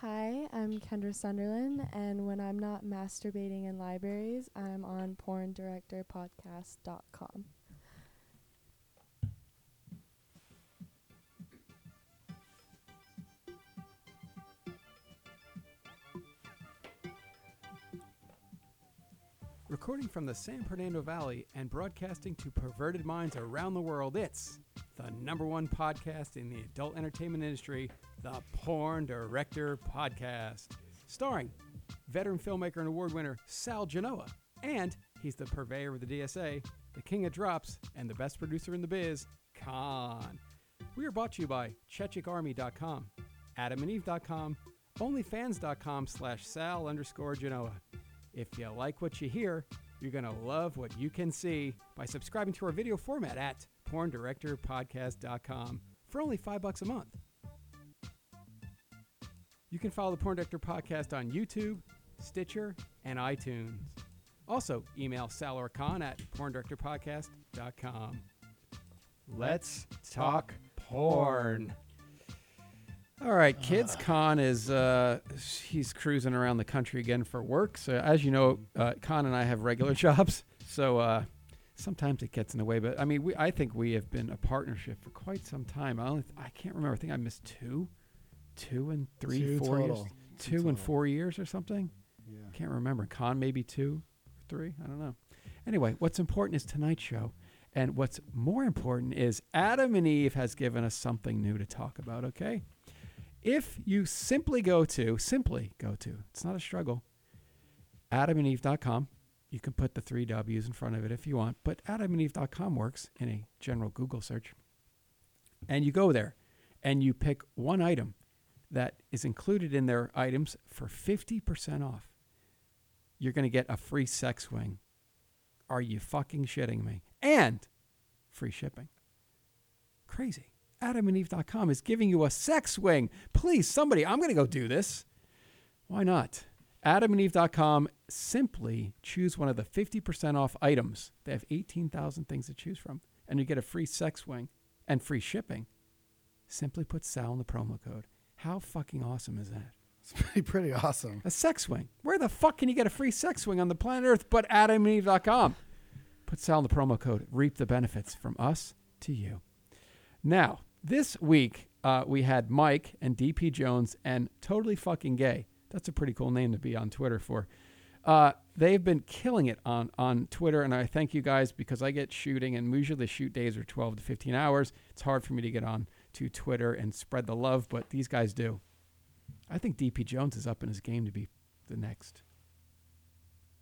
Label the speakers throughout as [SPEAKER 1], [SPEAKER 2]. [SPEAKER 1] Hi, I'm Kendra Sunderland, and when I'm not masturbating in libraries, I'm on porndirectorpodcast.com.
[SPEAKER 2] Recording from the San Fernando Valley and broadcasting to perverted minds around the world, it's the number one podcast in the adult entertainment industry, the Porn Director Podcast. Starring veteran filmmaker and award winner Sal Genoa. And he's the purveyor of the DSA, the king of drops, and the best producer in the biz, Khan. We are brought to you by ChechikArmy.com, AdamandEve.com, OnlyFans.com slash Sal underscore Genoa. If you like what you hear, you're going to love what you can see by subscribing to our video format at porndirectorpodcast.com for only five bucks a month. You can follow the Porn Director Podcast on YouTube, Stitcher, and iTunes. Also, email Sal or Khan at porndirectorpodcast.com. Let's talk porn. All right, Kids Con is uh, he's cruising around the country again for work. So as you know, uh, Con and I have regular jobs, so uh, sometimes it gets in the way. But I mean, we I think we have been a partnership for quite some time. I only I can't remember. I think I missed two, two and three,
[SPEAKER 3] Two
[SPEAKER 2] four
[SPEAKER 3] total.
[SPEAKER 2] years, two,
[SPEAKER 3] Two
[SPEAKER 2] and
[SPEAKER 3] total.
[SPEAKER 2] four years or something.
[SPEAKER 3] Yeah.
[SPEAKER 2] Can't remember. Con maybe two or three. I don't know. Anyway, what's important is tonight's show. And what's more important is Adam and Eve has given us something new to talk about, okay? If you simply go to, simply go to, it's not a struggle, adamandeve.com, you can put the three W's in front of it if you want, but adamandeve.com works in a general Google search. And you go there and you pick one item that is included in their items for 50% off you're going to get a free sex wing. Are you fucking shitting me? And free shipping. Crazy. AdamandEve.com is giving you a sex wing. Please, somebody, I'm going to go do this. Why not? AdamandEve.com, simply choose one of the 50% off items. They have 18,000 things to choose from, and you get a free sex wing and free shipping. Simply put Sal in the promo code. How fucking awesome is that?
[SPEAKER 3] It's pretty, pretty awesome.
[SPEAKER 2] A sex swing. Where the fuck can you get a free sex swing on the planet Earth but adamandeve.com? Put Sal in the promo code. Reap the benefits from us to you. Now, this week, uh, we had Mike and DP Jones and Totally Fucking Gay. That's a pretty cool name to be on Twitter for. Uh, they've been killing it on, on Twitter, and I thank you guys because I get shooting, and usually the shoot days are 12 to 15 hours. It's hard for me to get on to Twitter and spread the love, but these guys do. I think DP Jones is up in his game to be the next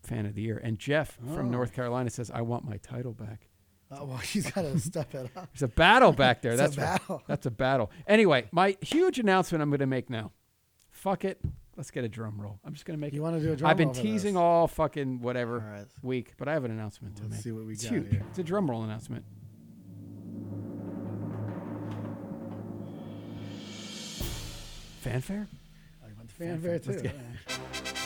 [SPEAKER 2] fan of the year. And Jeff from
[SPEAKER 3] Oh.
[SPEAKER 2] North Carolina says, I want my title back.
[SPEAKER 3] Oh, well, he's got to step it up.
[SPEAKER 2] There's a battle back there.
[SPEAKER 3] It's a
[SPEAKER 2] That's right.
[SPEAKER 3] battle.
[SPEAKER 2] That's a battle. Anyway, my huge announcement I'm going to make now. Fuck it. Let's get a drum roll. I'm just going to make
[SPEAKER 3] You
[SPEAKER 2] it.
[SPEAKER 3] want to do a drum
[SPEAKER 2] I've been
[SPEAKER 3] roll for
[SPEAKER 2] teasing
[SPEAKER 3] this?
[SPEAKER 2] all fucking whatever
[SPEAKER 3] All right.
[SPEAKER 2] week, but I have an announcement to
[SPEAKER 3] Let's
[SPEAKER 2] make.
[SPEAKER 3] see what we
[SPEAKER 2] it's
[SPEAKER 3] got
[SPEAKER 2] huge.
[SPEAKER 3] here.
[SPEAKER 2] It's a drum roll announcement. Fanfare?
[SPEAKER 3] I want the fanfare
[SPEAKER 2] Fanfare.
[SPEAKER 3] too.
[SPEAKER 2] Let's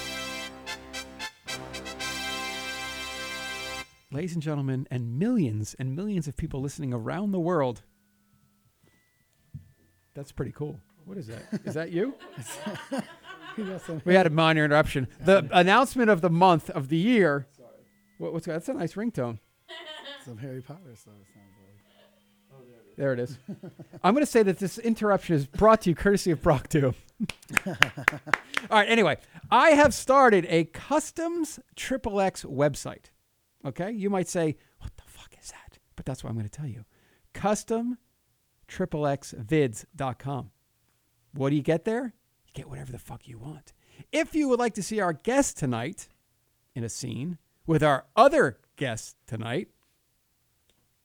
[SPEAKER 2] Ladies and gentlemen, and millions and millions of people listening around the world. That's pretty cool. What is that? Is that you?
[SPEAKER 3] We got some-
[SPEAKER 2] We had a minor interruption. The announcement of the month of the year. What, what's that's a nice ringtone.
[SPEAKER 3] some Harry Potter stuff. It sounds like.
[SPEAKER 2] There it is. I'm going to say that this interruption is brought to you courtesy of Brock too. All right. Anyway, I have started a customs triple X website. Okay, you might say, "What the fuck is that?" But that's what I'm going to tell you. Custom triple xvids.com. What do you get there? You get whatever the fuck you want. If you would like to see our guest tonight in a scene with our other guest tonight,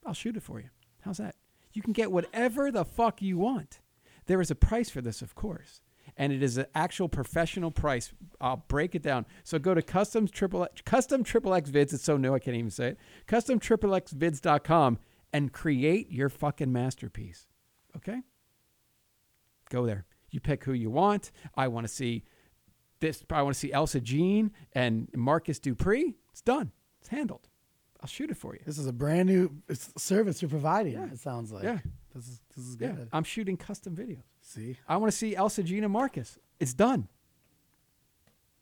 [SPEAKER 2] I'll shoot it for you. How's that? You can get whatever the fuck you want. There is a price for this, of course, and it is an actual professional price. I'll break it down. So go to customs triple custom triple X vids. It's so new I can't even say it. Custom triple X vids.com and create your fucking masterpiece. Okay? Go there. You pick who you want. I want to see this. I want to see Elsa Jean and Marcus Dupree. It's done. It's handled. I'll shoot it for you.
[SPEAKER 3] This is a brand new it's service you're providing.
[SPEAKER 2] Yeah.
[SPEAKER 3] It sounds like.
[SPEAKER 2] Yeah.
[SPEAKER 3] This is this is
[SPEAKER 2] Yeah,
[SPEAKER 3] good.
[SPEAKER 2] I'm shooting custom videos.
[SPEAKER 3] See,
[SPEAKER 2] I want to see Elsa Gina Marcus. It's done.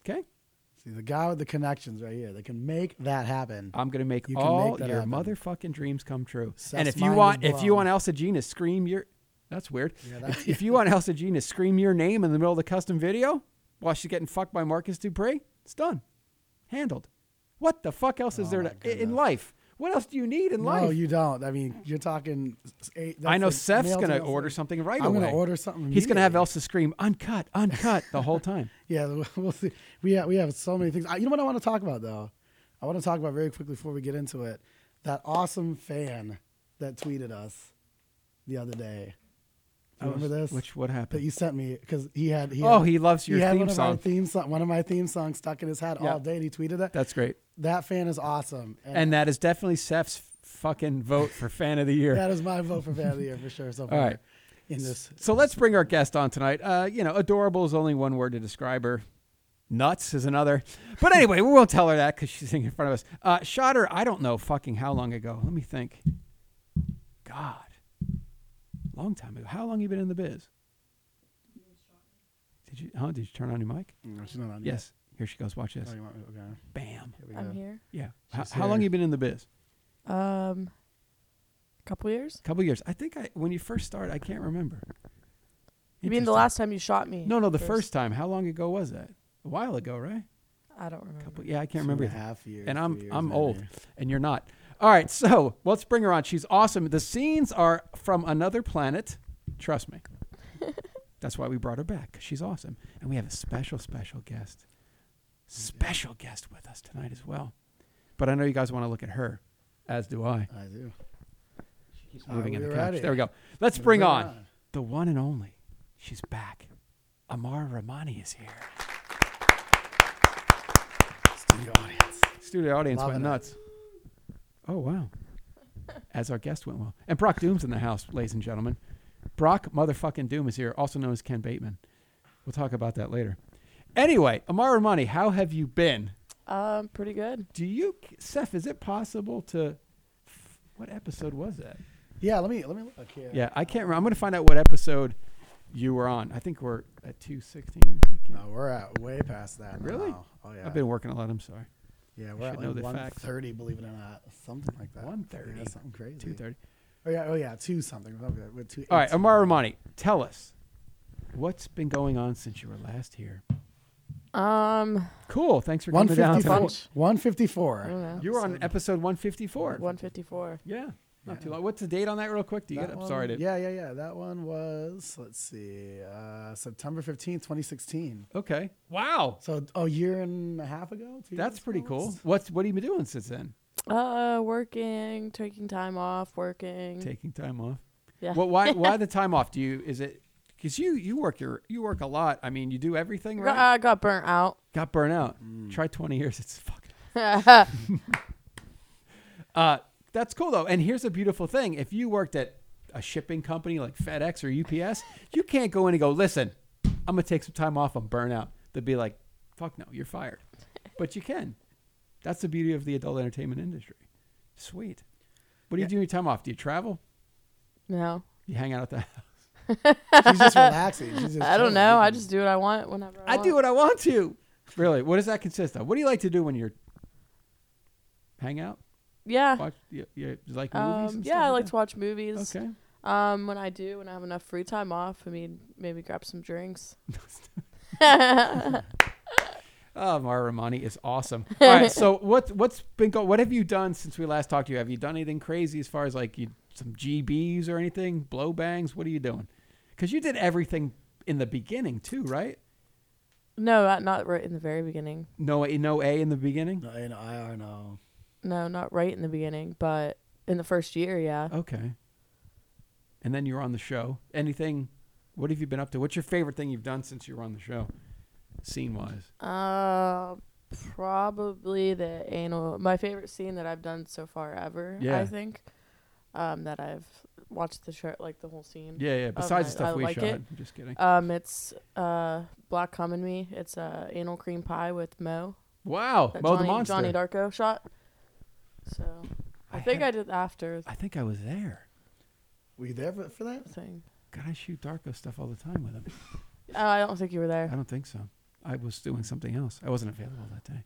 [SPEAKER 2] Okay.
[SPEAKER 3] See, the guy with the connections right here that can make that happen.
[SPEAKER 2] I'm gonna make
[SPEAKER 3] You can
[SPEAKER 2] all
[SPEAKER 3] make that
[SPEAKER 2] your
[SPEAKER 3] happen.
[SPEAKER 2] motherfucking dreams come true.
[SPEAKER 3] Seth's
[SPEAKER 2] and if you
[SPEAKER 3] mind is
[SPEAKER 2] want, if you
[SPEAKER 3] blown.
[SPEAKER 2] want Elsa Jean to scream your, that's weird.
[SPEAKER 3] Yeah, that's-
[SPEAKER 2] if you want Elsa Jean to scream your name in the middle of the custom video while she's getting fucked by Marcus Dupree, it's done, handled. What the fuck else is
[SPEAKER 3] Oh
[SPEAKER 2] there
[SPEAKER 3] my
[SPEAKER 2] to, i- in
[SPEAKER 3] goodness.
[SPEAKER 2] life? What else do you need in
[SPEAKER 3] no,
[SPEAKER 2] life?
[SPEAKER 3] you don't. I mean, you're talking. s- Eight,
[SPEAKER 2] I
[SPEAKER 3] that's
[SPEAKER 2] know
[SPEAKER 3] like
[SPEAKER 2] Seth's
[SPEAKER 3] nail
[SPEAKER 2] gonna
[SPEAKER 3] nail.
[SPEAKER 2] order something right
[SPEAKER 3] I'm
[SPEAKER 2] away.
[SPEAKER 3] gonna order something.
[SPEAKER 2] He's gonna have
[SPEAKER 3] immediately.
[SPEAKER 2] Elsa scream uncut, uncut the whole time.
[SPEAKER 3] Yeah, we'll see. We have, we have so many things. I, you know what I want to talk about though? I want to talk about very quickly before we get into it. That awesome fan that tweeted us the other day. Do you
[SPEAKER 2] That was-
[SPEAKER 3] remember this?
[SPEAKER 2] Oh, Which what
[SPEAKER 3] that
[SPEAKER 2] happened?
[SPEAKER 3] you sent me because he had. He
[SPEAKER 2] Oh,
[SPEAKER 3] had,
[SPEAKER 2] he loves your
[SPEAKER 3] he had
[SPEAKER 2] theme
[SPEAKER 3] one Of our
[SPEAKER 2] song.
[SPEAKER 3] theme song. One of my theme songs stuck in his head
[SPEAKER 2] Yeah.
[SPEAKER 3] all day, and he tweeted that.
[SPEAKER 2] That's great.
[SPEAKER 3] that fan is awesome,
[SPEAKER 2] And that is definitely Seth's fucking vote for fan of the year.
[SPEAKER 3] that is my vote for fan of the year for sure. So far
[SPEAKER 2] All right.
[SPEAKER 3] in this
[SPEAKER 2] So let's bring our guest on tonight. Uh, you know, adorable is only one word to describe her. Nuts is another. But anyway, we won't tell her that because she's sitting in front of us. Uh, shot her, I don't know fucking how long ago. Let me think. God. Long time ago. How long you been in the biz? Did you, huh? Did you turn on your mic?
[SPEAKER 3] No, she's not on yet.
[SPEAKER 2] Yes. Here she goes. Watch this.
[SPEAKER 3] Oh, you want- okay.
[SPEAKER 2] Bam.
[SPEAKER 3] Here we
[SPEAKER 1] I'm
[SPEAKER 3] go.
[SPEAKER 1] here.
[SPEAKER 2] Yeah. How,
[SPEAKER 3] She's
[SPEAKER 2] how long
[SPEAKER 3] here.
[SPEAKER 2] you been in the biz?
[SPEAKER 4] Um, couple years.
[SPEAKER 2] A couple years. I think I when you first started, I can't remember.
[SPEAKER 4] You mean the
[SPEAKER 2] Interesting.
[SPEAKER 4] last time you shot me?
[SPEAKER 2] No, no, the first time. How long ago was that? A while ago, right?
[SPEAKER 4] I don't remember.
[SPEAKER 2] Couple, yeah, I
[SPEAKER 3] Two
[SPEAKER 2] can't remember.
[SPEAKER 3] and a
[SPEAKER 2] that.
[SPEAKER 3] half years.
[SPEAKER 2] And
[SPEAKER 3] two
[SPEAKER 2] I'm
[SPEAKER 3] years,
[SPEAKER 2] I'm
[SPEAKER 3] maybe.
[SPEAKER 2] old, and you're not. All right, so let's bring her on. She's awesome. The scenes are from another planet. Trust me. That's why we brought her back. 'cause She's awesome, and we have a special, special guest, special guest with us tonight as well. But I know you guys want to look at her, as do I.
[SPEAKER 3] I do.
[SPEAKER 2] She's
[SPEAKER 3] Are
[SPEAKER 2] moving in
[SPEAKER 3] we
[SPEAKER 2] the couch.
[SPEAKER 3] ready?
[SPEAKER 2] There we go. Let's bring on the one and only. She's back. Amara Ramani is here.
[SPEAKER 3] Studio audience.
[SPEAKER 2] Studio audience
[SPEAKER 3] Loving
[SPEAKER 2] went
[SPEAKER 3] it.
[SPEAKER 2] nuts. Oh wow! As our guest went well, and Brock Doom's in the house, ladies and gentlemen. Brock motherfucking Doom is here, also known as Ken Bateman. We'll talk about that later. Anyway, Amara Ramani, how have you been?
[SPEAKER 4] Um, pretty good.
[SPEAKER 2] Do you, Seth? Is it possible to? What episode was that?
[SPEAKER 3] Yeah, let me let me look here.
[SPEAKER 2] Yeah, I can't remember. I'm gonna find out what episode you were on. I think we're at 216. I can't.
[SPEAKER 3] No, we're at way past that.
[SPEAKER 2] Really?
[SPEAKER 3] now. Oh yeah.
[SPEAKER 2] I've been working a lot. I'm sorry.
[SPEAKER 3] yeah, we're
[SPEAKER 2] should
[SPEAKER 3] at
[SPEAKER 2] know
[SPEAKER 3] like
[SPEAKER 2] the
[SPEAKER 3] one
[SPEAKER 2] facts.
[SPEAKER 3] thirty, believe it or not, something like that.
[SPEAKER 2] 1:30.
[SPEAKER 3] Yeah, something crazy.
[SPEAKER 2] 230.
[SPEAKER 3] Oh yeah, oh yeah, two something. Okay, we're two.
[SPEAKER 2] All right,
[SPEAKER 3] 18.
[SPEAKER 2] Amara Ramani, tell us what's been going on since you were last here.
[SPEAKER 4] Um,
[SPEAKER 2] Cool. Thanks for
[SPEAKER 3] One
[SPEAKER 2] coming down.
[SPEAKER 3] fifty
[SPEAKER 2] tonight.
[SPEAKER 3] four.
[SPEAKER 4] Bunch.
[SPEAKER 3] One
[SPEAKER 4] I
[SPEAKER 3] fifty-four.
[SPEAKER 4] don't know.
[SPEAKER 2] You were on episode 154.
[SPEAKER 4] One fifty-four.
[SPEAKER 2] Yeah. Not
[SPEAKER 3] Yeah.
[SPEAKER 2] too long. What's the date on that, real quick? Do you
[SPEAKER 3] That
[SPEAKER 2] get it?
[SPEAKER 3] one-
[SPEAKER 2] Sorry. I did-
[SPEAKER 3] Yeah, yeah, yeah. That one was let's see, uh, September fifteenth, twenty sixteen.
[SPEAKER 2] Okay. Wow.
[SPEAKER 3] So a year and a half ago. two
[SPEAKER 2] That's
[SPEAKER 3] years
[SPEAKER 2] pretty cool.
[SPEAKER 3] almost?
[SPEAKER 2] What's What have you been doing since then?
[SPEAKER 4] Uh, working, taking time off, working.
[SPEAKER 3] Mm.
[SPEAKER 2] Taking time off.
[SPEAKER 4] yeah.
[SPEAKER 2] Well, why Why the time off? Do you? Is it? Because you you work your you work a lot. I mean, you do everything
[SPEAKER 4] Got-
[SPEAKER 2] right.
[SPEAKER 4] I got burnt out.
[SPEAKER 2] Got burnt out. Try 20 years. It's fucking.
[SPEAKER 4] yeah,
[SPEAKER 2] Uh, that's cool though. And here's a beautiful thing: if you worked at a shipping company like FedEx or UPS, you can't go in and go, "Listen, I'm gonna take some time off. I'm burnout." They'd be like, "Fuck no, you're fired." But you can. That's the beauty of the adult entertainment industry. Sweet. What do you
[SPEAKER 3] Yeah.
[SPEAKER 2] do in your time off? Do you travel?
[SPEAKER 4] no,
[SPEAKER 2] You hang out at the house?
[SPEAKER 3] She's just relaxing. She's just
[SPEAKER 4] I don't
[SPEAKER 3] chilling.
[SPEAKER 4] know. I just do what I want whenever I,
[SPEAKER 2] I do what I want to. Really? What does that consist of? What do you like to do when you're hang out?
[SPEAKER 4] Yeah.
[SPEAKER 2] Watch? You, you like movies?
[SPEAKER 4] Uh, Um,
[SPEAKER 2] and stuff
[SPEAKER 4] yeah, I like
[SPEAKER 2] that?
[SPEAKER 4] to watch movies.
[SPEAKER 2] Okay.
[SPEAKER 4] Um, when I do, when I have enough free time off, I mean, maybe grab some drinks.
[SPEAKER 2] Oh, Mara Ramani is awesome. All right, so what what's been go- what have you done since we last talked to you? Have you done anything crazy as far as like you, some GBs or anything, blow bangs? What are you doing? Because you did everything in the beginning too, right?
[SPEAKER 4] No, not, not right in the very beginning.
[SPEAKER 2] No, A- no A in the beginning.
[SPEAKER 3] No, you know, I don't know.
[SPEAKER 4] No, not right in the beginning, but in the first year, yeah.
[SPEAKER 2] Okay. And then you're on the show. Anything? What have you been up to? What's your favorite thing you've done since you were on the show, scene wise?
[SPEAKER 4] Uh, probably the anal. My favorite scene that I've done so far ever.
[SPEAKER 2] Yeah.
[SPEAKER 4] I think. Um, that I've watched the show like the whole scene.
[SPEAKER 2] Yeah, yeah. Besides the
[SPEAKER 4] I-
[SPEAKER 2] stuff
[SPEAKER 4] I
[SPEAKER 2] we
[SPEAKER 4] like
[SPEAKER 2] shot.
[SPEAKER 4] it.
[SPEAKER 2] I'm just kidding.
[SPEAKER 4] Um, it's uh black cum and me. It's uh, anal cream pie with Mo.
[SPEAKER 2] wow,
[SPEAKER 4] That
[SPEAKER 2] Mo the
[SPEAKER 4] Johnny,
[SPEAKER 2] monster.
[SPEAKER 4] Johnny Darko shot. So I, think I did the after
[SPEAKER 2] I think I was there.
[SPEAKER 3] Were you there for, for that?
[SPEAKER 4] thing.
[SPEAKER 2] God, I shoot Darko stuff all the time with him.
[SPEAKER 4] Oh, I don't think you were
[SPEAKER 2] I
[SPEAKER 4] there.
[SPEAKER 2] don't think so. I was doing something else. I wasn't available that day.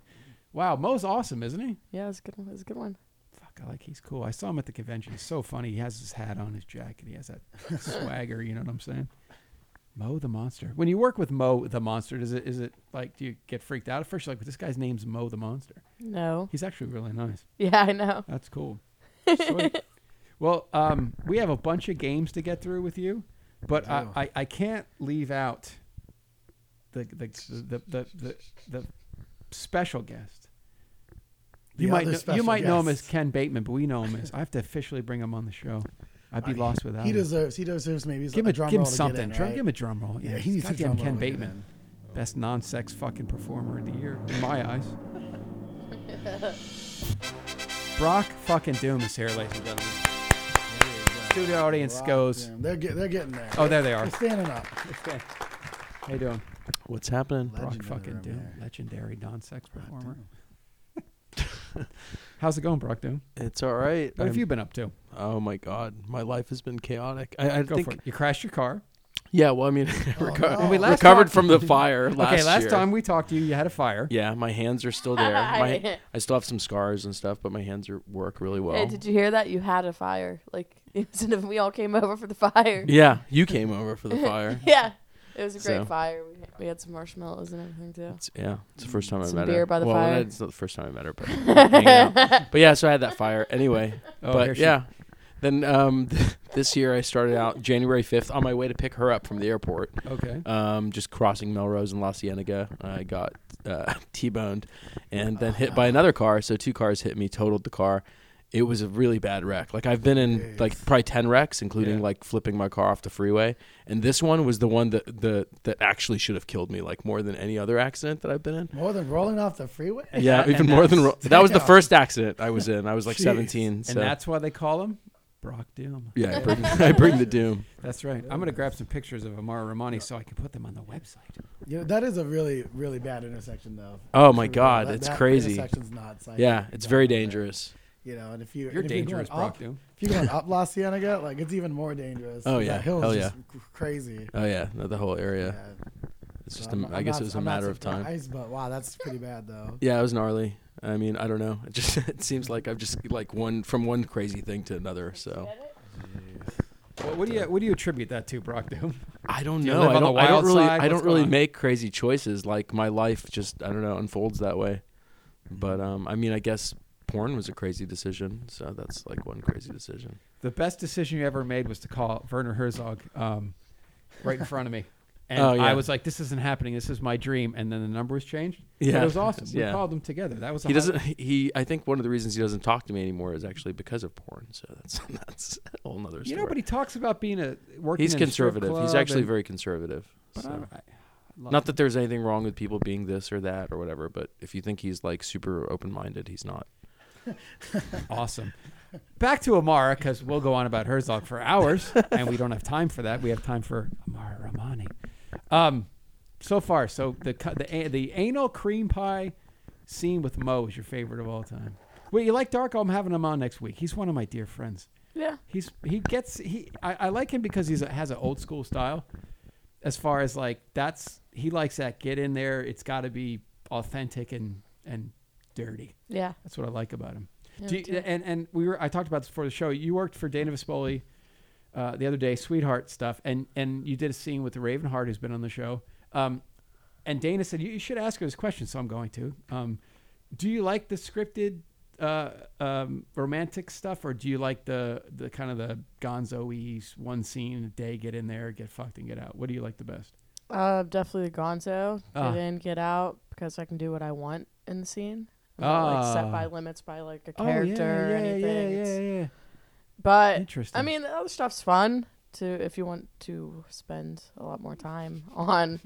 [SPEAKER 2] Wow, Mo's awesome, isn't he?
[SPEAKER 4] Yeah, it's a good. one- It's a good one.
[SPEAKER 2] Fuck, I like he's cool. I saw him at the convention. He's so funny. He has his hat on, his jacket. He has that swagger. You know what I'm saying? Mo the monster. When you work with Mo the monster, does it is it like do you get freaked out at first? You're like this guy's name's Mo the monster.
[SPEAKER 4] No.
[SPEAKER 2] He's actually really nice.
[SPEAKER 4] Yeah, I know.
[SPEAKER 2] That's cool. Sweet. well, um, we have a bunch of games to get through with you, but I,
[SPEAKER 3] Oh.
[SPEAKER 2] I, I can't leave out the the the the, the, the special guest. You
[SPEAKER 3] The
[SPEAKER 2] might
[SPEAKER 3] other
[SPEAKER 2] know, you
[SPEAKER 3] special
[SPEAKER 2] might know him as
[SPEAKER 3] guest.
[SPEAKER 2] Ken Bateman, but we know him as I have to officially bring him on the show. I'd be
[SPEAKER 3] Uh,
[SPEAKER 2] lost without
[SPEAKER 3] He
[SPEAKER 2] him.
[SPEAKER 3] deserves. He deserves maybe
[SPEAKER 2] give him
[SPEAKER 3] a
[SPEAKER 2] a,
[SPEAKER 3] drum
[SPEAKER 2] give him
[SPEAKER 3] roll to get
[SPEAKER 2] something.
[SPEAKER 3] in,
[SPEAKER 2] Try and
[SPEAKER 3] right?
[SPEAKER 2] give him a drum roll.
[SPEAKER 3] Yeah, he needs a
[SPEAKER 2] Goddamn
[SPEAKER 3] drum
[SPEAKER 2] Ken
[SPEAKER 3] roll to get
[SPEAKER 2] Bateman, best non-sex fucking performer of the year in my eyes. Brock fucking Doom is here, ladies and gentlemen. Studio audience
[SPEAKER 3] Rock
[SPEAKER 2] goes.
[SPEAKER 3] them. They're get, they're getting there.
[SPEAKER 2] Oh, there they are.
[SPEAKER 3] They're standing up.
[SPEAKER 2] How you doing?
[SPEAKER 5] What's happening?
[SPEAKER 3] Legend in
[SPEAKER 2] Brock
[SPEAKER 3] the
[SPEAKER 2] fucking
[SPEAKER 3] room
[SPEAKER 2] Doom,
[SPEAKER 3] there.
[SPEAKER 2] legendary non-sex performer. How's it going, Brock Doom?
[SPEAKER 5] It's all right.
[SPEAKER 2] What have
[SPEAKER 5] I'm-
[SPEAKER 2] you been up to?
[SPEAKER 5] Oh my God, my life has been chaotic. I, I
[SPEAKER 2] Go
[SPEAKER 5] think.
[SPEAKER 2] for it. Oh, You crashed your car.
[SPEAKER 5] Yeah. Well, I mean, reco-
[SPEAKER 3] no. When we
[SPEAKER 2] last
[SPEAKER 5] recovered
[SPEAKER 2] talked-
[SPEAKER 5] from the fire last
[SPEAKER 2] okay, last
[SPEAKER 5] year.
[SPEAKER 2] time we talked to you, you had a fire.
[SPEAKER 5] Yeah, my hands are still there. My, I still have some scars and stuff, but my hands are work really well.
[SPEAKER 4] Hey, did you hear that? You had a fire. Like it was an- we all came over for the fire.
[SPEAKER 5] yeah, you came over for the fire.
[SPEAKER 4] Yeah, It was a great
[SPEAKER 5] So.
[SPEAKER 4] fire. We, we had some marshmallows and everything too.
[SPEAKER 5] It's- yeah, it's the first time I
[SPEAKER 4] Some
[SPEAKER 5] met her.
[SPEAKER 4] beer by the
[SPEAKER 5] well,
[SPEAKER 4] fire.
[SPEAKER 5] It's not the first time I met her, but hanging out. But yeah, so I had that fire anyway.
[SPEAKER 2] Oh, here
[SPEAKER 5] but
[SPEAKER 2] she-
[SPEAKER 5] yeah, then um, this year I started out January fifth on my way to pick her up from the airport.
[SPEAKER 2] Okay.
[SPEAKER 5] um, just crossing Melrose and La Cienega. I got uh, T-boned and then hit by another car. So two cars hit me, totaled the car. It was a really bad wreck. Like I've been in like probably ten wrecks, including
[SPEAKER 2] Yeah.
[SPEAKER 5] like flipping my car off the freeway. And this one was the one that the that actually should have killed me, like more than any other accident that I've been in.
[SPEAKER 3] More than rolling off the freeway.
[SPEAKER 5] Yeah,
[SPEAKER 2] that-
[SPEAKER 5] even
[SPEAKER 2] and
[SPEAKER 5] more than ro- that was the
[SPEAKER 3] Damn.
[SPEAKER 5] first accident I was in. I was like
[SPEAKER 3] Jeez.
[SPEAKER 5] seventeen. So.
[SPEAKER 2] And that's why they call him Brock Doom.
[SPEAKER 5] yeah, I bring, I bring the doom.
[SPEAKER 2] That's right. I'm gonna grab some pictures of Amara Romani so I can put them on the website.
[SPEAKER 3] You know, that is a really really bad intersection though.
[SPEAKER 5] Oh
[SPEAKER 3] For
[SPEAKER 5] my
[SPEAKER 3] real.
[SPEAKER 5] God,
[SPEAKER 3] That-
[SPEAKER 5] it's
[SPEAKER 3] that
[SPEAKER 5] crazy.
[SPEAKER 3] Intersection's not. psyched
[SPEAKER 5] Yeah,
[SPEAKER 3] to be
[SPEAKER 5] it's
[SPEAKER 3] down
[SPEAKER 5] very
[SPEAKER 3] there.
[SPEAKER 5] dangerous.
[SPEAKER 3] You know, and if you
[SPEAKER 2] You're
[SPEAKER 3] and if you're
[SPEAKER 2] dangerous,
[SPEAKER 3] going
[SPEAKER 2] Brock
[SPEAKER 3] up-
[SPEAKER 2] Doom.
[SPEAKER 3] If you're going up La Cienega, like it's even more dangerous.
[SPEAKER 5] Oh,
[SPEAKER 3] That
[SPEAKER 5] yeah.
[SPEAKER 3] hill is
[SPEAKER 5] Hell
[SPEAKER 3] just c- crazy.
[SPEAKER 5] Oh yeah, no, the whole area. It's
[SPEAKER 3] So
[SPEAKER 5] just.
[SPEAKER 3] I'm-
[SPEAKER 5] a, I
[SPEAKER 3] I'm
[SPEAKER 5] guess
[SPEAKER 3] not-
[SPEAKER 5] it was a
[SPEAKER 3] I'm not
[SPEAKER 5] matter of time.
[SPEAKER 3] surprised, But wow, that's pretty bad though.
[SPEAKER 5] Yeah, it was gnarly. I mean, I don't know. It just it seems like I've just like one from one crazy thing to another. So
[SPEAKER 2] What, what do you what do you attribute that to, Brock Doom?
[SPEAKER 5] I don't
[SPEAKER 2] Do you
[SPEAKER 5] know.
[SPEAKER 2] live
[SPEAKER 5] I
[SPEAKER 2] on the
[SPEAKER 5] don't. I don't
[SPEAKER 2] wild
[SPEAKER 5] really.
[SPEAKER 2] side?
[SPEAKER 5] I
[SPEAKER 2] What's
[SPEAKER 5] don't really
[SPEAKER 2] going on?
[SPEAKER 5] make crazy choices. Like my life just I don't know unfolds that way.
[SPEAKER 2] Mm-hmm.
[SPEAKER 5] But um, I mean, I guess porn was a crazy decision. So that's like one crazy decision.
[SPEAKER 2] The best decision you ever made was to call Werner Herzog um, right in front of me. And
[SPEAKER 5] Oh, yeah.
[SPEAKER 2] I was like, this isn't happening. This is my dream. And then the number was changed. But
[SPEAKER 5] Yeah.
[SPEAKER 2] it was awesome. We
[SPEAKER 5] Yeah.
[SPEAKER 2] called them together. That was a
[SPEAKER 5] He
[SPEAKER 2] high-
[SPEAKER 5] doesn't. He. I think one of the reasons he doesn't talk to me anymore is actually because of porn. So that's that's a whole nother story.
[SPEAKER 2] You know, but he talks about being a working.
[SPEAKER 5] he's
[SPEAKER 2] in a strip
[SPEAKER 5] conservative. He's
[SPEAKER 2] club
[SPEAKER 5] actually
[SPEAKER 2] and-
[SPEAKER 5] very conservative.
[SPEAKER 2] but
[SPEAKER 5] so.
[SPEAKER 2] I don't- I- I love
[SPEAKER 5] Not
[SPEAKER 2] him.
[SPEAKER 5] that there's anything wrong with people being this or that or whatever, but if you think he's like super open minded, he's not.
[SPEAKER 2] awesome. Back to Amara because we'll go on about Herzog for hours, and we don't have time for that. We have time for Amara Ramani. Um, so far, so the cu- the a- the anal cream pie scene with Mo is your favorite of all time. Well, you like Darko? I'm having him on next week. He's one of my dear friends.
[SPEAKER 4] Yeah.
[SPEAKER 2] He's he gets he I, I like him because he's a, has an old school style. As far as like that's he likes that get in there. It's got to be authentic and and dirty.
[SPEAKER 4] Yeah.
[SPEAKER 2] That's what I like about him.
[SPEAKER 4] Yeah,
[SPEAKER 2] Do you-
[SPEAKER 4] me too.
[SPEAKER 2] and and we were I talked about this before the show. You worked for Dana Vespoli uh, the other day, sweetheart stuff, and and you did a scene with Ravenheart, who's been on the show. Um, and Dana said you, you should ask her this question, so I'm going to. Um, do you like the scripted uh, um, romantic stuff, or do you like the the kind of the Gonzo-y one scene a day, get in there, get fucked, and get out? What do you like the best?
[SPEAKER 4] Uh, definitely the Gonzo.
[SPEAKER 2] Ah.
[SPEAKER 4] Get in, get out, because I can do what I want in the scene. I'm not, like
[SPEAKER 2] Ah. Oh,
[SPEAKER 4] set by limits by like a character or anything.
[SPEAKER 2] yeah, yeah,
[SPEAKER 4] It's-
[SPEAKER 2] yeah, yeah.
[SPEAKER 4] But
[SPEAKER 2] Interesting.
[SPEAKER 4] I mean, the other stuff's fun to if you want to spend a lot more time on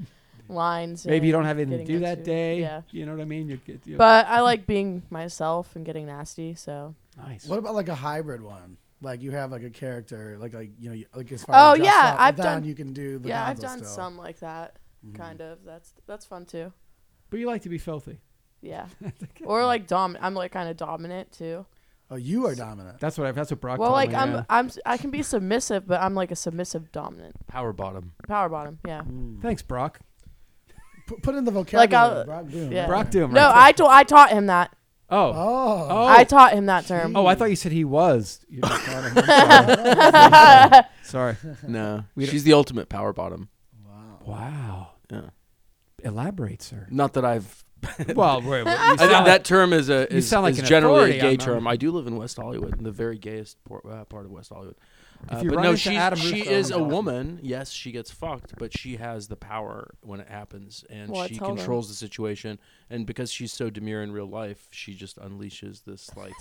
[SPEAKER 4] lines.
[SPEAKER 2] maybe you
[SPEAKER 4] and
[SPEAKER 2] don't have anything to
[SPEAKER 4] getting
[SPEAKER 2] do that
[SPEAKER 4] into-
[SPEAKER 2] day.
[SPEAKER 4] Yeah.
[SPEAKER 2] you know what I mean. You get you
[SPEAKER 4] But I like being myself and getting nasty. So.
[SPEAKER 2] nice.
[SPEAKER 3] What about like a hybrid one? Like you have like a character, like like you know, you- like as
[SPEAKER 4] Oh,
[SPEAKER 3] far as dressed
[SPEAKER 4] yeah,
[SPEAKER 3] up,
[SPEAKER 4] I've
[SPEAKER 3] down,
[SPEAKER 4] done-
[SPEAKER 3] You can do the
[SPEAKER 4] yeah, I've
[SPEAKER 3] Gonzo
[SPEAKER 4] done
[SPEAKER 3] still. Mm-hmm.
[SPEAKER 4] some like that. Kind
[SPEAKER 2] Mm.
[SPEAKER 4] of. That's that's fun too.
[SPEAKER 2] But you like to be filthy.
[SPEAKER 4] Yeah. or like dom. I'm like kind of dominant too.
[SPEAKER 3] Oh, you are dominant.
[SPEAKER 2] That's what I. That's what Brock.
[SPEAKER 4] well,
[SPEAKER 2] told
[SPEAKER 4] like
[SPEAKER 2] me,
[SPEAKER 4] I'm
[SPEAKER 2] yeah.
[SPEAKER 4] I'm I can be submissive, but I'm like a submissive dominant
[SPEAKER 5] Power bottom.
[SPEAKER 2] Mm.
[SPEAKER 4] power bottom. Yeah.
[SPEAKER 2] Thanks, Brock.
[SPEAKER 3] Put, put in the vocabulary.
[SPEAKER 4] I'll-
[SPEAKER 3] Brock Doom.
[SPEAKER 4] yeah.
[SPEAKER 2] Brock Doom.
[SPEAKER 4] No,
[SPEAKER 2] right
[SPEAKER 4] I told I taught him that.
[SPEAKER 2] Oh.
[SPEAKER 3] Oh.
[SPEAKER 2] Oh.
[SPEAKER 4] I taught him that term.
[SPEAKER 2] Oh, I thought you said he was. You
[SPEAKER 5] Oh.
[SPEAKER 2] just thought of him. Sorry. Sorry.
[SPEAKER 5] No,
[SPEAKER 2] We don't-
[SPEAKER 5] she's the ultimate power bottom.
[SPEAKER 3] Wow.
[SPEAKER 2] Wow.
[SPEAKER 5] Yeah.
[SPEAKER 2] Elaborate, sir.
[SPEAKER 5] Not that I've.
[SPEAKER 2] Well, wait, wait, you
[SPEAKER 5] I think
[SPEAKER 2] sound-
[SPEAKER 5] that term is a
[SPEAKER 2] you
[SPEAKER 5] is,
[SPEAKER 2] sound like
[SPEAKER 5] is
[SPEAKER 2] an authority
[SPEAKER 5] generally a gay
[SPEAKER 2] on-
[SPEAKER 5] term. I do live in West Hollywood, in the very gayest por- uh, part of West Hollywood.
[SPEAKER 2] If
[SPEAKER 5] Uh,
[SPEAKER 2] you
[SPEAKER 5] but
[SPEAKER 2] run
[SPEAKER 5] no,
[SPEAKER 2] into
[SPEAKER 5] she's,
[SPEAKER 2] Adam
[SPEAKER 5] she
[SPEAKER 2] Russo,
[SPEAKER 5] is
[SPEAKER 2] I'm
[SPEAKER 5] a
[SPEAKER 2] talking.
[SPEAKER 5] woman. Yes, she gets fucked, but she has the power when it happens, and
[SPEAKER 4] Well, I
[SPEAKER 5] she
[SPEAKER 4] told him.
[SPEAKER 5] controls the situation. And because she's so demure in real life, she just unleashes this like.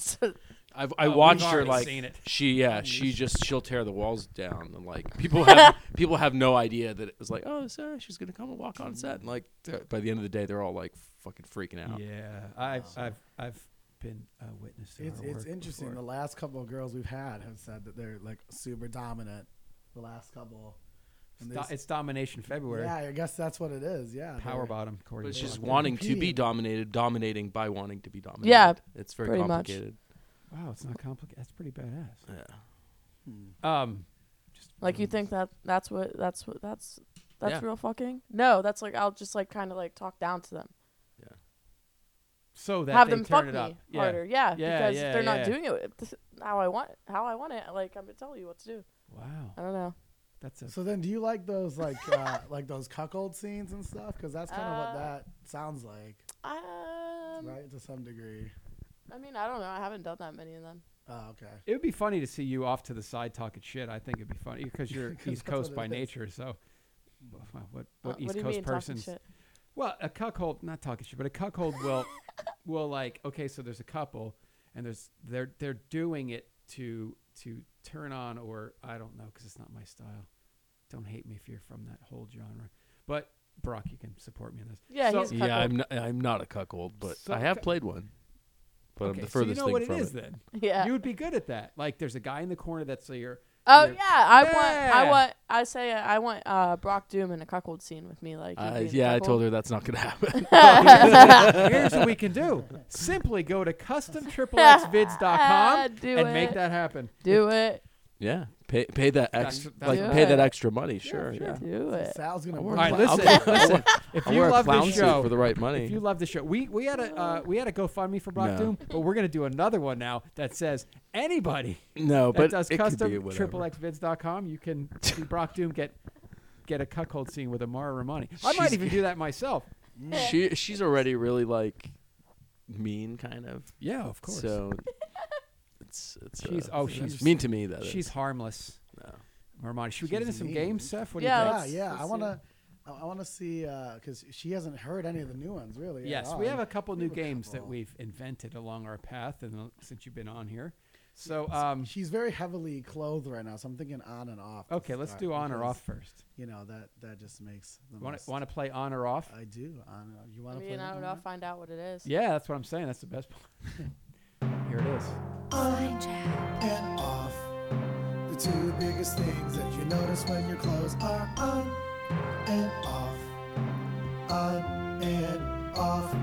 [SPEAKER 5] I've, I
[SPEAKER 2] Oh, we've
[SPEAKER 5] watched her
[SPEAKER 2] already
[SPEAKER 5] like
[SPEAKER 2] seen it.
[SPEAKER 5] she yeah she just she'll tear the walls down and like people have people have no idea that it was like oh Sarah she's gonna come and walk on set and like th- by the end of the day they're all like fucking freaking out.
[SPEAKER 2] Yeah, I've I've I've been a witness to
[SPEAKER 3] It's,
[SPEAKER 2] her
[SPEAKER 3] it's
[SPEAKER 2] work
[SPEAKER 3] interesting.
[SPEAKER 2] before.
[SPEAKER 3] The last couple of girls we've had have said that they're like super dominant. The last couple.
[SPEAKER 2] It's,
[SPEAKER 3] And
[SPEAKER 2] do-
[SPEAKER 3] there's-
[SPEAKER 2] it's domination February.
[SPEAKER 3] yeah, I guess that's what it is. Yeah.
[SPEAKER 2] Power
[SPEAKER 3] they're-
[SPEAKER 2] bottom. Corey
[SPEAKER 5] But it's
[SPEAKER 2] Booker.
[SPEAKER 5] just
[SPEAKER 3] they're
[SPEAKER 5] wanting to be
[SPEAKER 3] competing.
[SPEAKER 5] dominated, dominating by wanting to be dominated.
[SPEAKER 4] Yeah,
[SPEAKER 5] it's very
[SPEAKER 4] pretty much.
[SPEAKER 5] complicated.
[SPEAKER 2] wow, it's not complicated. That's pretty badass.
[SPEAKER 5] Yeah.
[SPEAKER 3] Hmm.
[SPEAKER 2] Um, just
[SPEAKER 4] Like you think that that's what that's what that's that's
[SPEAKER 5] Yeah.
[SPEAKER 4] real fucking? No, that's like I'll just like kind of like talk down to them,
[SPEAKER 2] so that
[SPEAKER 4] have
[SPEAKER 2] they
[SPEAKER 4] them
[SPEAKER 2] turn
[SPEAKER 4] fuck
[SPEAKER 2] it
[SPEAKER 4] me
[SPEAKER 2] up. Yeah.
[SPEAKER 4] harder. Yeah,
[SPEAKER 2] Yeah,
[SPEAKER 4] because
[SPEAKER 2] yeah,
[SPEAKER 4] they're
[SPEAKER 2] yeah.
[SPEAKER 4] not doing it this- how I want how I want it. Like I'm gonna tell you what to do.
[SPEAKER 2] Wow,
[SPEAKER 4] I don't know.
[SPEAKER 2] that's a
[SPEAKER 3] So then, do you like those like uh, like those cuckold scenes and stuff? Because that's kind of
[SPEAKER 4] Uh,
[SPEAKER 3] what that sounds like,
[SPEAKER 4] Um,
[SPEAKER 3] right? To some degree.
[SPEAKER 4] I mean, I don't know. I haven't done that many of them.
[SPEAKER 3] Oh, okay.
[SPEAKER 2] It would be funny to see you off to the side talking shit. I think it'd be funny because you're East
[SPEAKER 3] that's
[SPEAKER 2] Coast
[SPEAKER 3] what
[SPEAKER 2] by
[SPEAKER 3] it is.
[SPEAKER 2] nature. So, Well, what
[SPEAKER 4] Uh,
[SPEAKER 2] what East
[SPEAKER 4] what do you
[SPEAKER 2] Coast
[SPEAKER 4] mean talking
[SPEAKER 2] person's
[SPEAKER 4] shit?
[SPEAKER 2] Well, a cuckold, not talking shit, but a cuckold will, will like okay, so there's a couple, and there's they're they're doing it to to turn on or I don't know because it's not my style. Don't hate me if you're from that whole genre, but Brock, you can support me in this.
[SPEAKER 4] Yeah,
[SPEAKER 2] So-
[SPEAKER 4] he's
[SPEAKER 5] Yeah, I'm not, I'm not a cuckold, but
[SPEAKER 2] So-
[SPEAKER 5] I have played one. But
[SPEAKER 2] okay,
[SPEAKER 5] I'm the
[SPEAKER 2] so
[SPEAKER 5] furthest
[SPEAKER 2] you know
[SPEAKER 5] thing
[SPEAKER 2] what
[SPEAKER 5] from
[SPEAKER 2] it is
[SPEAKER 5] it.
[SPEAKER 2] then.
[SPEAKER 4] Yeah.
[SPEAKER 2] You would be good at that. Like there's a guy in the corner that's your.
[SPEAKER 4] Oh
[SPEAKER 2] your-
[SPEAKER 4] yeah, I want,
[SPEAKER 2] Yeah.
[SPEAKER 4] I want, I say, I want uh, Brock Doom in a cuckold scene with me. Like, you
[SPEAKER 5] Uh,
[SPEAKER 4] being
[SPEAKER 5] yeah, I
[SPEAKER 4] cuckold.
[SPEAKER 5] told her that's not gonna happen.
[SPEAKER 2] Here's what we can do. Simply go to
[SPEAKER 4] Ah,
[SPEAKER 2] customxxxvids.com
[SPEAKER 4] do
[SPEAKER 2] and make
[SPEAKER 4] it.
[SPEAKER 2] that happen.
[SPEAKER 4] do it,
[SPEAKER 5] yeah, pay pay that extra
[SPEAKER 2] that's
[SPEAKER 5] like
[SPEAKER 4] what-
[SPEAKER 5] pay that
[SPEAKER 4] Yeah.
[SPEAKER 5] extra money. Sure, yeah.
[SPEAKER 4] do it.
[SPEAKER 3] Sal's gonna
[SPEAKER 5] I
[SPEAKER 3] work.
[SPEAKER 2] All right,
[SPEAKER 5] I'll
[SPEAKER 2] listen,
[SPEAKER 5] get-
[SPEAKER 2] listen. If
[SPEAKER 5] I'll
[SPEAKER 2] you
[SPEAKER 5] wear a
[SPEAKER 2] love
[SPEAKER 5] clown
[SPEAKER 2] this
[SPEAKER 5] suit
[SPEAKER 2] show,
[SPEAKER 5] for the right money.
[SPEAKER 2] if you love the show, we we had a uh, we had a GoFundMe for Brock
[SPEAKER 5] No.
[SPEAKER 2] Doom, but we're gonna do another one now that says anybody
[SPEAKER 5] no,
[SPEAKER 2] that
[SPEAKER 5] but
[SPEAKER 2] does
[SPEAKER 5] it could be
[SPEAKER 2] custom
[SPEAKER 5] whatever.
[SPEAKER 2] triplexvids.com, you can see Brock Doom get get a cuckold scene with Amara Ramani. I might
[SPEAKER 5] She's-
[SPEAKER 2] even do that myself.
[SPEAKER 5] she she's already really like mean, kind of.
[SPEAKER 2] Yeah, of course.
[SPEAKER 5] So it's it's
[SPEAKER 2] She's-
[SPEAKER 5] uh,
[SPEAKER 2] oh,
[SPEAKER 5] it's
[SPEAKER 2] she's-
[SPEAKER 5] mean to me that
[SPEAKER 2] She's
[SPEAKER 5] is. harmless.
[SPEAKER 2] harmless. Ramani. Should we get
[SPEAKER 3] She's
[SPEAKER 2] into some
[SPEAKER 3] mean.
[SPEAKER 2] games, Seth? What
[SPEAKER 4] Yeah,
[SPEAKER 2] do you
[SPEAKER 3] Yeah,
[SPEAKER 4] let's-
[SPEAKER 3] yeah.
[SPEAKER 4] let's
[SPEAKER 3] I
[SPEAKER 4] do
[SPEAKER 3] want to. I want to see because she hasn't heard any of the new ones really. at
[SPEAKER 2] think? Yes,
[SPEAKER 3] all.
[SPEAKER 2] we have a couple
[SPEAKER 3] we
[SPEAKER 2] new
[SPEAKER 3] have a
[SPEAKER 2] games that
[SPEAKER 3] couple.
[SPEAKER 2] we've invented along our path, and uh, since you've been on here, so um,
[SPEAKER 3] She's very heavily clothed right now, so I'm thinking on and off. to
[SPEAKER 2] okay, let's
[SPEAKER 3] start,
[SPEAKER 2] do on or
[SPEAKER 3] because,
[SPEAKER 2] off first.
[SPEAKER 3] You know that that just makes. The
[SPEAKER 2] Want
[SPEAKER 3] most-
[SPEAKER 2] to want to play on or off?
[SPEAKER 3] I do. On and off. You
[SPEAKER 4] I
[SPEAKER 3] want to play?
[SPEAKER 4] mean, I
[SPEAKER 3] on
[SPEAKER 4] don't
[SPEAKER 3] and
[SPEAKER 4] know.
[SPEAKER 3] off?
[SPEAKER 4] Find out what it is.
[SPEAKER 2] Yeah, that's what I'm saying. That's the best part. Here it is.
[SPEAKER 3] and off. The two biggest things that you notice when your clothes are on and off. On and off.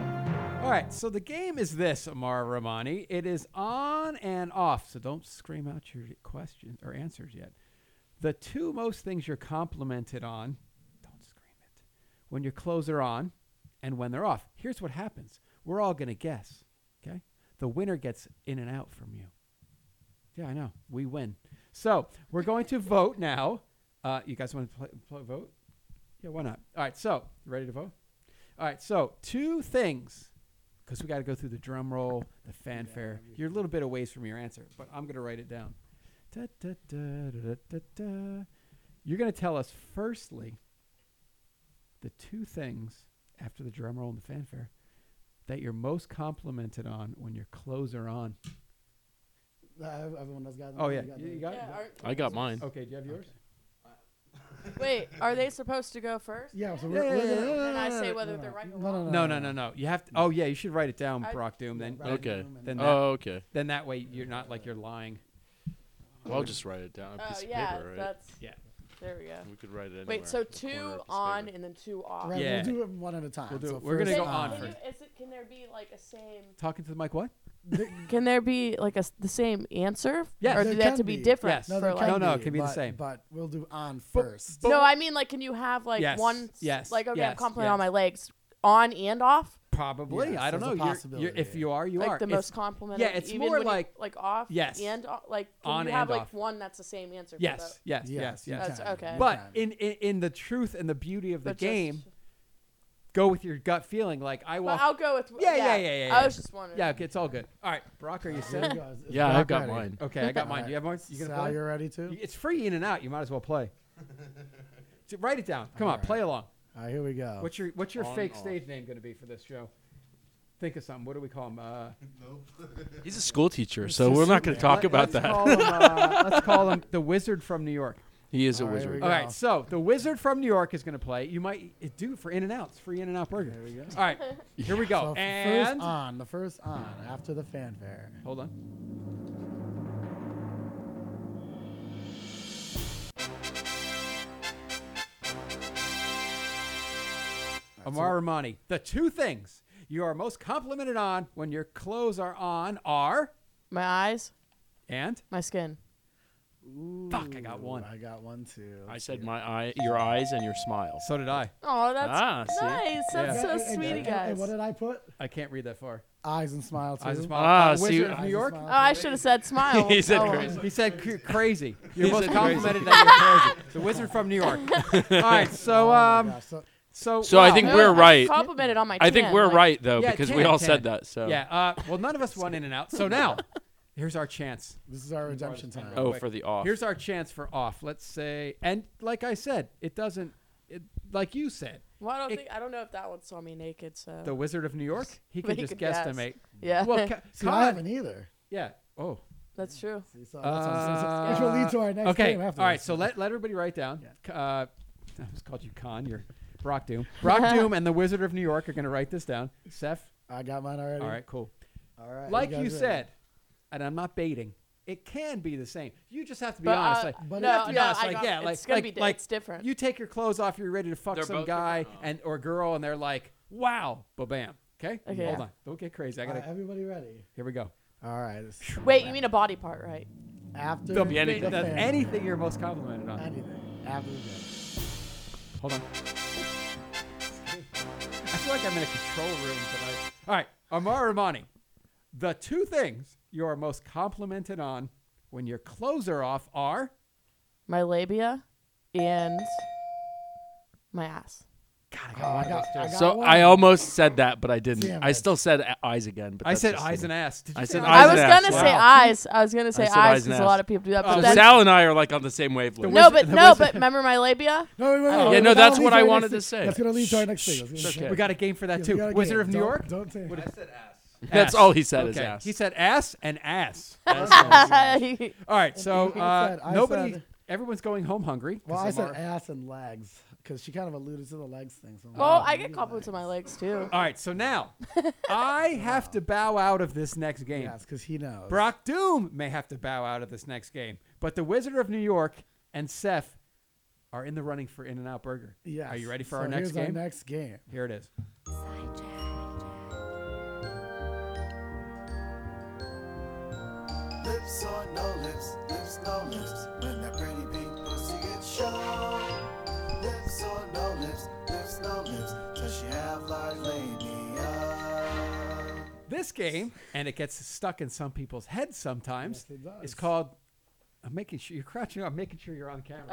[SPEAKER 2] All right, so the game is this, Amara Ramani. It is on and off, so don't scream out your questions or answers yet. The two most things you're complimented on, don't scream it, when your clothes are on and when they're off. Here's what happens we're all going to guess, okay? The winner gets in and out from you. Yeah, I know. We win. So we're going to vote now. Uh, you guys want to play, play, vote? Yeah, why not? All right, so you ready to vote? All right, so two things, because we got to go through the drum roll, the fanfare. You're a little bit away from your answer, but I'm going to write it down. Da, da, da, da, da, da, da. You're going to tell us, firstly, the two things after the drum roll and the fanfare that you're most complimented on when your clothes are on.
[SPEAKER 3] Uh, Everyone has got.
[SPEAKER 2] Oh, yeah.
[SPEAKER 3] got
[SPEAKER 2] You,
[SPEAKER 3] that?
[SPEAKER 2] you got it?
[SPEAKER 5] I got mine.
[SPEAKER 2] Okay, do you have yours?
[SPEAKER 4] Wait, are they supposed to go first?
[SPEAKER 3] Yeah. So
[SPEAKER 2] Yeah,
[SPEAKER 3] we're, we're
[SPEAKER 2] yeah,
[SPEAKER 3] gonna.
[SPEAKER 2] yeah,
[SPEAKER 4] And then I say
[SPEAKER 2] no,
[SPEAKER 4] whether
[SPEAKER 3] no,
[SPEAKER 4] they're right or
[SPEAKER 3] no,
[SPEAKER 4] wrong.
[SPEAKER 2] No, no, no, no. You have to. Oh, yeah, you should write it down,
[SPEAKER 4] Uh, I-
[SPEAKER 2] Brock Doom. Then,
[SPEAKER 3] Right,
[SPEAKER 5] Okay.
[SPEAKER 3] and
[SPEAKER 2] then, that,
[SPEAKER 5] Oh, okay.
[SPEAKER 2] then that way you're not like you're lying.
[SPEAKER 5] Well, I'll just write it down on a
[SPEAKER 4] Oh
[SPEAKER 5] piece
[SPEAKER 4] yeah,
[SPEAKER 5] of paper, right?
[SPEAKER 4] that's
[SPEAKER 2] Yeah.
[SPEAKER 4] there we go.
[SPEAKER 5] We could write it anywhere.
[SPEAKER 4] Wait, so
[SPEAKER 5] a corner of
[SPEAKER 4] two
[SPEAKER 5] a
[SPEAKER 4] on
[SPEAKER 5] paper.
[SPEAKER 4] and then two off.
[SPEAKER 3] Right,
[SPEAKER 2] Yeah.
[SPEAKER 3] We'll do it one at a time.
[SPEAKER 2] We'll do
[SPEAKER 3] so
[SPEAKER 2] it. We're gonna
[SPEAKER 3] first
[SPEAKER 2] go
[SPEAKER 4] Can-
[SPEAKER 2] on
[SPEAKER 4] can
[SPEAKER 2] first.
[SPEAKER 4] you- is it- Can there be like a same?
[SPEAKER 2] Talking to the mic, what?
[SPEAKER 4] Can there be like a s- the same answer?
[SPEAKER 2] Yes.
[SPEAKER 4] Or
[SPEAKER 2] There
[SPEAKER 4] do they have
[SPEAKER 3] can
[SPEAKER 4] to be,
[SPEAKER 3] be.
[SPEAKER 4] different?
[SPEAKER 2] Yes.
[SPEAKER 4] for,
[SPEAKER 3] there
[SPEAKER 4] like-
[SPEAKER 2] No, no, it can be the
[SPEAKER 3] but-
[SPEAKER 2] same.
[SPEAKER 3] But we'll do on first.
[SPEAKER 2] but-
[SPEAKER 4] no, I mean like, can you have like
[SPEAKER 2] Yes,
[SPEAKER 4] one? s-
[SPEAKER 2] yes,
[SPEAKER 4] Like okay, I'm
[SPEAKER 2] yes,
[SPEAKER 4] complimenting on
[SPEAKER 2] yes.
[SPEAKER 4] my legs. on and off?
[SPEAKER 2] Probably.
[SPEAKER 3] Yes,
[SPEAKER 2] I don't know.
[SPEAKER 3] there's a
[SPEAKER 2] You're- you're-
[SPEAKER 3] possibility,
[SPEAKER 2] if
[SPEAKER 3] yeah.
[SPEAKER 2] you are, you
[SPEAKER 4] like
[SPEAKER 2] are.
[SPEAKER 4] the
[SPEAKER 2] If-
[SPEAKER 4] most complimentary.
[SPEAKER 2] yeah, it's
[SPEAKER 4] even
[SPEAKER 2] more
[SPEAKER 4] when you-
[SPEAKER 2] like-
[SPEAKER 4] like off.
[SPEAKER 2] Yes.
[SPEAKER 4] and o- like can
[SPEAKER 2] On
[SPEAKER 4] you have
[SPEAKER 2] and
[SPEAKER 4] like
[SPEAKER 2] off.
[SPEAKER 4] one that's the same answer. for
[SPEAKER 2] yes,
[SPEAKER 4] both?
[SPEAKER 2] yes, yes,
[SPEAKER 3] you
[SPEAKER 2] yes.
[SPEAKER 4] That's
[SPEAKER 3] can,
[SPEAKER 4] okay.
[SPEAKER 3] you
[SPEAKER 2] But
[SPEAKER 3] can.
[SPEAKER 2] in, in in the truth and the beauty of the
[SPEAKER 4] But just-
[SPEAKER 2] game, go with your gut feeling. Like I
[SPEAKER 4] But
[SPEAKER 2] walk.
[SPEAKER 4] I'll go with
[SPEAKER 2] Yeah, yeah, yeah, yeah, yeah.
[SPEAKER 4] I was just wondering.
[SPEAKER 2] yeah, okay, it's all good. All right, Brock, are you
[SPEAKER 3] Here
[SPEAKER 2] set?
[SPEAKER 3] we go. It's- it's
[SPEAKER 5] Yeah,
[SPEAKER 3] Brock
[SPEAKER 5] I've got
[SPEAKER 3] ready.
[SPEAKER 5] mine.
[SPEAKER 2] Okay, I got mine.
[SPEAKER 3] Alright.
[SPEAKER 2] You have mine. You gonna
[SPEAKER 3] Sal,
[SPEAKER 2] play?
[SPEAKER 3] you're ready too?
[SPEAKER 2] It's free in and out. You might as well play. So write it down. Come on,
[SPEAKER 3] Alright.
[SPEAKER 2] play along.
[SPEAKER 3] All right, here we go.
[SPEAKER 2] What's your What's your
[SPEAKER 5] On,
[SPEAKER 2] fake
[SPEAKER 5] off.
[SPEAKER 2] stage name gonna be for this show? Think of something. What do we call him? Uh,
[SPEAKER 5] He's a school teacher, so we're not going to talk
[SPEAKER 2] let- let's
[SPEAKER 5] about that.
[SPEAKER 2] Call him, uh, let's call him the Wizard from New York.
[SPEAKER 5] He is a
[SPEAKER 3] All right,
[SPEAKER 5] wizard.
[SPEAKER 3] we
[SPEAKER 2] All
[SPEAKER 3] go.
[SPEAKER 2] right, so the Wizard from New York is going to play. You might it do for In and Out. It's free In and Out burger.
[SPEAKER 3] There we go.
[SPEAKER 2] All right, here we go.
[SPEAKER 3] So
[SPEAKER 2] Oh, and
[SPEAKER 3] first on, the first on after the fanfare.
[SPEAKER 2] hold on. Amar Armani. The two things you are most complimented on when your clothes are on are
[SPEAKER 4] My eyes,
[SPEAKER 2] and
[SPEAKER 4] my skin.
[SPEAKER 2] Fuck, I got one.
[SPEAKER 3] I got one too.
[SPEAKER 5] I said my eye, your eyes, and your smile.
[SPEAKER 2] so did I.
[SPEAKER 4] Oh, that's
[SPEAKER 5] Ah, see?
[SPEAKER 4] nice. That's
[SPEAKER 2] Yeah.
[SPEAKER 4] so
[SPEAKER 3] Hey, hey,
[SPEAKER 4] sweet,
[SPEAKER 3] hey,
[SPEAKER 4] you
[SPEAKER 3] hey,
[SPEAKER 4] guys.
[SPEAKER 3] What did I put?
[SPEAKER 2] I can't read that far.
[SPEAKER 3] Eyes and smile too.
[SPEAKER 2] I just
[SPEAKER 5] Ah,
[SPEAKER 2] uh,
[SPEAKER 5] see,
[SPEAKER 2] Wizard
[SPEAKER 3] Eyes
[SPEAKER 2] of
[SPEAKER 3] and
[SPEAKER 2] New York.
[SPEAKER 3] smile
[SPEAKER 4] oh, I should have said smile.
[SPEAKER 5] He said
[SPEAKER 4] Oh,
[SPEAKER 5] crazy.
[SPEAKER 2] He said cr- crazy. You're
[SPEAKER 5] He
[SPEAKER 2] most
[SPEAKER 5] said crazy.
[SPEAKER 2] complimented that you're crazy. The wizard from New York. All right, so
[SPEAKER 3] Oh my
[SPEAKER 2] um,
[SPEAKER 3] gosh, so-
[SPEAKER 2] so
[SPEAKER 5] So I
[SPEAKER 2] wow.
[SPEAKER 5] think
[SPEAKER 4] No,
[SPEAKER 5] we're
[SPEAKER 4] I
[SPEAKER 5] right.
[SPEAKER 4] Complimented on my.
[SPEAKER 5] I think
[SPEAKER 4] tan,
[SPEAKER 5] we're
[SPEAKER 4] like-
[SPEAKER 5] right though
[SPEAKER 2] Yeah,
[SPEAKER 5] because we
[SPEAKER 2] tan,
[SPEAKER 5] all
[SPEAKER 2] tan.
[SPEAKER 5] said that. So
[SPEAKER 2] yeah. Uh, well, none of us won in and out. So now, here's our chance.
[SPEAKER 3] this is our redemption time.
[SPEAKER 5] oh,
[SPEAKER 2] quick.
[SPEAKER 5] for the off.
[SPEAKER 2] Here's our chance for off. Let's say, and like I said, it doesn't. It, like you said,
[SPEAKER 4] Well, I don't
[SPEAKER 2] It-
[SPEAKER 4] think I don't know if that one saw me naked. So
[SPEAKER 2] the Wizard of New York. He
[SPEAKER 4] They
[SPEAKER 2] can just
[SPEAKER 4] could guess.
[SPEAKER 2] guesstimate.
[SPEAKER 4] yeah,
[SPEAKER 2] Well, ca-
[SPEAKER 3] See, I
[SPEAKER 2] Colin-
[SPEAKER 3] haven't either.
[SPEAKER 2] yeah. Oh.
[SPEAKER 4] that's true.
[SPEAKER 3] See, so that's what I'm saying. which will
[SPEAKER 2] Uh,
[SPEAKER 3] lead to our next
[SPEAKER 2] okay.
[SPEAKER 3] game after
[SPEAKER 2] All right.
[SPEAKER 3] this.
[SPEAKER 2] So let, let everybody write down. Uh, I just called you Con. You're Brock Doom. Brock Doom and the Wizard of New York are going to write this down. Seth.
[SPEAKER 3] I got mine already.
[SPEAKER 2] All right. Cool.
[SPEAKER 3] All right.
[SPEAKER 2] like
[SPEAKER 3] guys
[SPEAKER 2] you
[SPEAKER 3] ready?
[SPEAKER 2] said, and I'm not baiting. It can be the same. You just have to be
[SPEAKER 4] But,
[SPEAKER 2] honest.
[SPEAKER 4] uh,
[SPEAKER 2] Like,
[SPEAKER 3] But
[SPEAKER 2] you
[SPEAKER 3] no,
[SPEAKER 2] have to be
[SPEAKER 4] no,
[SPEAKER 2] honest.
[SPEAKER 4] I
[SPEAKER 2] Like,
[SPEAKER 4] got-
[SPEAKER 2] yeah, like,
[SPEAKER 4] it's gonna
[SPEAKER 2] like,
[SPEAKER 4] be di-
[SPEAKER 2] like,
[SPEAKER 4] it's different.
[SPEAKER 2] You take your clothes off. You're ready to fuck
[SPEAKER 5] They're
[SPEAKER 2] some
[SPEAKER 5] both
[SPEAKER 2] guy
[SPEAKER 5] different?
[SPEAKER 2] and or girl, and they're like, "Wow, ba bam." Okay.
[SPEAKER 4] Okay.
[SPEAKER 2] Hold
[SPEAKER 4] Yeah.
[SPEAKER 2] on. Don't get crazy. I
[SPEAKER 3] All
[SPEAKER 2] gotta.
[SPEAKER 3] right, everybody ready?
[SPEAKER 2] here we go.
[SPEAKER 3] All right. it's
[SPEAKER 4] Wait, you mean a body part, right?
[SPEAKER 3] after
[SPEAKER 2] The,
[SPEAKER 3] the
[SPEAKER 5] anything.
[SPEAKER 2] the-
[SPEAKER 3] fanfare.
[SPEAKER 2] anything you're most complimented on.
[SPEAKER 3] Anything. After the fanfare.
[SPEAKER 2] Hold on. I feel like I'm in a control room tonight. All right, Amar Armani, the two things you are most complimented on when your clothes are off are
[SPEAKER 4] My labia and my ass.
[SPEAKER 2] God, I
[SPEAKER 3] Oh,
[SPEAKER 2] got one
[SPEAKER 3] I
[SPEAKER 2] of
[SPEAKER 3] got-
[SPEAKER 2] those too.
[SPEAKER 3] I got
[SPEAKER 5] So
[SPEAKER 3] one.
[SPEAKER 5] I almost said that, but I didn't.
[SPEAKER 3] Damn
[SPEAKER 5] I
[SPEAKER 3] it.
[SPEAKER 5] still said a- eyes again. But
[SPEAKER 2] I
[SPEAKER 5] that's
[SPEAKER 2] said
[SPEAKER 5] just
[SPEAKER 2] eyes
[SPEAKER 5] the-
[SPEAKER 2] and ass. Did you
[SPEAKER 5] I
[SPEAKER 2] say
[SPEAKER 5] said
[SPEAKER 2] eyes
[SPEAKER 4] I
[SPEAKER 5] Eyes
[SPEAKER 4] was
[SPEAKER 5] and
[SPEAKER 4] gonna
[SPEAKER 5] ass,
[SPEAKER 4] say
[SPEAKER 5] wow.
[SPEAKER 4] eyes. I was gonna say
[SPEAKER 5] said eyes
[SPEAKER 4] eyes
[SPEAKER 5] and
[SPEAKER 4] because a
[SPEAKER 5] ass.
[SPEAKER 4] lot of people do that.
[SPEAKER 2] Oh,
[SPEAKER 4] But
[SPEAKER 5] So
[SPEAKER 4] then,
[SPEAKER 5] Sal and I are like on the same wavelength.
[SPEAKER 4] no,
[SPEAKER 2] wizard-
[SPEAKER 4] but
[SPEAKER 2] the
[SPEAKER 4] no,
[SPEAKER 2] wizard-
[SPEAKER 4] but remember my labia?
[SPEAKER 3] No, wait, wait, wait,
[SPEAKER 2] Oh.
[SPEAKER 3] wait,
[SPEAKER 2] Yeah,
[SPEAKER 5] no,
[SPEAKER 3] that'll
[SPEAKER 5] that's
[SPEAKER 3] lead
[SPEAKER 5] what
[SPEAKER 3] to
[SPEAKER 5] I
[SPEAKER 3] our next
[SPEAKER 5] wanted to
[SPEAKER 3] thing.
[SPEAKER 5] say.
[SPEAKER 3] That's gonna lead to our next thing.
[SPEAKER 5] Shh,
[SPEAKER 3] That's
[SPEAKER 5] it's
[SPEAKER 3] gonna-
[SPEAKER 5] okay.
[SPEAKER 2] We got a game for that
[SPEAKER 3] Yeah, we
[SPEAKER 2] too.
[SPEAKER 3] gotta get
[SPEAKER 2] Wizard
[SPEAKER 3] it.
[SPEAKER 2] of New
[SPEAKER 3] Don't-
[SPEAKER 2] York.
[SPEAKER 3] Don't say.
[SPEAKER 2] What
[SPEAKER 3] it.
[SPEAKER 2] is-
[SPEAKER 5] That's all he said is
[SPEAKER 2] Okay,
[SPEAKER 5] ass.
[SPEAKER 2] He said ass and ass. All right, so
[SPEAKER 3] he
[SPEAKER 2] uh,
[SPEAKER 3] said- I
[SPEAKER 2] nobody,
[SPEAKER 3] said-
[SPEAKER 2] everyone's going home hungry.
[SPEAKER 3] Well,
[SPEAKER 2] 'cause
[SPEAKER 3] I said
[SPEAKER 2] Amar-
[SPEAKER 3] ass and legs because she kind of alluded to the legs thing. So I'm
[SPEAKER 4] well,
[SPEAKER 3] like,
[SPEAKER 4] I
[SPEAKER 3] maybe
[SPEAKER 4] get compliments on my legs too.
[SPEAKER 2] All right, so now I have to bow out of this next game.
[SPEAKER 3] Yes, because he knows.
[SPEAKER 2] Brock Doom may have to bow out of this next game, but the Wizard of New York and Seth are in the running for In and Out Burger.
[SPEAKER 3] Yes.
[SPEAKER 2] Are you ready for
[SPEAKER 3] So
[SPEAKER 2] our next
[SPEAKER 3] here's
[SPEAKER 2] game?
[SPEAKER 3] Our next game.
[SPEAKER 2] Here it is.
[SPEAKER 6] Lips or no lips, lips no lips, when that pretty pink pussy gets shown. Lips or no lips, lips no lips, does she have large labia?
[SPEAKER 2] This game, and it gets stuck in some people's heads sometimes,
[SPEAKER 3] Yes, it does.
[SPEAKER 2] is called. I'm making sure you're crouching. I'm making sure you're on camera.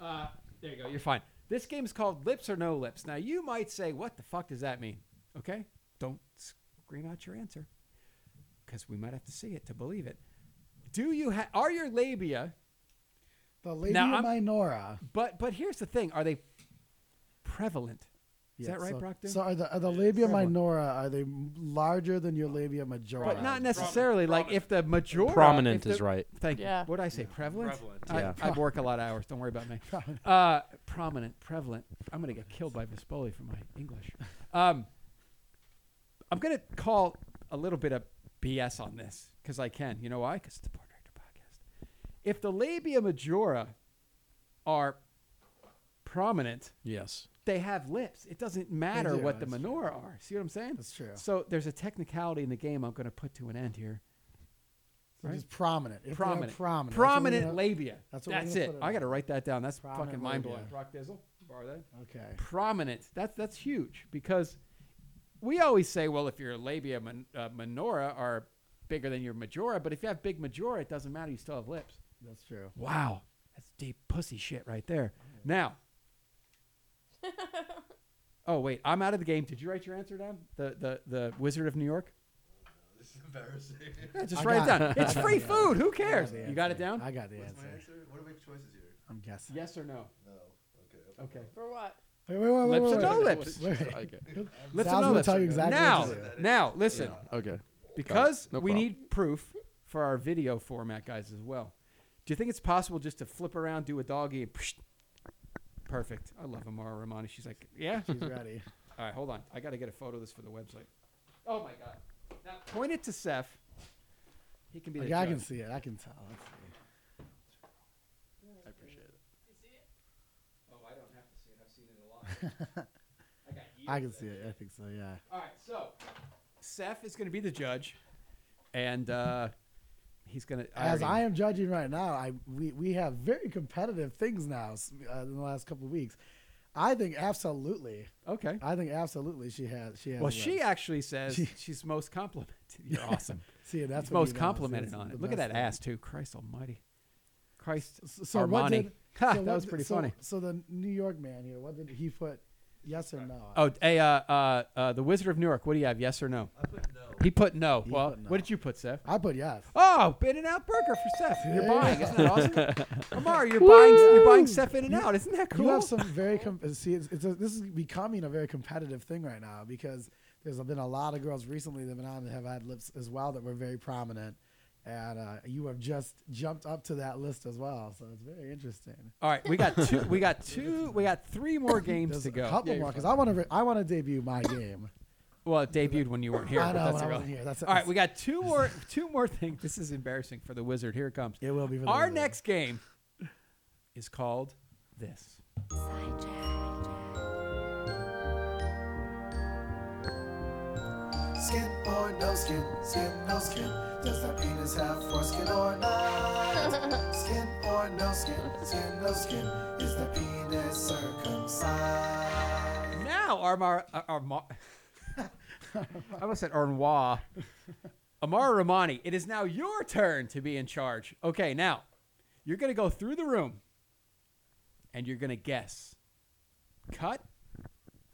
[SPEAKER 4] Oh,
[SPEAKER 2] Uh, there you go. You're fine. This game is called Lips or No Lips. Now, you might say, what the fuck does that mean? Okay? Don't scream out your answer because we might have to see it to believe it. Do you ha- are your labia,
[SPEAKER 3] The lady
[SPEAKER 2] Now, I'm-
[SPEAKER 3] Minora.
[SPEAKER 2] but but here's the thing, are they prevalent? Is that right,
[SPEAKER 3] so,
[SPEAKER 2] Brock? Doom?
[SPEAKER 3] So are the, are the labia
[SPEAKER 2] Prevalent.
[SPEAKER 3] minora, are they m- larger than your labia majora?
[SPEAKER 2] but not necessarily. Like if the majority
[SPEAKER 5] Prominent
[SPEAKER 2] if the-
[SPEAKER 5] is right.
[SPEAKER 2] Thank
[SPEAKER 4] Yeah.
[SPEAKER 2] you. What did I say? Prevalent.
[SPEAKER 5] Prevalent,
[SPEAKER 2] I,
[SPEAKER 5] yeah.
[SPEAKER 2] I work a lot of hours. Don't worry about me. Uh, prominent, prevalent. I'm gonna get killed by Vispoli for my English. Um, I'm gonna call a little bit of BS on this because I can. You know why? Because it's the Porn Director podcast. If the labia majora are prominent,
[SPEAKER 5] Yes.
[SPEAKER 2] they have lips. It doesn't matter
[SPEAKER 3] do,
[SPEAKER 2] what the
[SPEAKER 3] that's true.
[SPEAKER 2] menorah are. See what I'm saying?
[SPEAKER 3] That's true.
[SPEAKER 2] So there's a technicality in the game I'm going to put to an end here.
[SPEAKER 3] So
[SPEAKER 2] right?
[SPEAKER 3] just prominent. If they are
[SPEAKER 2] Prominent.
[SPEAKER 3] prominent.
[SPEAKER 2] Prominent
[SPEAKER 3] That's what we're
[SPEAKER 2] labia.
[SPEAKER 3] that's
[SPEAKER 2] That's,
[SPEAKER 3] what we're gonna
[SPEAKER 2] it.
[SPEAKER 3] put it
[SPEAKER 2] I
[SPEAKER 3] on.
[SPEAKER 2] got to write that down. That's
[SPEAKER 3] Prominent
[SPEAKER 2] fucking mind blowing.
[SPEAKER 3] labia.
[SPEAKER 2] Rock Dizzle, borrow that.
[SPEAKER 3] gonna- Okay.
[SPEAKER 2] Prominent. That's that's huge because we always say, well, if your labia min, uh, minora are bigger than your majora, but if you have big majora, it doesn't matter. You still have lips.
[SPEAKER 3] That's true.
[SPEAKER 2] Wow, that's deep pussy shit right there. Now, oh wait, I'm out of the game. Did you write your answer down? The the the Wizard of New York.
[SPEAKER 7] This is embarrassing.
[SPEAKER 2] Yeah, just
[SPEAKER 3] I
[SPEAKER 2] write it
[SPEAKER 3] got
[SPEAKER 2] down.
[SPEAKER 3] it.
[SPEAKER 2] It's
[SPEAKER 3] I got
[SPEAKER 2] free
[SPEAKER 3] the
[SPEAKER 2] food. Who cares?
[SPEAKER 3] the
[SPEAKER 2] You got it
[SPEAKER 3] answer.
[SPEAKER 2] down?
[SPEAKER 3] I got the
[SPEAKER 7] What's my
[SPEAKER 3] answer.
[SPEAKER 7] answer? What are my choices here?
[SPEAKER 3] I'm guessing.
[SPEAKER 2] Yes or no?
[SPEAKER 7] No. Okay.
[SPEAKER 2] Okay.
[SPEAKER 4] For what?
[SPEAKER 3] Wait, wait, wait, wait,
[SPEAKER 2] Lips or
[SPEAKER 3] wait,
[SPEAKER 2] no
[SPEAKER 3] wait.
[SPEAKER 2] lips?
[SPEAKER 3] Wait, wait.
[SPEAKER 5] Okay.
[SPEAKER 2] Lips or
[SPEAKER 3] Sal's
[SPEAKER 2] no
[SPEAKER 3] gonna
[SPEAKER 2] lips?
[SPEAKER 3] tell you exactly
[SPEAKER 2] now,
[SPEAKER 3] what to
[SPEAKER 7] do.
[SPEAKER 2] now, listen.
[SPEAKER 5] Okay.
[SPEAKER 2] Because
[SPEAKER 5] No
[SPEAKER 2] we
[SPEAKER 5] problem.
[SPEAKER 2] need proof for our video format, guys, as well. Do you think it's possible just to flip around, do a doggy, and psh, perfect? I love Amara Romani. She's like, yeah.
[SPEAKER 3] She's ready.
[SPEAKER 2] All right, hold on. I got to get a photo of this for the website. Oh my god! Now point it to Seth. He can be the
[SPEAKER 3] Like, I
[SPEAKER 2] judge.
[SPEAKER 3] can see it. I can tell. Let's see.
[SPEAKER 5] I appreciate it.
[SPEAKER 2] Oh, I don't have to see it. I've seen it a lot. I got.
[SPEAKER 3] I can see it. I think so. Yeah.
[SPEAKER 2] All right, so Seth is going to be the judge, and uh, he's going to.
[SPEAKER 3] As I am judging right now, I we, we have very competitive things now s- uh, in the last couple of weeks. I think absolutely.
[SPEAKER 2] Okay.
[SPEAKER 3] I think absolutely she has. She has.
[SPEAKER 2] Well, she
[SPEAKER 3] lips.
[SPEAKER 2] actually says
[SPEAKER 3] She-
[SPEAKER 2] she's most complimented. You're awesome.
[SPEAKER 3] See, and that's
[SPEAKER 2] She's
[SPEAKER 3] what
[SPEAKER 2] most
[SPEAKER 3] he knows.
[SPEAKER 2] complimented
[SPEAKER 3] That's
[SPEAKER 2] on
[SPEAKER 3] the
[SPEAKER 2] it. Look at
[SPEAKER 3] best
[SPEAKER 2] that
[SPEAKER 3] thing.
[SPEAKER 2] ass too. Christ Almighty. Christ
[SPEAKER 3] S- So what
[SPEAKER 2] Armani.
[SPEAKER 3] did,
[SPEAKER 2] Ha,
[SPEAKER 3] so
[SPEAKER 2] that
[SPEAKER 3] what
[SPEAKER 2] was
[SPEAKER 3] did-
[SPEAKER 2] pretty
[SPEAKER 3] so-
[SPEAKER 2] funny.
[SPEAKER 3] So the New York man here, what did he put? Yes or no?
[SPEAKER 2] Oh, hey, uh, uh, uh, the Wizard of Newark. What do you have? Yes or no?
[SPEAKER 7] I put no.
[SPEAKER 2] He put no.
[SPEAKER 3] He
[SPEAKER 2] well,
[SPEAKER 3] put no.
[SPEAKER 2] what did you put, Seth?
[SPEAKER 3] I put yes.
[SPEAKER 2] Oh, In and Out Burger for Seth. You're
[SPEAKER 3] Yeah.
[SPEAKER 2] buying, isn't that awesome? Amar, you're buying, you're buying Seth In and Out. Isn't that cool?
[SPEAKER 3] You have some very com- see. It's, it's a, this is becoming a very competitive thing right now because there's been a lot of girls recently that have been on that have had lips as well that were very prominent, and uh, you have just jumped up to that list as well. So it's very interesting.
[SPEAKER 2] All right, we got two. We got two. We got three more games
[SPEAKER 3] There's
[SPEAKER 2] to go.
[SPEAKER 3] a couple
[SPEAKER 2] Yeah,
[SPEAKER 3] more
[SPEAKER 2] you're
[SPEAKER 3] because I want to re- I want to debut my game.
[SPEAKER 2] Well, it debuted when you weren't here.
[SPEAKER 3] I
[SPEAKER 2] but
[SPEAKER 3] know,
[SPEAKER 2] that's
[SPEAKER 3] when I
[SPEAKER 2] irrelevant.
[SPEAKER 3] wasn't here. That's-
[SPEAKER 2] All right, we got two more two more things. This is embarrassing for the wizard. Here it comes.
[SPEAKER 3] It will be for the
[SPEAKER 2] Our
[SPEAKER 3] wizard.
[SPEAKER 2] next game is called this.
[SPEAKER 6] Skin or no skin, skin, no skin. Does that penis have foreskin or not? Skin or no skin, skin, no skin. Is the penis circumcised?
[SPEAKER 2] Now, Armar, Ar- Armar I almost said Arnois. Amara Romani, it is now your turn to be in charge. Okay, now you're going to go through the room and you're going to guess cut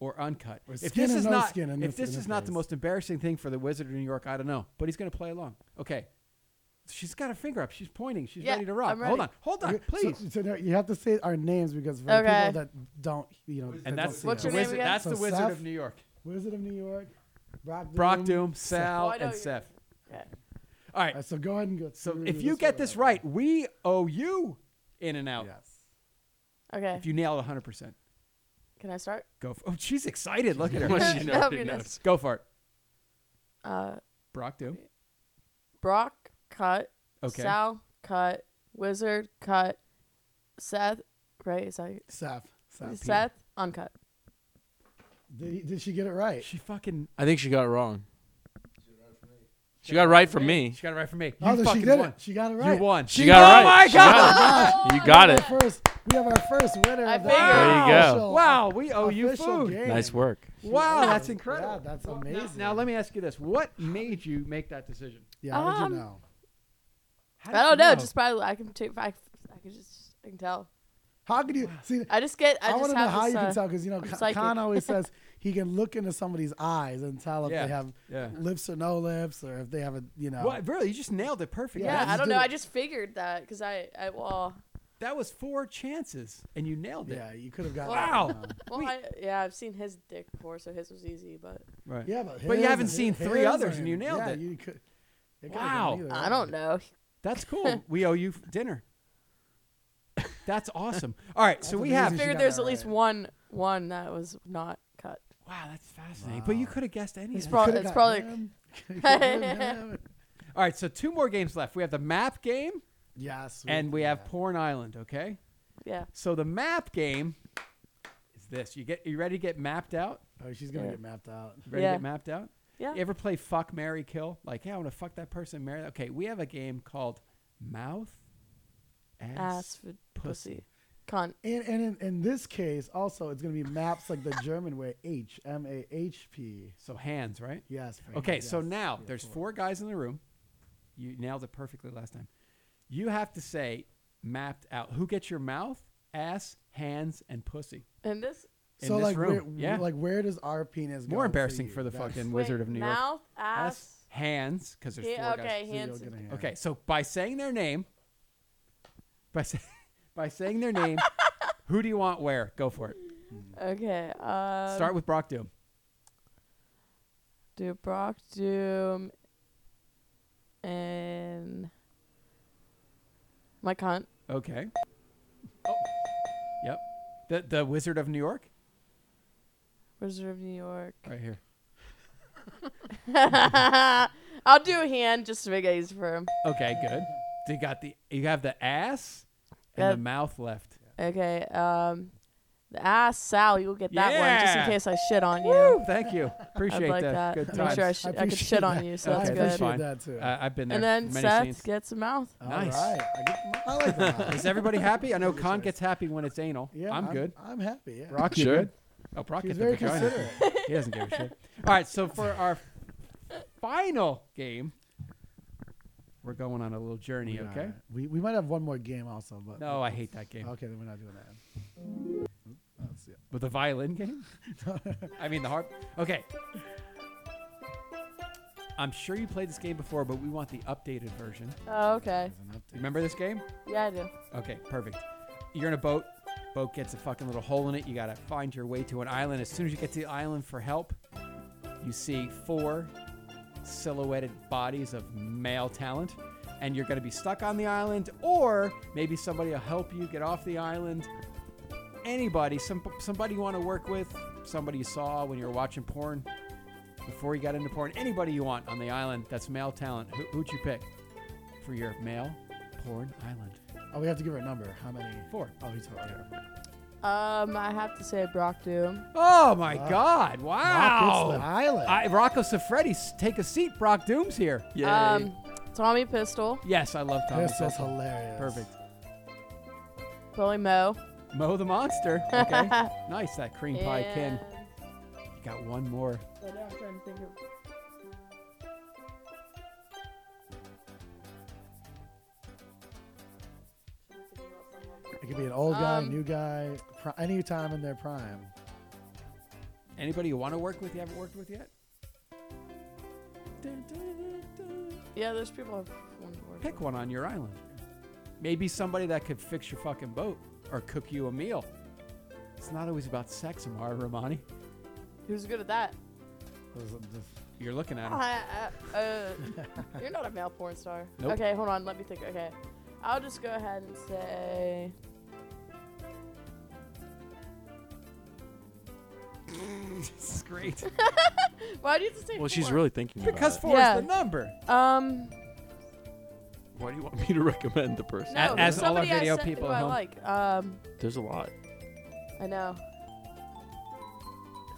[SPEAKER 2] or uncut.
[SPEAKER 3] Or
[SPEAKER 2] if
[SPEAKER 3] skin
[SPEAKER 2] this
[SPEAKER 3] or
[SPEAKER 2] is
[SPEAKER 3] no
[SPEAKER 2] not
[SPEAKER 3] skin in
[SPEAKER 2] if
[SPEAKER 3] this-
[SPEAKER 2] this
[SPEAKER 3] in
[SPEAKER 2] is
[SPEAKER 3] this
[SPEAKER 2] not the
[SPEAKER 3] case.
[SPEAKER 2] most embarrassing thing for the Wizard of New York, I don't know. But he's going to play along. Okay. She's got her finger up. She's pointing. She's
[SPEAKER 4] Yeah,
[SPEAKER 2] ready to rock.
[SPEAKER 4] I'm
[SPEAKER 2] Hold on.
[SPEAKER 4] ready.
[SPEAKER 2] Hold on,
[SPEAKER 3] Okay,
[SPEAKER 2] please.
[SPEAKER 3] So, so no, you have to say our names because for
[SPEAKER 4] Okay.
[SPEAKER 3] people that don't, you know, that
[SPEAKER 2] and that's
[SPEAKER 3] don't see us.
[SPEAKER 4] What's
[SPEAKER 2] the
[SPEAKER 4] your name
[SPEAKER 2] wizard,
[SPEAKER 4] again?
[SPEAKER 2] that's
[SPEAKER 3] So
[SPEAKER 2] the Wizard
[SPEAKER 3] Seth-
[SPEAKER 2] of New York.
[SPEAKER 3] Wizard of New York, Brock Doom.
[SPEAKER 2] Brock Doom, Sal,
[SPEAKER 4] Oh, I know
[SPEAKER 2] and
[SPEAKER 4] you-
[SPEAKER 2] Seth.
[SPEAKER 4] Okay.
[SPEAKER 2] All right.
[SPEAKER 3] All right, so go ahead and go.
[SPEAKER 2] So
[SPEAKER 3] through
[SPEAKER 2] if you
[SPEAKER 3] this
[SPEAKER 2] get this
[SPEAKER 3] order.
[SPEAKER 2] right, we owe you in and
[SPEAKER 4] Oh.
[SPEAKER 2] out.
[SPEAKER 3] yes.
[SPEAKER 4] Okay.
[SPEAKER 2] If you nail it 100%,
[SPEAKER 4] Can I start?
[SPEAKER 2] go for Oh, she's excited. Look at her.
[SPEAKER 5] Well, she
[SPEAKER 4] That
[SPEAKER 5] already
[SPEAKER 4] would be nice.
[SPEAKER 5] knows.
[SPEAKER 2] go for it.
[SPEAKER 4] Uh,
[SPEAKER 2] Brock, do.
[SPEAKER 4] Brock cut.
[SPEAKER 2] Okay.
[SPEAKER 4] Sal cut. Wizard cut. Seth. Right? Is that
[SPEAKER 3] Seth. Seth.
[SPEAKER 4] Seth uncut.
[SPEAKER 3] Did, he, did she get it right?
[SPEAKER 2] She fucking.
[SPEAKER 5] I think she got it wrong. She got it right from me.
[SPEAKER 2] She got it right for me. You
[SPEAKER 3] oh, then she
[SPEAKER 2] fucking
[SPEAKER 3] did
[SPEAKER 2] won.
[SPEAKER 3] it. She got it
[SPEAKER 2] You
[SPEAKER 3] right.
[SPEAKER 2] won.
[SPEAKER 5] She got it
[SPEAKER 2] Oh
[SPEAKER 5] right.
[SPEAKER 2] my
[SPEAKER 5] She
[SPEAKER 2] God.
[SPEAKER 5] got it. You got it.
[SPEAKER 3] First, we have our first winner.
[SPEAKER 4] I
[SPEAKER 3] of the
[SPEAKER 4] figured. There
[SPEAKER 5] you go.
[SPEAKER 3] official-
[SPEAKER 2] Wow, we owe you
[SPEAKER 3] official
[SPEAKER 2] food.
[SPEAKER 3] game.
[SPEAKER 5] Nice work.
[SPEAKER 2] Wow, that's
[SPEAKER 3] Yeah,
[SPEAKER 2] incredible.
[SPEAKER 3] that's
[SPEAKER 2] Well, now-
[SPEAKER 3] amazing.
[SPEAKER 2] Now, let me ask you this. What made you make that decision?
[SPEAKER 3] Yeah, how did
[SPEAKER 4] Um,
[SPEAKER 3] you know?
[SPEAKER 2] How
[SPEAKER 4] I
[SPEAKER 2] did
[SPEAKER 4] don't
[SPEAKER 2] you
[SPEAKER 4] know. Just probably I can take. I, I can just. I can tell.
[SPEAKER 3] How could you see?
[SPEAKER 4] I just get. I,
[SPEAKER 3] I,
[SPEAKER 4] just
[SPEAKER 3] want to know
[SPEAKER 4] have
[SPEAKER 3] how
[SPEAKER 4] this,
[SPEAKER 3] you
[SPEAKER 4] uh,
[SPEAKER 3] can tell because you know
[SPEAKER 4] I'm
[SPEAKER 3] Con
[SPEAKER 4] psychic.
[SPEAKER 3] Khan always says he can look into somebody's eyes and tell if
[SPEAKER 2] Yeah,
[SPEAKER 3] they have
[SPEAKER 2] yeah.
[SPEAKER 3] lips or no lips or if they have a you know.
[SPEAKER 2] Well, really, you just nailed it perfectly.
[SPEAKER 4] Yeah,
[SPEAKER 3] just
[SPEAKER 4] I don't
[SPEAKER 3] do
[SPEAKER 4] know.
[SPEAKER 3] it.
[SPEAKER 4] I just figured that because I, I well,
[SPEAKER 2] That was four chances, and you nailed it.
[SPEAKER 3] Yeah, Um, you could have gotten.
[SPEAKER 2] Wow.
[SPEAKER 3] it, you know.
[SPEAKER 4] well,
[SPEAKER 2] We-
[SPEAKER 4] I, yeah, I've seen his dick before, so his was easy. But
[SPEAKER 2] Right.
[SPEAKER 3] Yeah, but
[SPEAKER 2] But you
[SPEAKER 3] his
[SPEAKER 2] haven't
[SPEAKER 3] and
[SPEAKER 2] seen
[SPEAKER 3] his-
[SPEAKER 2] three
[SPEAKER 3] his
[SPEAKER 2] others, and
[SPEAKER 3] and-
[SPEAKER 2] you nailed
[SPEAKER 3] yeah,
[SPEAKER 2] it.
[SPEAKER 3] You could. it could've been
[SPEAKER 2] Wow.
[SPEAKER 3] either
[SPEAKER 4] I
[SPEAKER 3] one.
[SPEAKER 4] don't know.
[SPEAKER 2] That's cool. we owe you dinner. That's awesome. All right, so
[SPEAKER 3] That's
[SPEAKER 2] we
[SPEAKER 3] amazing.
[SPEAKER 2] have
[SPEAKER 4] I
[SPEAKER 3] She
[SPEAKER 4] figured
[SPEAKER 3] got
[SPEAKER 4] there's
[SPEAKER 3] that
[SPEAKER 4] at least
[SPEAKER 3] right.
[SPEAKER 4] one one that was not cut.
[SPEAKER 2] wow, that's fascinating. But you could have guessed any.
[SPEAKER 4] He's
[SPEAKER 2] of
[SPEAKER 3] You
[SPEAKER 2] them.
[SPEAKER 4] Pro-
[SPEAKER 3] could've got
[SPEAKER 4] Oh, it's probably-
[SPEAKER 3] him, you could've gotten him.
[SPEAKER 2] All right, so two more games left. We have the map game
[SPEAKER 3] Yes.
[SPEAKER 2] and
[SPEAKER 3] did
[SPEAKER 2] we have
[SPEAKER 3] that.
[SPEAKER 2] Porn Island. Okay,
[SPEAKER 4] Yeah.
[SPEAKER 2] so the map game is this. You get you ready to get mapped out?
[SPEAKER 3] Oh, she's gonna
[SPEAKER 4] Yeah.
[SPEAKER 3] get mapped out.
[SPEAKER 2] You Ready
[SPEAKER 4] Yeah.
[SPEAKER 2] to get mapped out?
[SPEAKER 4] Yeah.
[SPEAKER 2] You ever play fuck Mary Kill? Like, yeah, I want to fuck that person, marry. that- Okay, we have a game called Mouth, Ass,
[SPEAKER 4] Ass for pussy. Cunt.
[SPEAKER 3] And and in, in this case, also it's gonna be maps like the German way H M A H P.
[SPEAKER 2] So hands, right?
[SPEAKER 3] Yes. Frank,
[SPEAKER 2] Okay, so
[SPEAKER 3] yes.
[SPEAKER 2] now
[SPEAKER 3] Yeah,
[SPEAKER 2] there's
[SPEAKER 3] four.
[SPEAKER 2] four guys in the room. You nailed it perfectly last time. You have to say mapped out. Who gets your mouth, ass, hands, and pussy?
[SPEAKER 4] And this
[SPEAKER 2] in
[SPEAKER 3] so
[SPEAKER 2] this
[SPEAKER 3] like
[SPEAKER 2] room.
[SPEAKER 3] Where,
[SPEAKER 2] Yeah.
[SPEAKER 3] like where does our penis go?
[SPEAKER 2] More embarrassing
[SPEAKER 3] you?
[SPEAKER 2] for the
[SPEAKER 3] That's-
[SPEAKER 2] fucking Wizard of
[SPEAKER 4] wait,
[SPEAKER 2] New York.
[SPEAKER 4] mouth, ass.
[SPEAKER 2] Ass, hands, because there's
[SPEAKER 4] he-
[SPEAKER 2] four
[SPEAKER 4] okay,
[SPEAKER 3] so you'll
[SPEAKER 4] hands.
[SPEAKER 3] get a hand.
[SPEAKER 2] guys. Okay, so by saying their name, by say, by saying their name, who do you want where? Go for it.
[SPEAKER 4] Okay. Um,
[SPEAKER 2] Start with Brock Doom.
[SPEAKER 4] Do Brock Doom and my cunt.
[SPEAKER 2] Okay. Oh. Yep. The the Wizard of New York.
[SPEAKER 4] Wizard of New York.
[SPEAKER 2] Right here.
[SPEAKER 4] I'll do a hand just to make it easy for him.
[SPEAKER 2] Okay, good. So you got the you have the ass and
[SPEAKER 4] Yeah.
[SPEAKER 2] the mouth left.
[SPEAKER 4] Okay. Um, the ass Sal, you'll get that one just in
[SPEAKER 2] Yeah.
[SPEAKER 4] case I shit on
[SPEAKER 2] Woo!
[SPEAKER 4] you.
[SPEAKER 2] Thank you. Appreciate
[SPEAKER 4] I'd like
[SPEAKER 2] that.
[SPEAKER 4] that.
[SPEAKER 2] Good
[SPEAKER 4] Make
[SPEAKER 2] times.
[SPEAKER 4] sure I, sh-
[SPEAKER 3] I
[SPEAKER 4] I could
[SPEAKER 3] appreciate
[SPEAKER 4] shit on
[SPEAKER 3] that.
[SPEAKER 4] you, so
[SPEAKER 3] I
[SPEAKER 2] Okay,
[SPEAKER 4] that's
[SPEAKER 2] that's
[SPEAKER 4] good.
[SPEAKER 2] fine.
[SPEAKER 3] appreciate that too.
[SPEAKER 2] Uh, I've been there.
[SPEAKER 4] And then
[SPEAKER 2] many
[SPEAKER 4] Seth
[SPEAKER 2] scenes.
[SPEAKER 4] gets a mouth.
[SPEAKER 3] All
[SPEAKER 2] nice.
[SPEAKER 3] right. I, get, I like that.
[SPEAKER 2] Is everybody happy? I know Khan gets happy when it's anal.
[SPEAKER 3] Yeah,
[SPEAKER 2] I'm, good.
[SPEAKER 3] I'm happy. Yeah.
[SPEAKER 2] Brock, you
[SPEAKER 5] Sure.
[SPEAKER 2] good? Oh, Brock gets
[SPEAKER 3] He's very
[SPEAKER 2] the vagina.
[SPEAKER 3] considerate.
[SPEAKER 2] He doesn't give a shit. All right, so for our final game, we're going on a little journey,
[SPEAKER 3] We
[SPEAKER 2] okay?
[SPEAKER 3] are. We, we might have one more game also, but
[SPEAKER 2] No, I hate that game.
[SPEAKER 3] Okay, then we're not doing that. Oop, That's it.
[SPEAKER 2] With the violin game? I mean the harp. Okay. I'm sure you played this game before, but we want the updated version.
[SPEAKER 4] Oh, okay.
[SPEAKER 3] There's an update.
[SPEAKER 2] Remember this game?
[SPEAKER 4] Yeah, I do.
[SPEAKER 2] Okay, perfect. You're in a boat. Boat gets a fucking little hole in it. You gotta find your way to an island. As soon as you get to the island for help, you see four silhouetted bodies of male talent, and you're gonna be stuck on the island, or maybe somebody will help you get off the island. Anybody, some somebody you want to work with, somebody you saw when you were watching porn, before you got into porn, anybody you want on the island that's male talent. Who, who'd you pick for your male porn island?
[SPEAKER 3] Oh, we have to give her a number. How many?
[SPEAKER 2] Four.
[SPEAKER 3] Oh, he's right here.
[SPEAKER 4] Um, I have to say Brock Doom.
[SPEAKER 2] Oh my
[SPEAKER 3] Wow.
[SPEAKER 2] God!
[SPEAKER 3] Rock, it's the
[SPEAKER 2] Wow.
[SPEAKER 3] island.
[SPEAKER 2] I, Rocco Siffredi, s- take a seat. Brock Doom's here.
[SPEAKER 5] Yeah.
[SPEAKER 4] Um, Tommy Pistol,
[SPEAKER 2] Yes, I love Tommy.
[SPEAKER 3] this is
[SPEAKER 2] Pistol.
[SPEAKER 3] hilarious.
[SPEAKER 2] Perfect.
[SPEAKER 4] Billy Moe.
[SPEAKER 2] Mo the monster. Okay. nice that cream pie king.
[SPEAKER 4] and-
[SPEAKER 2] You got one more.
[SPEAKER 4] Right now I'm trying to think of-
[SPEAKER 3] It could be an old guy,
[SPEAKER 4] Um,
[SPEAKER 3] new guy, pri- any time in their prime.
[SPEAKER 2] Anybody you want to work with? You haven't worked with yet? Dun, dun, dun, dun.
[SPEAKER 4] Yeah, there's people I've wanted to work
[SPEAKER 2] Pick
[SPEAKER 4] with.
[SPEAKER 2] one on your island. Maybe somebody that could fix your fucking boat or cook you a meal. It's not always about sex, Amara Romani.
[SPEAKER 4] Who's good at that?
[SPEAKER 3] Those are just-
[SPEAKER 2] You're looking at him.
[SPEAKER 4] I- I- uh, you're not a male porn star.
[SPEAKER 2] Nope.
[SPEAKER 4] Okay, hold on. Let me think. Okay, I'll just go ahead and say.
[SPEAKER 2] this is great.
[SPEAKER 4] Why do you have to say?
[SPEAKER 5] Well, she's
[SPEAKER 4] four?
[SPEAKER 5] really thinking about
[SPEAKER 2] because
[SPEAKER 5] it.
[SPEAKER 2] four
[SPEAKER 4] Yeah.
[SPEAKER 2] is the number.
[SPEAKER 4] Um,
[SPEAKER 5] Why do you want me to recommend the person?
[SPEAKER 4] no,
[SPEAKER 2] as all our
[SPEAKER 4] somebody I
[SPEAKER 2] video
[SPEAKER 4] sent-
[SPEAKER 2] people
[SPEAKER 4] who
[SPEAKER 2] at
[SPEAKER 4] I
[SPEAKER 2] home.
[SPEAKER 4] like. Um,
[SPEAKER 5] There's a lot.
[SPEAKER 4] I know.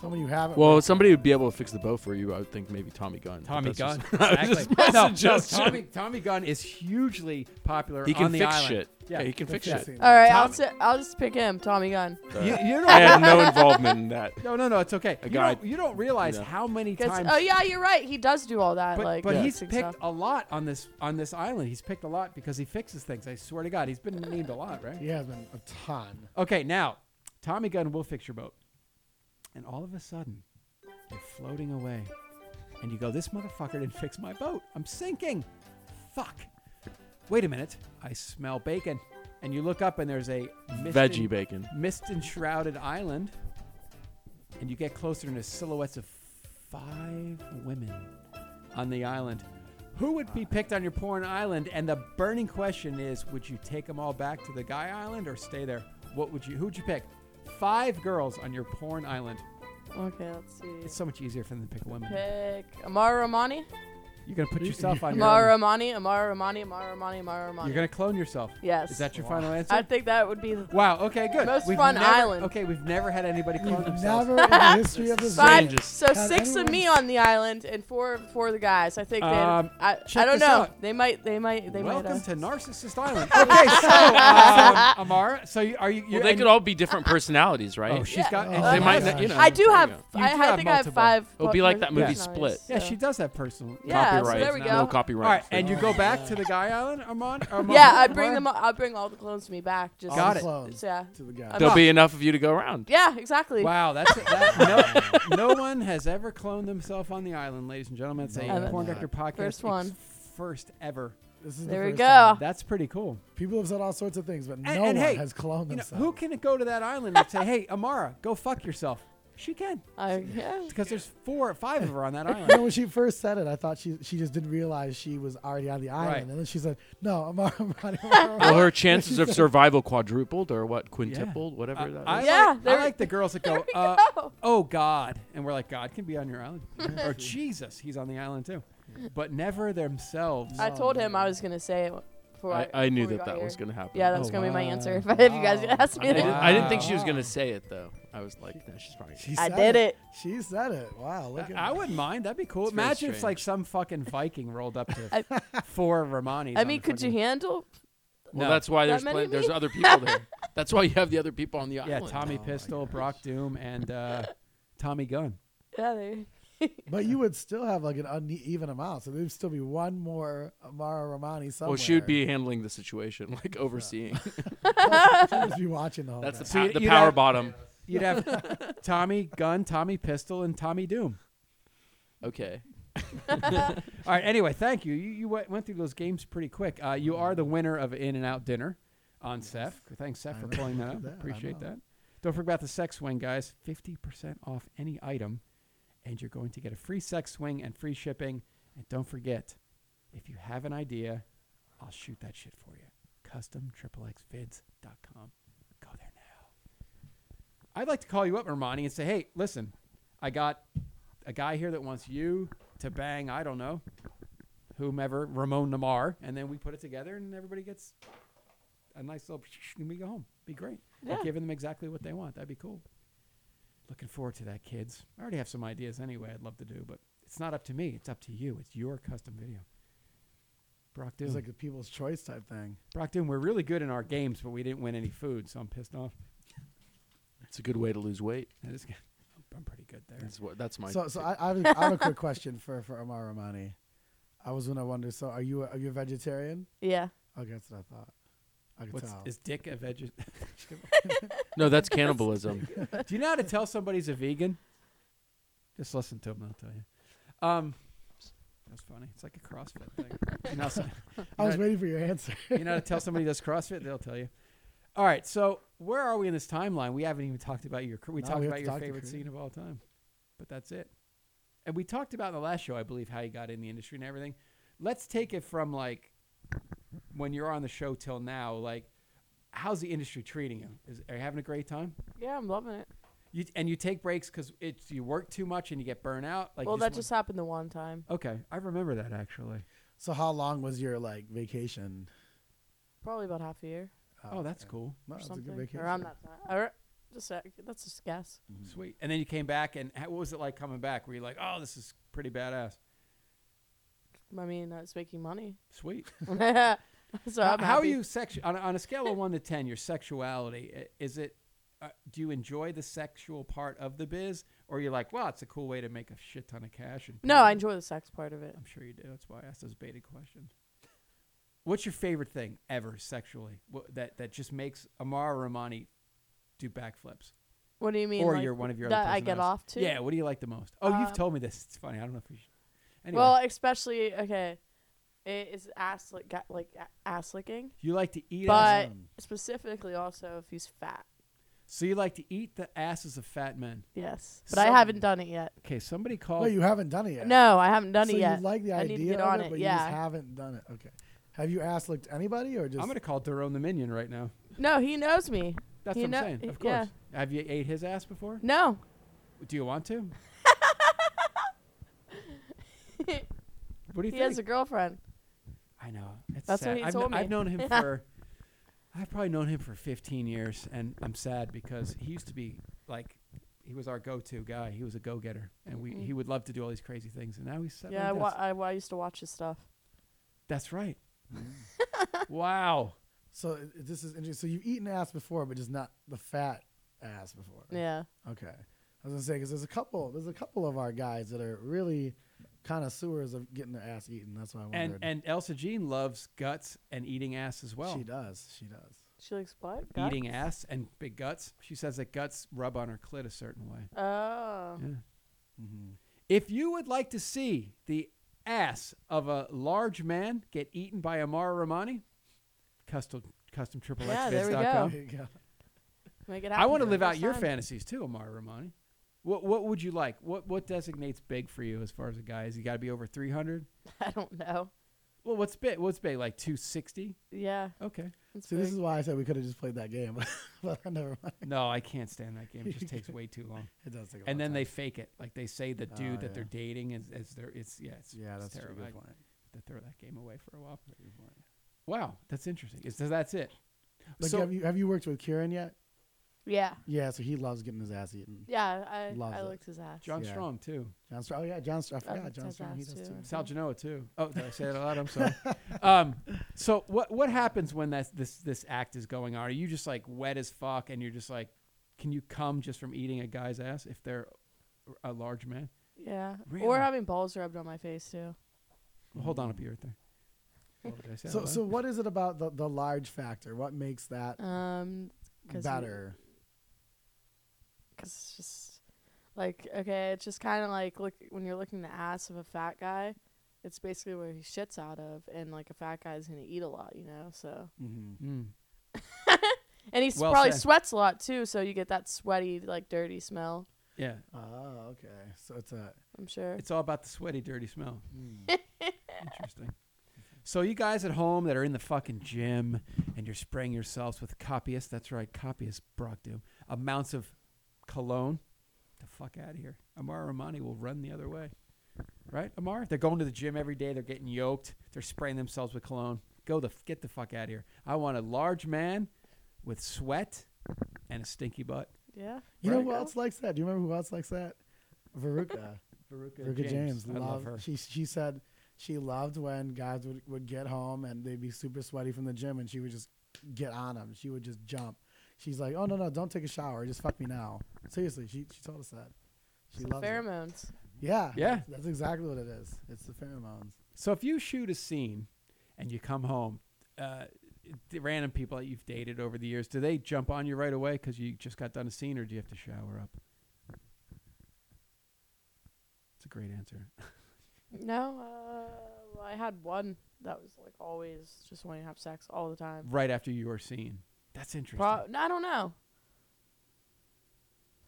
[SPEAKER 3] Someone you haven't.
[SPEAKER 5] Well, somebody would be able to fix the bow for you. I would think maybe Tommy Gunn. but
[SPEAKER 2] Tommy
[SPEAKER 5] that's just-
[SPEAKER 2] Gunn. Exactly.
[SPEAKER 5] my
[SPEAKER 2] no, no,
[SPEAKER 5] suggestion.
[SPEAKER 2] Tommy, Tommy Gunn is hugely popular
[SPEAKER 5] He can
[SPEAKER 2] on the
[SPEAKER 5] fix
[SPEAKER 2] island.
[SPEAKER 5] shit.
[SPEAKER 2] Yeah.
[SPEAKER 5] Yeah, he can fix shit. Uh,
[SPEAKER 3] fixing.
[SPEAKER 4] All right, I'll
[SPEAKER 2] Tom-
[SPEAKER 4] say, I'll just pick him, Tommy Gunn.
[SPEAKER 2] You, you
[SPEAKER 5] I
[SPEAKER 2] don't,
[SPEAKER 5] had no involvement in that.
[SPEAKER 2] no, no, no, it's okay. You
[SPEAKER 5] guy-
[SPEAKER 2] don't, you don't realize
[SPEAKER 5] Yeah.
[SPEAKER 2] how many
[SPEAKER 4] 'Cause-
[SPEAKER 2] times.
[SPEAKER 4] oh yeah, you're right. He does do all that.
[SPEAKER 2] But,
[SPEAKER 4] like,
[SPEAKER 2] but he's
[SPEAKER 4] fixing
[SPEAKER 2] picked
[SPEAKER 4] stuff.
[SPEAKER 2] a lot on this on this island. He's picked a lot because he fixes things. I swear to God, he's been named a lot, right?
[SPEAKER 3] He has been a ton.
[SPEAKER 2] Okay, now Tommy Gunn will fix your boat, and all of a sudden, you're floating away, and you go, "This motherfucker didn't fix my boat. I'm sinking. Fuck. Wait a minute. I smell bacon." And you look up, and there's a mist
[SPEAKER 5] Veggie
[SPEAKER 2] and-
[SPEAKER 5] bacon.
[SPEAKER 2] mist enshrouded island, and you get closer and there's silhouettes of five women on the island. Who would be picked on your porn island? And the burning question is: Would you take them all back to the guy island or stay there? What would you? Who'd you pick? Five girls on your porn island.
[SPEAKER 4] Okay, let's see.
[SPEAKER 2] It's so much easier for them to pick women.
[SPEAKER 4] Pick Amara Romani.
[SPEAKER 2] You're gonna put yourself on your. own-
[SPEAKER 4] Amara Ramani, Amara Ramani, Amara Ramani, Amara Ramani.
[SPEAKER 2] You're gonna clone yourself.
[SPEAKER 4] yes.
[SPEAKER 2] Is that your final answer?
[SPEAKER 4] I think that would be the
[SPEAKER 2] wow. Okay. Good.
[SPEAKER 4] Most
[SPEAKER 2] We've
[SPEAKER 4] fun
[SPEAKER 2] never-
[SPEAKER 4] island.
[SPEAKER 2] Okay. We've never had anybody clone
[SPEAKER 3] You've
[SPEAKER 2] themselves.
[SPEAKER 3] never in the history of this
[SPEAKER 4] five.
[SPEAKER 3] game.
[SPEAKER 5] Changes.
[SPEAKER 4] So
[SPEAKER 3] Has
[SPEAKER 4] six of
[SPEAKER 3] anyone-
[SPEAKER 4] me on the island and four four of the guys. I think they.
[SPEAKER 2] Um,
[SPEAKER 4] I,
[SPEAKER 2] check
[SPEAKER 4] I don't
[SPEAKER 2] this
[SPEAKER 4] know.
[SPEAKER 2] out.
[SPEAKER 4] They might. They might. uh, They
[SPEAKER 2] Welcome
[SPEAKER 4] might.
[SPEAKER 2] to Narcissist Island. Okay, so uh, Amara, so you, are you?
[SPEAKER 5] Well,
[SPEAKER 2] you're-
[SPEAKER 5] they
[SPEAKER 2] and-
[SPEAKER 5] could all be different personalities, right?
[SPEAKER 2] Oh, she's got.
[SPEAKER 3] Yeah.
[SPEAKER 2] and
[SPEAKER 3] Oh,
[SPEAKER 2] she
[SPEAKER 5] they might,
[SPEAKER 2] has-
[SPEAKER 5] not, you know.
[SPEAKER 4] I do have.
[SPEAKER 2] You
[SPEAKER 4] I,
[SPEAKER 2] do
[SPEAKER 4] I
[SPEAKER 2] have
[SPEAKER 4] think
[SPEAKER 2] multiple.
[SPEAKER 4] I have five.
[SPEAKER 5] It'll be
[SPEAKER 4] per-
[SPEAKER 5] like that movie
[SPEAKER 4] personalities,
[SPEAKER 5] Split.
[SPEAKER 2] Yeah,
[SPEAKER 4] so.
[SPEAKER 2] she does have personal.
[SPEAKER 4] Yeah, so
[SPEAKER 5] copyright.
[SPEAKER 4] there we
[SPEAKER 5] No
[SPEAKER 4] go.
[SPEAKER 5] copyright.
[SPEAKER 2] All right, and you go back to the guy island, Armand. Armand
[SPEAKER 4] Yeah, I bring
[SPEAKER 2] Amara?
[SPEAKER 4] them. I bring all the clones to me back. Just
[SPEAKER 2] Got it.
[SPEAKER 3] Clones
[SPEAKER 4] Yeah.
[SPEAKER 3] to the
[SPEAKER 2] Um,
[SPEAKER 3] guy.
[SPEAKER 4] I'm
[SPEAKER 5] There'll
[SPEAKER 4] up.
[SPEAKER 5] be enough of you to go around.
[SPEAKER 4] Yeah. Exactly.
[SPEAKER 2] Wow, that's that, no, no one has ever cloned themselves on the island, ladies and gentlemen. It's a
[SPEAKER 3] No,
[SPEAKER 4] that's
[SPEAKER 2] porn
[SPEAKER 3] not.
[SPEAKER 2] director podcast.
[SPEAKER 4] First one. Oh.
[SPEAKER 2] ex- first ever.
[SPEAKER 3] This is the
[SPEAKER 4] There we
[SPEAKER 3] first
[SPEAKER 4] go.
[SPEAKER 3] time.
[SPEAKER 2] That's pretty cool.
[SPEAKER 3] People have said all sorts of things, but no
[SPEAKER 2] and
[SPEAKER 3] one
[SPEAKER 2] hey,
[SPEAKER 3] has cloned
[SPEAKER 2] You know,
[SPEAKER 3] themselves.
[SPEAKER 2] who can go to that island and say, "Hey, Amara, go fuck yourself"? She can
[SPEAKER 4] I, yeah.
[SPEAKER 2] because there's four or five of her on that
[SPEAKER 3] you know,
[SPEAKER 2] island.
[SPEAKER 3] when she first said it, I thought she she just didn't realize she was already on the island,
[SPEAKER 2] Right.
[SPEAKER 3] and then she said, "No, I'm already." I'm already-
[SPEAKER 5] Well, her chances of survival quadrupled or what? Quintupled,
[SPEAKER 2] I,
[SPEAKER 5] whatever that is.
[SPEAKER 2] I
[SPEAKER 4] Yeah,
[SPEAKER 2] like, I
[SPEAKER 4] there-
[SPEAKER 2] like the girls that go, uh,
[SPEAKER 4] go.
[SPEAKER 2] "Oh God," and we're like, "God can be on your island," or "Jesus, he's on the island too," but never themselves.
[SPEAKER 4] I told him I was gonna say it before.
[SPEAKER 5] I, I knew
[SPEAKER 4] before we
[SPEAKER 5] that
[SPEAKER 4] got
[SPEAKER 5] that
[SPEAKER 4] here.
[SPEAKER 5] was going to happen.
[SPEAKER 4] Yeah, that was
[SPEAKER 2] Oh,
[SPEAKER 4] gonna be my
[SPEAKER 2] wow.
[SPEAKER 4] answer. If, if you guys
[SPEAKER 3] Wow.
[SPEAKER 4] asked
[SPEAKER 5] I,
[SPEAKER 4] me,
[SPEAKER 5] didn't,
[SPEAKER 4] that.
[SPEAKER 5] I didn't think she was
[SPEAKER 3] Wow.
[SPEAKER 5] going to say it, though. I was like, no, she's probably.
[SPEAKER 3] She
[SPEAKER 4] I
[SPEAKER 3] said
[SPEAKER 4] did it.
[SPEAKER 3] She said it. Wow, look at
[SPEAKER 2] I, I
[SPEAKER 3] her.
[SPEAKER 2] wouldn't mind. That'd be cool.
[SPEAKER 5] It's very
[SPEAKER 2] Imagine if like some fucking Viking rolled up to four Romani.
[SPEAKER 4] I mean, could you handle?
[SPEAKER 5] Well,
[SPEAKER 2] No.
[SPEAKER 5] that's why there's
[SPEAKER 4] many
[SPEAKER 5] plenty, there's
[SPEAKER 4] people.
[SPEAKER 5] other people there. That's why you have the other people on the
[SPEAKER 2] Yeah,
[SPEAKER 5] island. Oh,
[SPEAKER 2] Tommy Pistol, Brock Doom, and uh, Tommy Gunn.
[SPEAKER 4] Yeah. They,
[SPEAKER 3] But you would still have like an uneven amount, so there'd still be one more Amara Romani somewhere.
[SPEAKER 5] Well, she would be handling the situation, like overseeing.
[SPEAKER 3] She'd just be watching the whole.
[SPEAKER 5] That's the,
[SPEAKER 3] thing.
[SPEAKER 2] So
[SPEAKER 5] pa-
[SPEAKER 2] you-
[SPEAKER 5] the
[SPEAKER 2] you'd
[SPEAKER 5] power
[SPEAKER 2] have-
[SPEAKER 5] bottom.
[SPEAKER 2] You'd have Tommy Gunn, Tommy Pistol, and Tommy Doom.
[SPEAKER 5] Okay.
[SPEAKER 2] All right. Anyway, thank you. You, you went, went through those games pretty quick. Uh, you are the winner of In and Out Dinner on Seth. Thanks, Seth, for pulling that up.
[SPEAKER 3] that, I
[SPEAKER 2] Appreciate
[SPEAKER 3] know.
[SPEAKER 2] that. Don't forget about the sex swing, guys. 50% off any item, and you're going to get a free sex swing and free shipping. And don't forget, if you have an idea, I'll shoot that shit for you. CustomXXXVids.com. Go there now. I'd like to call you up, Armani, and say, hey, listen, I got a guy here that wants you to bang, I don't know, whomever, Ramon Namar, and then we put it together and everybody gets a nice little and we go home. Be great. We're
[SPEAKER 4] Yeah.
[SPEAKER 2] giving them exactly what they want. That'd be cool. Looking forward to that, kids. I already have some ideas anyway I'd love to do, but it's not up to me. It's up to you. It's your custom video. Brock Doom.
[SPEAKER 5] Mm.
[SPEAKER 3] It's like a people's choice type thing.
[SPEAKER 2] Brock Doom, we're really good in our games, but we didn't win any food, so I'm pissed off.
[SPEAKER 5] It's a good way to lose weight.
[SPEAKER 2] That is good. I'm pretty good there.
[SPEAKER 5] That's, what, that's my.
[SPEAKER 3] So, so I, I, have, I have a quick question for for Amara Romani. I was gonna wonder. So, are you a, are you a vegetarian?
[SPEAKER 4] yeah.
[SPEAKER 3] Okay, that's what I thought. I could
[SPEAKER 2] What's,
[SPEAKER 3] tell.
[SPEAKER 2] is Dick a veg?
[SPEAKER 5] no, that's cannibalism.
[SPEAKER 2] Do you know how to tell somebody's a vegan? Just listen to them, they'll tell you. Um, that's funny. It's like a CrossFit thing. You know, so-
[SPEAKER 3] I was
[SPEAKER 2] Right.
[SPEAKER 3] waiting for your answer.
[SPEAKER 2] you know how to tell somebody does CrossFit, they'll tell you. All right, so where are we in this timeline? We haven't even talked about your. We
[SPEAKER 3] No,
[SPEAKER 2] talked
[SPEAKER 3] we haven't
[SPEAKER 2] about your
[SPEAKER 3] talked to
[SPEAKER 2] favorite
[SPEAKER 3] Korea.
[SPEAKER 2] scene of all time, but that's it. And we talked about in the last show, I believe, how you got in the industry and everything. Let's take it from like when you're on the show till now. Like, how's the industry treating you? Is, are you having a great time?
[SPEAKER 4] Yeah, I'm loving it.
[SPEAKER 2] You and you take breaks because it's you work too much and you get burnt out. Like,
[SPEAKER 4] well,
[SPEAKER 2] you
[SPEAKER 4] that
[SPEAKER 2] want-
[SPEAKER 4] just happened the one time.
[SPEAKER 2] okay. I remember that actually.
[SPEAKER 3] So, how long was your like vacation? Uh,
[SPEAKER 4] Probably about half a year
[SPEAKER 2] Oh, that's cool,
[SPEAKER 3] No,
[SPEAKER 4] or
[SPEAKER 3] it's a good
[SPEAKER 4] something.
[SPEAKER 3] vacation.
[SPEAKER 4] Around that time. Or just a, that's just a guess.
[SPEAKER 2] sweet. And then you came back, and how, what was it like coming back? Were you like, oh, this is pretty badass?
[SPEAKER 4] I mean, I was making money.
[SPEAKER 2] Sweet.
[SPEAKER 4] so how,
[SPEAKER 2] how,
[SPEAKER 4] I'm
[SPEAKER 2] how are
[SPEAKER 4] happy.
[SPEAKER 2] you sexu- on, a- on a scale of 1 to 10 your sexuality i- is it uh, do you enjoy the sexual part of the biz or you're like wow it's a cool way to make a shit ton of cash and
[SPEAKER 4] No, I enjoy the sex part of it.
[SPEAKER 2] i'm sure you do that's why i asked those baited questions what's your favorite thing ever sexually what, that that just makes amara romani do backflips
[SPEAKER 4] What do you mean?
[SPEAKER 2] or
[SPEAKER 4] like,
[SPEAKER 2] you're one of your other
[SPEAKER 4] that I get
[SPEAKER 2] personalities?
[SPEAKER 4] off to.
[SPEAKER 2] yeah what do you like the most oh you've
[SPEAKER 4] Um,
[SPEAKER 2] told me this it's funny i don't know if you should anyway
[SPEAKER 4] Well, especially okay, it is ass lick, ga- like a- ass licking,
[SPEAKER 2] you like to eat ass.
[SPEAKER 4] but specifically also if he's fat.
[SPEAKER 2] so you like to eat the asses of fat men
[SPEAKER 4] Yes, but I haven't done it yet.
[SPEAKER 2] okay somebody called
[SPEAKER 3] Wait, you haven't done it yet.
[SPEAKER 4] No, I haven't done
[SPEAKER 3] so
[SPEAKER 4] it yet.
[SPEAKER 3] you like the
[SPEAKER 4] I
[SPEAKER 3] idea
[SPEAKER 4] need to get
[SPEAKER 3] of
[SPEAKER 4] on
[SPEAKER 3] it,
[SPEAKER 4] it.
[SPEAKER 3] but you just
[SPEAKER 4] Yeah.
[SPEAKER 3] haven't done it. Okay. Have you asked like anybody or just?
[SPEAKER 2] i'm gonna call Daron the minion right now
[SPEAKER 4] No, he knows me.
[SPEAKER 2] That's
[SPEAKER 4] You
[SPEAKER 2] what I'm
[SPEAKER 4] know-
[SPEAKER 2] saying.
[SPEAKER 4] y-
[SPEAKER 2] Of course.
[SPEAKER 4] yeah.
[SPEAKER 2] Have you ate his ass before?
[SPEAKER 4] No,
[SPEAKER 2] Do you want to? What do you
[SPEAKER 4] He
[SPEAKER 2] think?
[SPEAKER 4] has a girlfriend.
[SPEAKER 2] I know. It's
[SPEAKER 4] That's
[SPEAKER 2] sad.
[SPEAKER 4] what he
[SPEAKER 2] I've, kn-
[SPEAKER 4] told me.
[SPEAKER 2] I've known him for, I've probably known him for 15 years, and I'm sad because he used to be like, he was our go-to guy. He was a go-getter, and we he would love to do all these crazy things. And now he's set
[SPEAKER 4] Mm. yeah, I,
[SPEAKER 2] like
[SPEAKER 4] wa-
[SPEAKER 2] this.
[SPEAKER 4] I, wa- I used to watch his stuff.
[SPEAKER 2] That's right. wow.
[SPEAKER 3] So it- it- this is interesting. So you've eaten ass before, but just not the fat ass before.
[SPEAKER 4] Yeah.
[SPEAKER 3] Okay. I was gonna say because there's a couple there's a couple of our guys that are really connoisseurs of getting their ass eaten. That's why I
[SPEAKER 2] And
[SPEAKER 3] wondered.
[SPEAKER 2] and Elsa Jean loves guts and eating ass as well.
[SPEAKER 3] she does. She does.
[SPEAKER 4] She likes what?
[SPEAKER 2] Eating
[SPEAKER 4] Guts?
[SPEAKER 2] ass and big guts. She says that guts rub on her clit a certain way.
[SPEAKER 4] Oh.
[SPEAKER 2] Yeah.
[SPEAKER 3] Mm-hmm.
[SPEAKER 2] If you would like to see the ass of a large man get eaten by Amara Romani, custom custom triple
[SPEAKER 4] Yeah,
[SPEAKER 2] X
[SPEAKER 4] there we
[SPEAKER 2] biz.com.
[SPEAKER 4] go.
[SPEAKER 3] There you go.
[SPEAKER 4] Make it happen.
[SPEAKER 2] I want to
[SPEAKER 4] for
[SPEAKER 2] live
[SPEAKER 4] the
[SPEAKER 2] out
[SPEAKER 4] first
[SPEAKER 2] your
[SPEAKER 4] time.
[SPEAKER 2] fantasies too, Amara Romani. What what would you like? What what designates big for you as far as a guy? Is he got to be over three hundred?
[SPEAKER 4] I don't know.
[SPEAKER 2] Well, what's big? What's big? Like two sixty?
[SPEAKER 4] Yeah.
[SPEAKER 2] Okay.
[SPEAKER 4] It's
[SPEAKER 3] See, this
[SPEAKER 4] big.
[SPEAKER 3] is why I said we could have just played that game, but I never mind.
[SPEAKER 2] No, I can't stand that game. It just takes way too long.
[SPEAKER 3] It does take. A
[SPEAKER 2] And
[SPEAKER 3] long
[SPEAKER 2] then they
[SPEAKER 3] time.
[SPEAKER 2] fake it, like they say the dude
[SPEAKER 3] Oh,
[SPEAKER 2] that
[SPEAKER 3] yeah.
[SPEAKER 2] they're dating is, is their. It's yeah. It's
[SPEAKER 3] yeah,
[SPEAKER 2] it's
[SPEAKER 3] that's true.
[SPEAKER 2] terrible. I-
[SPEAKER 3] Good point.
[SPEAKER 2] to throw that game away for a while. Wow, that's interesting. It's, so that's it.
[SPEAKER 3] Like,
[SPEAKER 2] so,
[SPEAKER 3] have you have you worked with Kieran yet?
[SPEAKER 4] Yeah.
[SPEAKER 3] Yeah, so he loves getting his ass eaten.
[SPEAKER 4] Yeah. I,
[SPEAKER 3] Loves
[SPEAKER 4] I
[SPEAKER 3] it.
[SPEAKER 4] liked his ass.
[SPEAKER 2] John
[SPEAKER 3] yeah.
[SPEAKER 2] Strong too.
[SPEAKER 3] John Stra- Oh yeah, John Stra- I
[SPEAKER 4] That
[SPEAKER 3] forgot.
[SPEAKER 4] looks
[SPEAKER 3] John
[SPEAKER 4] his
[SPEAKER 3] Strong. He
[SPEAKER 4] ass,
[SPEAKER 3] does
[SPEAKER 4] too.
[SPEAKER 3] too.
[SPEAKER 2] Sal Genoa too. Oh, did I say that a lot? I'm sorry. um, so what what happens when that's this this act is going on? Are you just like wet as fuck, and you're just like, can you come just from eating a guy's ass if they're a large man?
[SPEAKER 4] Yeah.
[SPEAKER 2] Really?
[SPEAKER 4] Or having balls rubbed on my face too.
[SPEAKER 2] Well, hold on up here, right there. Well, Mm. did I say that
[SPEAKER 3] So
[SPEAKER 2] loud?
[SPEAKER 3] so what is it about the the large factor? What makes that
[SPEAKER 4] Um, cause
[SPEAKER 3] better?
[SPEAKER 4] Because it's just like okay, it's just kind of like look when you're looking the ass of a fat guy, it's basically where he shits out of, and like a fat guy's gonna eat a lot, you know. So
[SPEAKER 3] Mm-hmm.
[SPEAKER 2] Mm.
[SPEAKER 4] and he s
[SPEAKER 2] Well
[SPEAKER 4] probably
[SPEAKER 2] said.
[SPEAKER 4] sweats a lot too, so you get that sweaty like dirty smell.
[SPEAKER 2] Yeah,
[SPEAKER 3] Oh, okay. So it's a
[SPEAKER 4] I'm sure.
[SPEAKER 2] It's all about the sweaty, dirty smell. Hmm. Interesting. So you guys at home that are in the fucking gym and you're spraying yourselves with copious, that's right, copious Brockdoom, amounts of cologne, the fuck out of here. Amar Romani will run the other way. Right, Amar? They're going to the gym every day. They're getting yoked. They're spraying themselves with cologne. Go the f- get the fuck out of here. I want a large man with sweat and a stinky butt.
[SPEAKER 4] yeah.
[SPEAKER 3] You know
[SPEAKER 4] Right.
[SPEAKER 3] who else likes that? Do you remember who else likes that? Veruca. Veruca James.
[SPEAKER 2] I love
[SPEAKER 3] loved-
[SPEAKER 2] her.
[SPEAKER 3] She she said she loved when guys would, would get home and they'd be super sweaty from the gym and she would just get on them. She would just jump. She's like, oh no no, don't take a shower. Just fuck me now. Seriously, she she told us that. She
[SPEAKER 4] It's the
[SPEAKER 3] loves it.
[SPEAKER 4] pheromones.
[SPEAKER 3] Yeah.
[SPEAKER 2] Yeah.
[SPEAKER 3] That's exactly what it is. It's the pheromones.
[SPEAKER 2] So if you shoot a scene and you come home, uh, the random people that you've dated over the years, do they jump on you right away because you just got done a scene, or do you have to shower up? It's a great answer.
[SPEAKER 4] No, uh, well, I had one that was like always just wanting to have sex all the time.
[SPEAKER 2] Right after your scene, that's interesting.
[SPEAKER 4] Pro- no, I don't know.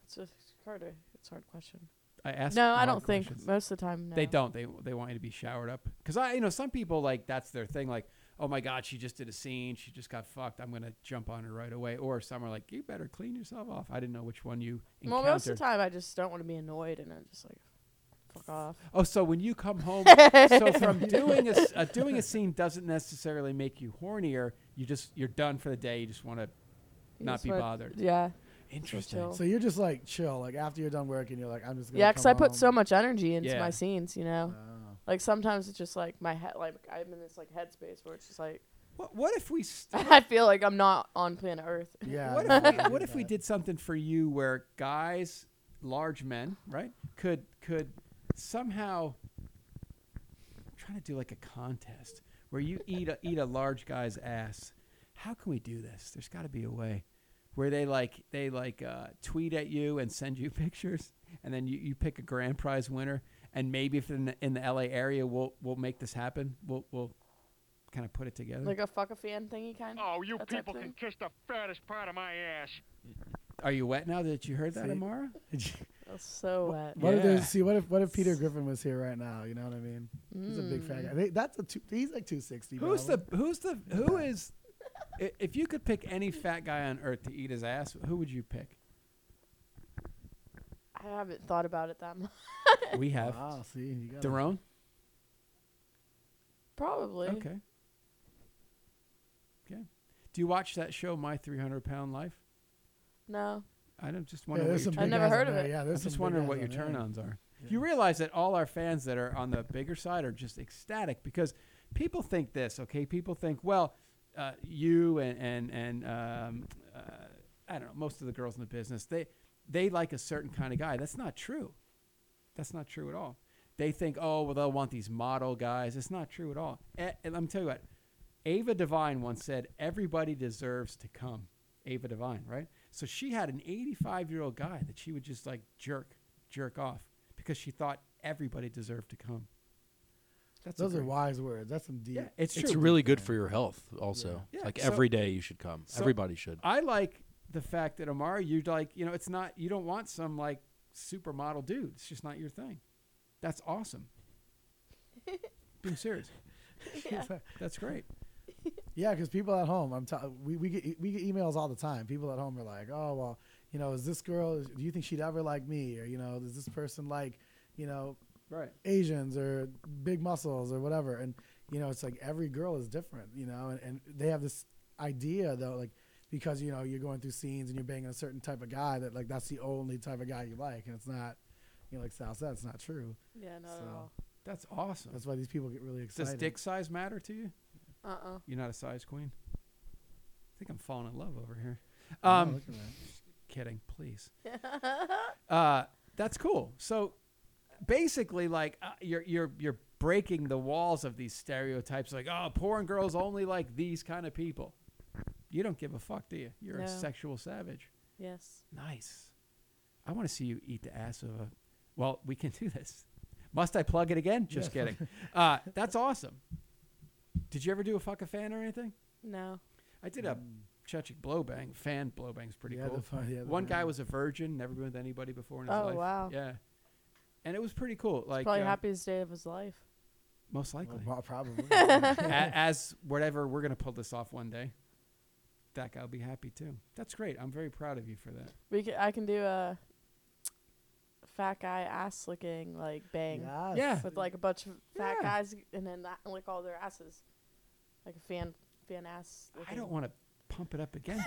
[SPEAKER 4] It's a harder. It's a hard question.
[SPEAKER 2] I asked.
[SPEAKER 4] no, I
[SPEAKER 2] hard
[SPEAKER 4] don't think
[SPEAKER 2] questions.
[SPEAKER 4] most of the time. No.
[SPEAKER 2] They don't. They they want you to be showered up because I you know some people like that's their thing. Like oh my god, she just did a scene, she just got fucked. I'm gonna jump on her right away. Or some are like you better clean yourself off. I didn't know which one you
[SPEAKER 4] Well,
[SPEAKER 2] encountered.
[SPEAKER 4] most of the time I just don't want to be annoyed, and I'm just like, fuck off.
[SPEAKER 2] Oh, so when you come home, so from doing a, s- uh, doing a scene doesn't necessarily make you hornier. You just you're done for the day. You just want to
[SPEAKER 4] You
[SPEAKER 2] Not
[SPEAKER 4] just
[SPEAKER 2] be
[SPEAKER 4] wanna-
[SPEAKER 2] bothered.
[SPEAKER 4] Yeah,
[SPEAKER 2] interesting.
[SPEAKER 4] chill.
[SPEAKER 3] So you're just like chill. Like after you're done working, you're like, I'm just gonna
[SPEAKER 4] Oh. yeah, because
[SPEAKER 3] come
[SPEAKER 4] I put
[SPEAKER 3] home.
[SPEAKER 4] so much energy into
[SPEAKER 2] Yeah.
[SPEAKER 4] my scenes, you know.
[SPEAKER 3] Oh.
[SPEAKER 4] Like sometimes it's just like my head, like I'm in this like headspace where it's just like
[SPEAKER 2] What what if we st-
[SPEAKER 4] I feel like I'm not on planet Earth.
[SPEAKER 3] Yeah.
[SPEAKER 2] what
[SPEAKER 3] no,
[SPEAKER 2] if
[SPEAKER 3] I
[SPEAKER 2] we, what
[SPEAKER 3] get
[SPEAKER 2] if we
[SPEAKER 3] that.
[SPEAKER 2] did something for you where guys, large men, right, could could somehow I'm trying to do like a contest where you eat a, eat a large guy's ass. How can we do this? There's got to be a way where they like they like uh, tweet at you and send you pictures, and then you, you pick a grand prize winner. And maybe if in the, in the LA area, we'll we'll make this happen. We'll we'll kind of put it together.
[SPEAKER 4] Like a fuck a fan thingy kind.
[SPEAKER 8] Oh, you
[SPEAKER 4] That type
[SPEAKER 8] people can
[SPEAKER 4] thing?
[SPEAKER 8] kiss the fattest part of my ass.
[SPEAKER 2] Are you wet now that you heard that,
[SPEAKER 3] See?
[SPEAKER 2] Amara?
[SPEAKER 4] That's so wet.
[SPEAKER 3] What if
[SPEAKER 2] Yeah.
[SPEAKER 3] there's see what if what if Peter Griffin was here right now? You know what I mean? He's a big
[SPEAKER 4] Mm.
[SPEAKER 3] fat guy. They, that's a two, he's like two sixty.
[SPEAKER 2] Who's the who's the who is i- if you could pick any fat guy on earth to eat his ass, who would you pick?
[SPEAKER 4] I haven't thought about it that much.
[SPEAKER 2] We have
[SPEAKER 3] Wow, see, you got
[SPEAKER 2] Daron.
[SPEAKER 4] Probably.
[SPEAKER 2] Okay. Okay. Do you watch that show, My 300 Pound Life?
[SPEAKER 4] No.
[SPEAKER 2] I don't just
[SPEAKER 3] Yeah,
[SPEAKER 2] wonder. what
[SPEAKER 3] there's
[SPEAKER 2] your
[SPEAKER 3] some
[SPEAKER 2] turn-
[SPEAKER 4] I've
[SPEAKER 3] big
[SPEAKER 4] never
[SPEAKER 3] guys
[SPEAKER 4] heard
[SPEAKER 3] on
[SPEAKER 4] of
[SPEAKER 3] there.
[SPEAKER 4] it.
[SPEAKER 3] Yeah,
[SPEAKER 2] I'm
[SPEAKER 3] there's
[SPEAKER 2] just
[SPEAKER 3] some big
[SPEAKER 2] wondering
[SPEAKER 3] guys
[SPEAKER 2] what your
[SPEAKER 3] on
[SPEAKER 2] turn
[SPEAKER 3] there.
[SPEAKER 2] ons are. You realize that all our fans that are on the bigger side are just ecstatic because people think this, okay? People think, well, uh, you and and and um, uh, I don't know, most of the girls in the business they they like a certain kind of guy. That's not true. That's not true at all. They think, oh, well, they'll want these model guys. It's not true at all. And, and let me tell you what. Ava Devine once said, everybody deserves to come. Ava Devine, right? So she had an 85 year old guy that she would just like jerk, jerk off because she thought everybody deserved to come. That's a
[SPEAKER 3] Those are
[SPEAKER 2] great-
[SPEAKER 3] wise words. That's some deep.
[SPEAKER 2] Yeah, it's true.
[SPEAKER 5] It's really good for your health, also.
[SPEAKER 2] Yeah. Yeah,
[SPEAKER 5] like
[SPEAKER 2] so-
[SPEAKER 5] every day you should come.
[SPEAKER 2] so-
[SPEAKER 5] Everybody should.
[SPEAKER 2] I like the fact that Amara, you like, you know, it's not, you don't want some like supermodel dude. It's just not your thing. That's awesome. Being serious. That's great.
[SPEAKER 3] Yeah, because people at home, I'm t- we we get we get emails all the time. People at home are like, oh well, you know, is this girl? Do you think she'd ever like me? Or you know, does this person like, you know,
[SPEAKER 2] Right.
[SPEAKER 3] Asians or big muscles or whatever? And you know, it's like every girl is different. You know, and, and they have this idea though, like because you know you're going through scenes and you're banging a certain type of guy that like that's the only type of guy you like, and it's not. You know, like Sal said, it's not true.
[SPEAKER 4] Yeah, not
[SPEAKER 3] So-
[SPEAKER 4] at all.
[SPEAKER 2] That's awesome.
[SPEAKER 3] That's why these people get really excited.
[SPEAKER 2] Does dick size matter to you?
[SPEAKER 4] Uh uh
[SPEAKER 2] You're not a size queen. I think I'm falling in love over here.
[SPEAKER 3] Yeah,
[SPEAKER 2] Um,
[SPEAKER 3] look at that.
[SPEAKER 2] kidding, please. uh, that's cool. So basically, like uh, you're you're you're breaking the walls of these stereotypes. Like, oh, porn girls only like these kind of people. You don't give a fuck, do you? You're a
[SPEAKER 4] No.
[SPEAKER 2] sexual savage.
[SPEAKER 4] Yes.
[SPEAKER 2] Nice. I want to see you eat the ass of a. Well, we can do this. Must I plug it again? Just kidding. Uh, that's awesome. Did you ever do a fuck a fan or anything?
[SPEAKER 4] No.
[SPEAKER 2] I did a Chechik blowbang. Fan blowbang's pretty
[SPEAKER 3] Mm. Yeah,
[SPEAKER 2] cool.
[SPEAKER 3] the fun- yeah, the
[SPEAKER 2] One guy
[SPEAKER 3] fun-
[SPEAKER 2] was a virgin, never been with anybody before in his
[SPEAKER 4] Oh,
[SPEAKER 2] life.
[SPEAKER 4] wow.
[SPEAKER 2] Yeah, and it was pretty cool. Like
[SPEAKER 4] Probably
[SPEAKER 2] uh,
[SPEAKER 4] happiest day of his life.
[SPEAKER 2] most
[SPEAKER 3] Well,
[SPEAKER 2] likely,
[SPEAKER 3] pro- probably.
[SPEAKER 2] A- as whatever we're gonna pull this off one day. That guy'll be happy too. That's great. I'm very proud of you for that.
[SPEAKER 4] We can, I can do a fat guy ass licking like bang
[SPEAKER 3] Yes.
[SPEAKER 2] Yeah.
[SPEAKER 4] with like a bunch of fat
[SPEAKER 2] Yeah.
[SPEAKER 4] guys and then that, lick all their asses, like a fan fan ass. Licking.
[SPEAKER 2] I don't want to pump it up again.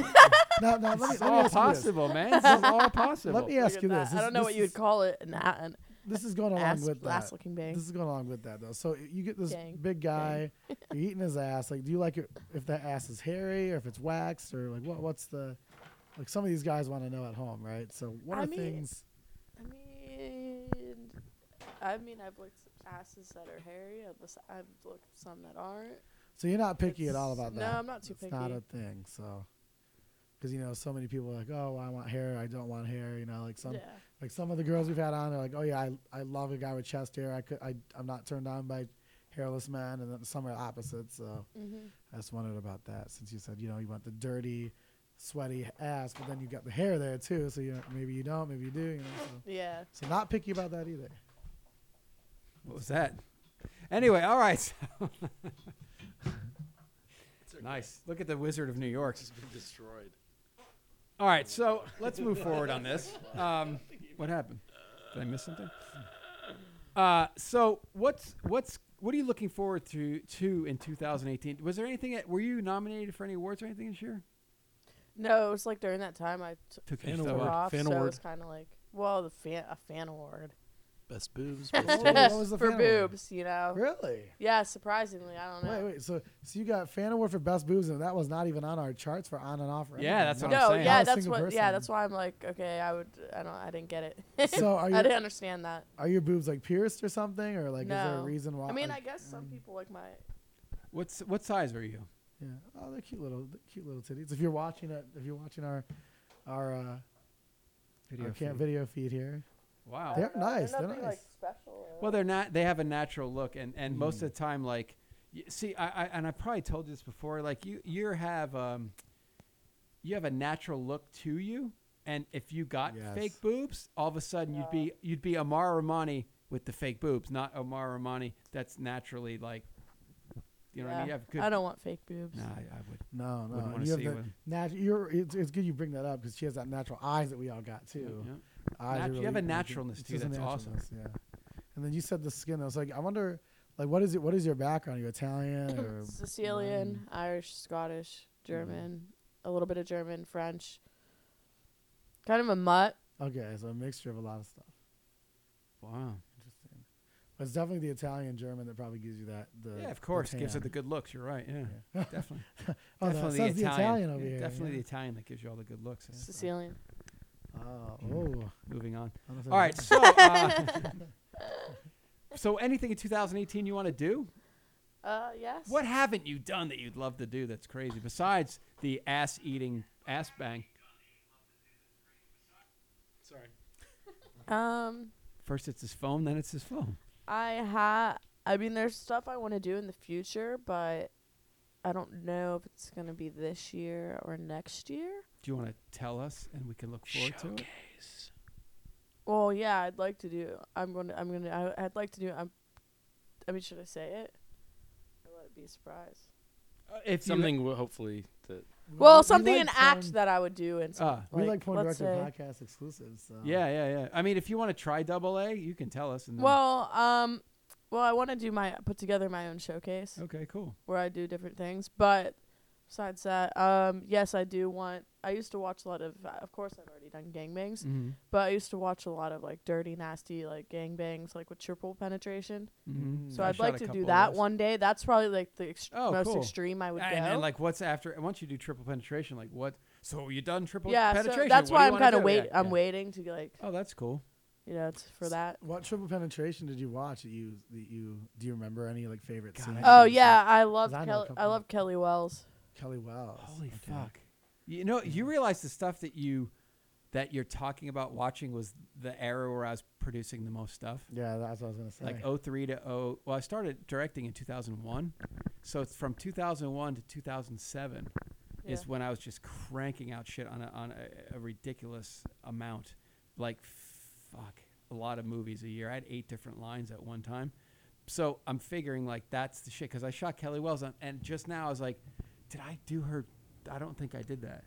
[SPEAKER 3] Now, now let me,
[SPEAKER 2] It's
[SPEAKER 3] let me
[SPEAKER 2] all
[SPEAKER 3] ask you this.
[SPEAKER 2] possible, man. This is all possible.
[SPEAKER 3] Let me
[SPEAKER 4] Look
[SPEAKER 3] ask
[SPEAKER 4] at
[SPEAKER 3] you
[SPEAKER 4] that.
[SPEAKER 3] this.
[SPEAKER 4] I don't know what you would
[SPEAKER 3] is-
[SPEAKER 4] call it. An, a- an
[SPEAKER 3] This is going along
[SPEAKER 4] ass,
[SPEAKER 3] with that.
[SPEAKER 4] ass looking bang.
[SPEAKER 3] This is going along with that though. So you get this
[SPEAKER 4] Dang.
[SPEAKER 3] big guy, you're eating his ass. Like, do you like it if that ass is hairy or if it's waxed or like what? What's the like? Some of these guys want to know at home, right? So what
[SPEAKER 4] I
[SPEAKER 3] are
[SPEAKER 4] mean-
[SPEAKER 3] things?
[SPEAKER 4] I mean, I mean, I've looked asses that are hairy. I've lis- I've looked some that aren't.
[SPEAKER 3] So you're not picky at all
[SPEAKER 4] It's-
[SPEAKER 3] about
[SPEAKER 4] no,
[SPEAKER 3] that.
[SPEAKER 4] I'm not too
[SPEAKER 3] it's Not
[SPEAKER 4] picky.
[SPEAKER 3] a thing. So because you know, so many people are like, oh, well, I want hair. I don't want hair. You know, like some
[SPEAKER 4] yeah,
[SPEAKER 3] like some of the girls we've had on are like, oh yeah, I, I love a guy with chest hair. I could I I'm not turned on by hairless men, and then some are opposite. So I just wondered about that since you said you know you want the dirty, sweaty ass, but then you got the hair there too. So you know, maybe you don't, maybe you do. You know, so.
[SPEAKER 4] yeah.
[SPEAKER 3] so not picky about that either.
[SPEAKER 2] What was that? Anyway, all right. so- Nice. Look at the Wizard of New York.
[SPEAKER 5] been destroyed.
[SPEAKER 2] All right, so let's move forward on this. Um, what happened? Did I miss something? Uh, so what's what's what are you looking forward to to in 2018? Was there anything? At, were you nominated for any awards or anything this year?
[SPEAKER 4] No, it was like during that time I t-
[SPEAKER 2] Took
[SPEAKER 5] Fan
[SPEAKER 4] took
[SPEAKER 5] award.
[SPEAKER 4] off,
[SPEAKER 5] Fan
[SPEAKER 4] so it
[SPEAKER 5] award.
[SPEAKER 4] was kind of like, well, the fan a fan award
[SPEAKER 5] Best boobs.
[SPEAKER 3] What
[SPEAKER 5] Best
[SPEAKER 3] was- what was the
[SPEAKER 4] for
[SPEAKER 3] fan award?
[SPEAKER 4] boobs, you know.
[SPEAKER 3] Really?
[SPEAKER 4] Yeah, surprisingly, I don't know.
[SPEAKER 3] Wait, wait. So so you got fan award for best boobs, and that was not even on our charts for on and off. Or
[SPEAKER 2] Yeah,
[SPEAKER 3] anything,
[SPEAKER 2] that's what I'm
[SPEAKER 4] No,
[SPEAKER 2] saying.
[SPEAKER 4] yeah,
[SPEAKER 3] Not a
[SPEAKER 4] that's
[SPEAKER 3] single
[SPEAKER 4] what. Yeah,
[SPEAKER 3] person.
[SPEAKER 4] that's why I'm like, okay, I would, I don't, I didn't get it.
[SPEAKER 3] So are
[SPEAKER 4] I
[SPEAKER 3] you-
[SPEAKER 4] didn't understand that.
[SPEAKER 3] Are your boobs like pierced or something, or like is there a
[SPEAKER 4] No.
[SPEAKER 3] reason why?
[SPEAKER 4] I mean, I
[SPEAKER 3] like-
[SPEAKER 4] guess some people like my.
[SPEAKER 2] What's what size were you?
[SPEAKER 3] Yeah. Oh, they're cute little, they're cute little titties. If you're watching it, if you're watching our, our, uh, our
[SPEAKER 2] feed.
[SPEAKER 3] camp video feed here,
[SPEAKER 2] Wow.
[SPEAKER 3] They're nice, they're
[SPEAKER 4] nothing, like,
[SPEAKER 3] nice.
[SPEAKER 4] special. or-
[SPEAKER 2] Well, they're not. They have a natural look, and and most
[SPEAKER 3] Mm.
[SPEAKER 2] of the time, like, y- see, I, I and I probably told you this before. Like, you you have um, you have a natural look to you, and if you got
[SPEAKER 3] Yes.
[SPEAKER 2] fake boobs, all of a sudden you'd be you'd be Amar Romani with the fake boobs, not Amar Romani that's naturally like, you know, what I
[SPEAKER 4] Yeah,
[SPEAKER 2] mean, you have good.
[SPEAKER 4] I don't want fake boobs.
[SPEAKER 2] Nah, I, I would.
[SPEAKER 3] no, no,
[SPEAKER 2] Wouldn't
[SPEAKER 3] and
[SPEAKER 2] wanna
[SPEAKER 3] you have
[SPEAKER 2] see
[SPEAKER 3] the
[SPEAKER 2] one.
[SPEAKER 3] nat- you're, it's, it's good you bring that up because she has that natural eyes that we all got too.
[SPEAKER 2] yeah.
[SPEAKER 3] Eyes are
[SPEAKER 2] Nat- you have a
[SPEAKER 3] really-
[SPEAKER 2] naturalness,
[SPEAKER 3] it's
[SPEAKER 2] too,
[SPEAKER 3] just a
[SPEAKER 2] that's awesome.
[SPEAKER 3] naturalness, Yeah. And then you said the skin. I was like, I wonder, Like, what is it? What is your background? Are you Italian or
[SPEAKER 4] Sicilian, Irish, Scottish,
[SPEAKER 3] Mm.
[SPEAKER 4] German, a little bit of German, French. Kind of a mutt.
[SPEAKER 3] Okay, so a mixture of a lot of stuff.
[SPEAKER 5] Wow.
[SPEAKER 3] Interesting. But it's definitely the Italian German that probably gives you that. The,
[SPEAKER 2] yeah, of course. Gives it the
[SPEAKER 3] tan.
[SPEAKER 2] good looks. You're right. Yeah.
[SPEAKER 3] Yeah.
[SPEAKER 2] Definitely.
[SPEAKER 3] oh, that
[SPEAKER 2] definitely
[SPEAKER 3] says
[SPEAKER 2] the Italian.
[SPEAKER 3] over
[SPEAKER 2] Yeah,
[SPEAKER 3] here.
[SPEAKER 2] Definitely the
[SPEAKER 3] yeah.
[SPEAKER 2] Italian that gives you all the good looks. yeah.
[SPEAKER 4] Sicilian.
[SPEAKER 3] Oh, oh.
[SPEAKER 2] Moving on.
[SPEAKER 3] I don't know if I
[SPEAKER 2] All right. So, uh, so anything in 2018 you want to do?
[SPEAKER 4] Uh, yes.
[SPEAKER 2] What haven't you done that you'd love to do that's crazy besides the ass eating ass bang?
[SPEAKER 4] Um,
[SPEAKER 2] First it's his phone, then it's his phone.
[SPEAKER 4] I ha. I mean, there's stuff I want to do in the future, but I don't know if it's gonna be this year or next year.
[SPEAKER 2] Do you want to tell us and we can look forward to it?
[SPEAKER 4] Well, yeah, I'd like to do. I'm going to. I'm going to. I'd like to do. I'm. I mean, should I say it? Or let it be a surprise.
[SPEAKER 2] Uh, if you-
[SPEAKER 5] Something will hopefully that
[SPEAKER 4] Well,
[SPEAKER 3] we
[SPEAKER 4] something
[SPEAKER 3] like
[SPEAKER 4] an act
[SPEAKER 3] porn-
[SPEAKER 4] that I would do and
[SPEAKER 2] Ah,
[SPEAKER 3] We like, Porn
[SPEAKER 4] let's
[SPEAKER 3] Director
[SPEAKER 4] say-
[SPEAKER 3] podcast exclusives. So.
[SPEAKER 2] yeah, yeah, yeah. I mean, if you want to try double A, you can tell us. And then-
[SPEAKER 4] Well, um, well, I want to do my put together my own showcase
[SPEAKER 2] okay, cool.
[SPEAKER 4] where I do different things. But besides that, um, yes, I do want. I used to watch a lot of. uh, Of course, I've already done gangbangs,
[SPEAKER 2] Mm-hmm.
[SPEAKER 4] but I used to watch a lot of like dirty, nasty, like gangbangs, like with triple penetration.
[SPEAKER 2] Mm-hmm.
[SPEAKER 4] So I'd like to do that one day. That's probably like the ext-
[SPEAKER 2] Oh,
[SPEAKER 4] most
[SPEAKER 2] cool.
[SPEAKER 4] extreme I would
[SPEAKER 2] And,
[SPEAKER 4] go.
[SPEAKER 2] and like, what's after? Once you do triple penetration, like what? So you done triple
[SPEAKER 4] yeah, so
[SPEAKER 2] penetration?
[SPEAKER 4] that's
[SPEAKER 2] what do
[SPEAKER 4] why
[SPEAKER 2] you
[SPEAKER 4] I'm
[SPEAKER 2] wanna
[SPEAKER 4] kind of
[SPEAKER 2] do?
[SPEAKER 4] wait.
[SPEAKER 2] Yeah,
[SPEAKER 4] I'm
[SPEAKER 2] yeah.
[SPEAKER 4] waiting to like
[SPEAKER 2] Oh, that's cool.
[SPEAKER 4] you know it's for that.
[SPEAKER 3] What triple penetration did you watch? That you that you do you remember any like favorite
[SPEAKER 2] God,
[SPEAKER 3] scenes?
[SPEAKER 2] I
[SPEAKER 4] Oh
[SPEAKER 3] from-
[SPEAKER 4] yeah, I love
[SPEAKER 3] 'Cause I know a
[SPEAKER 4] Kelly. I
[SPEAKER 3] couple.
[SPEAKER 4] love Kelly Wells.
[SPEAKER 3] Kelly Wells.
[SPEAKER 2] Holy
[SPEAKER 3] Okay.
[SPEAKER 2] fuck! Oh, You know, you realize the stuff that you that you're talking about watching was the era where I was producing the most stuff.
[SPEAKER 3] Yeah, that's what I was gonna say.
[SPEAKER 2] Like oh. 03 to 0. Well, I started directing in 2001. So it's from 2001 to 2007 is
[SPEAKER 4] Yeah.
[SPEAKER 2] when I was just cranking out shit on a, on a, a ridiculous amount. Like, fuck, a lot of movies a year. I had eight different lines at one time. So I'm figuring, like, that's the shit. Because I shot Kelly Wells, on, and just now I was like, did I do her? I don't think I did that.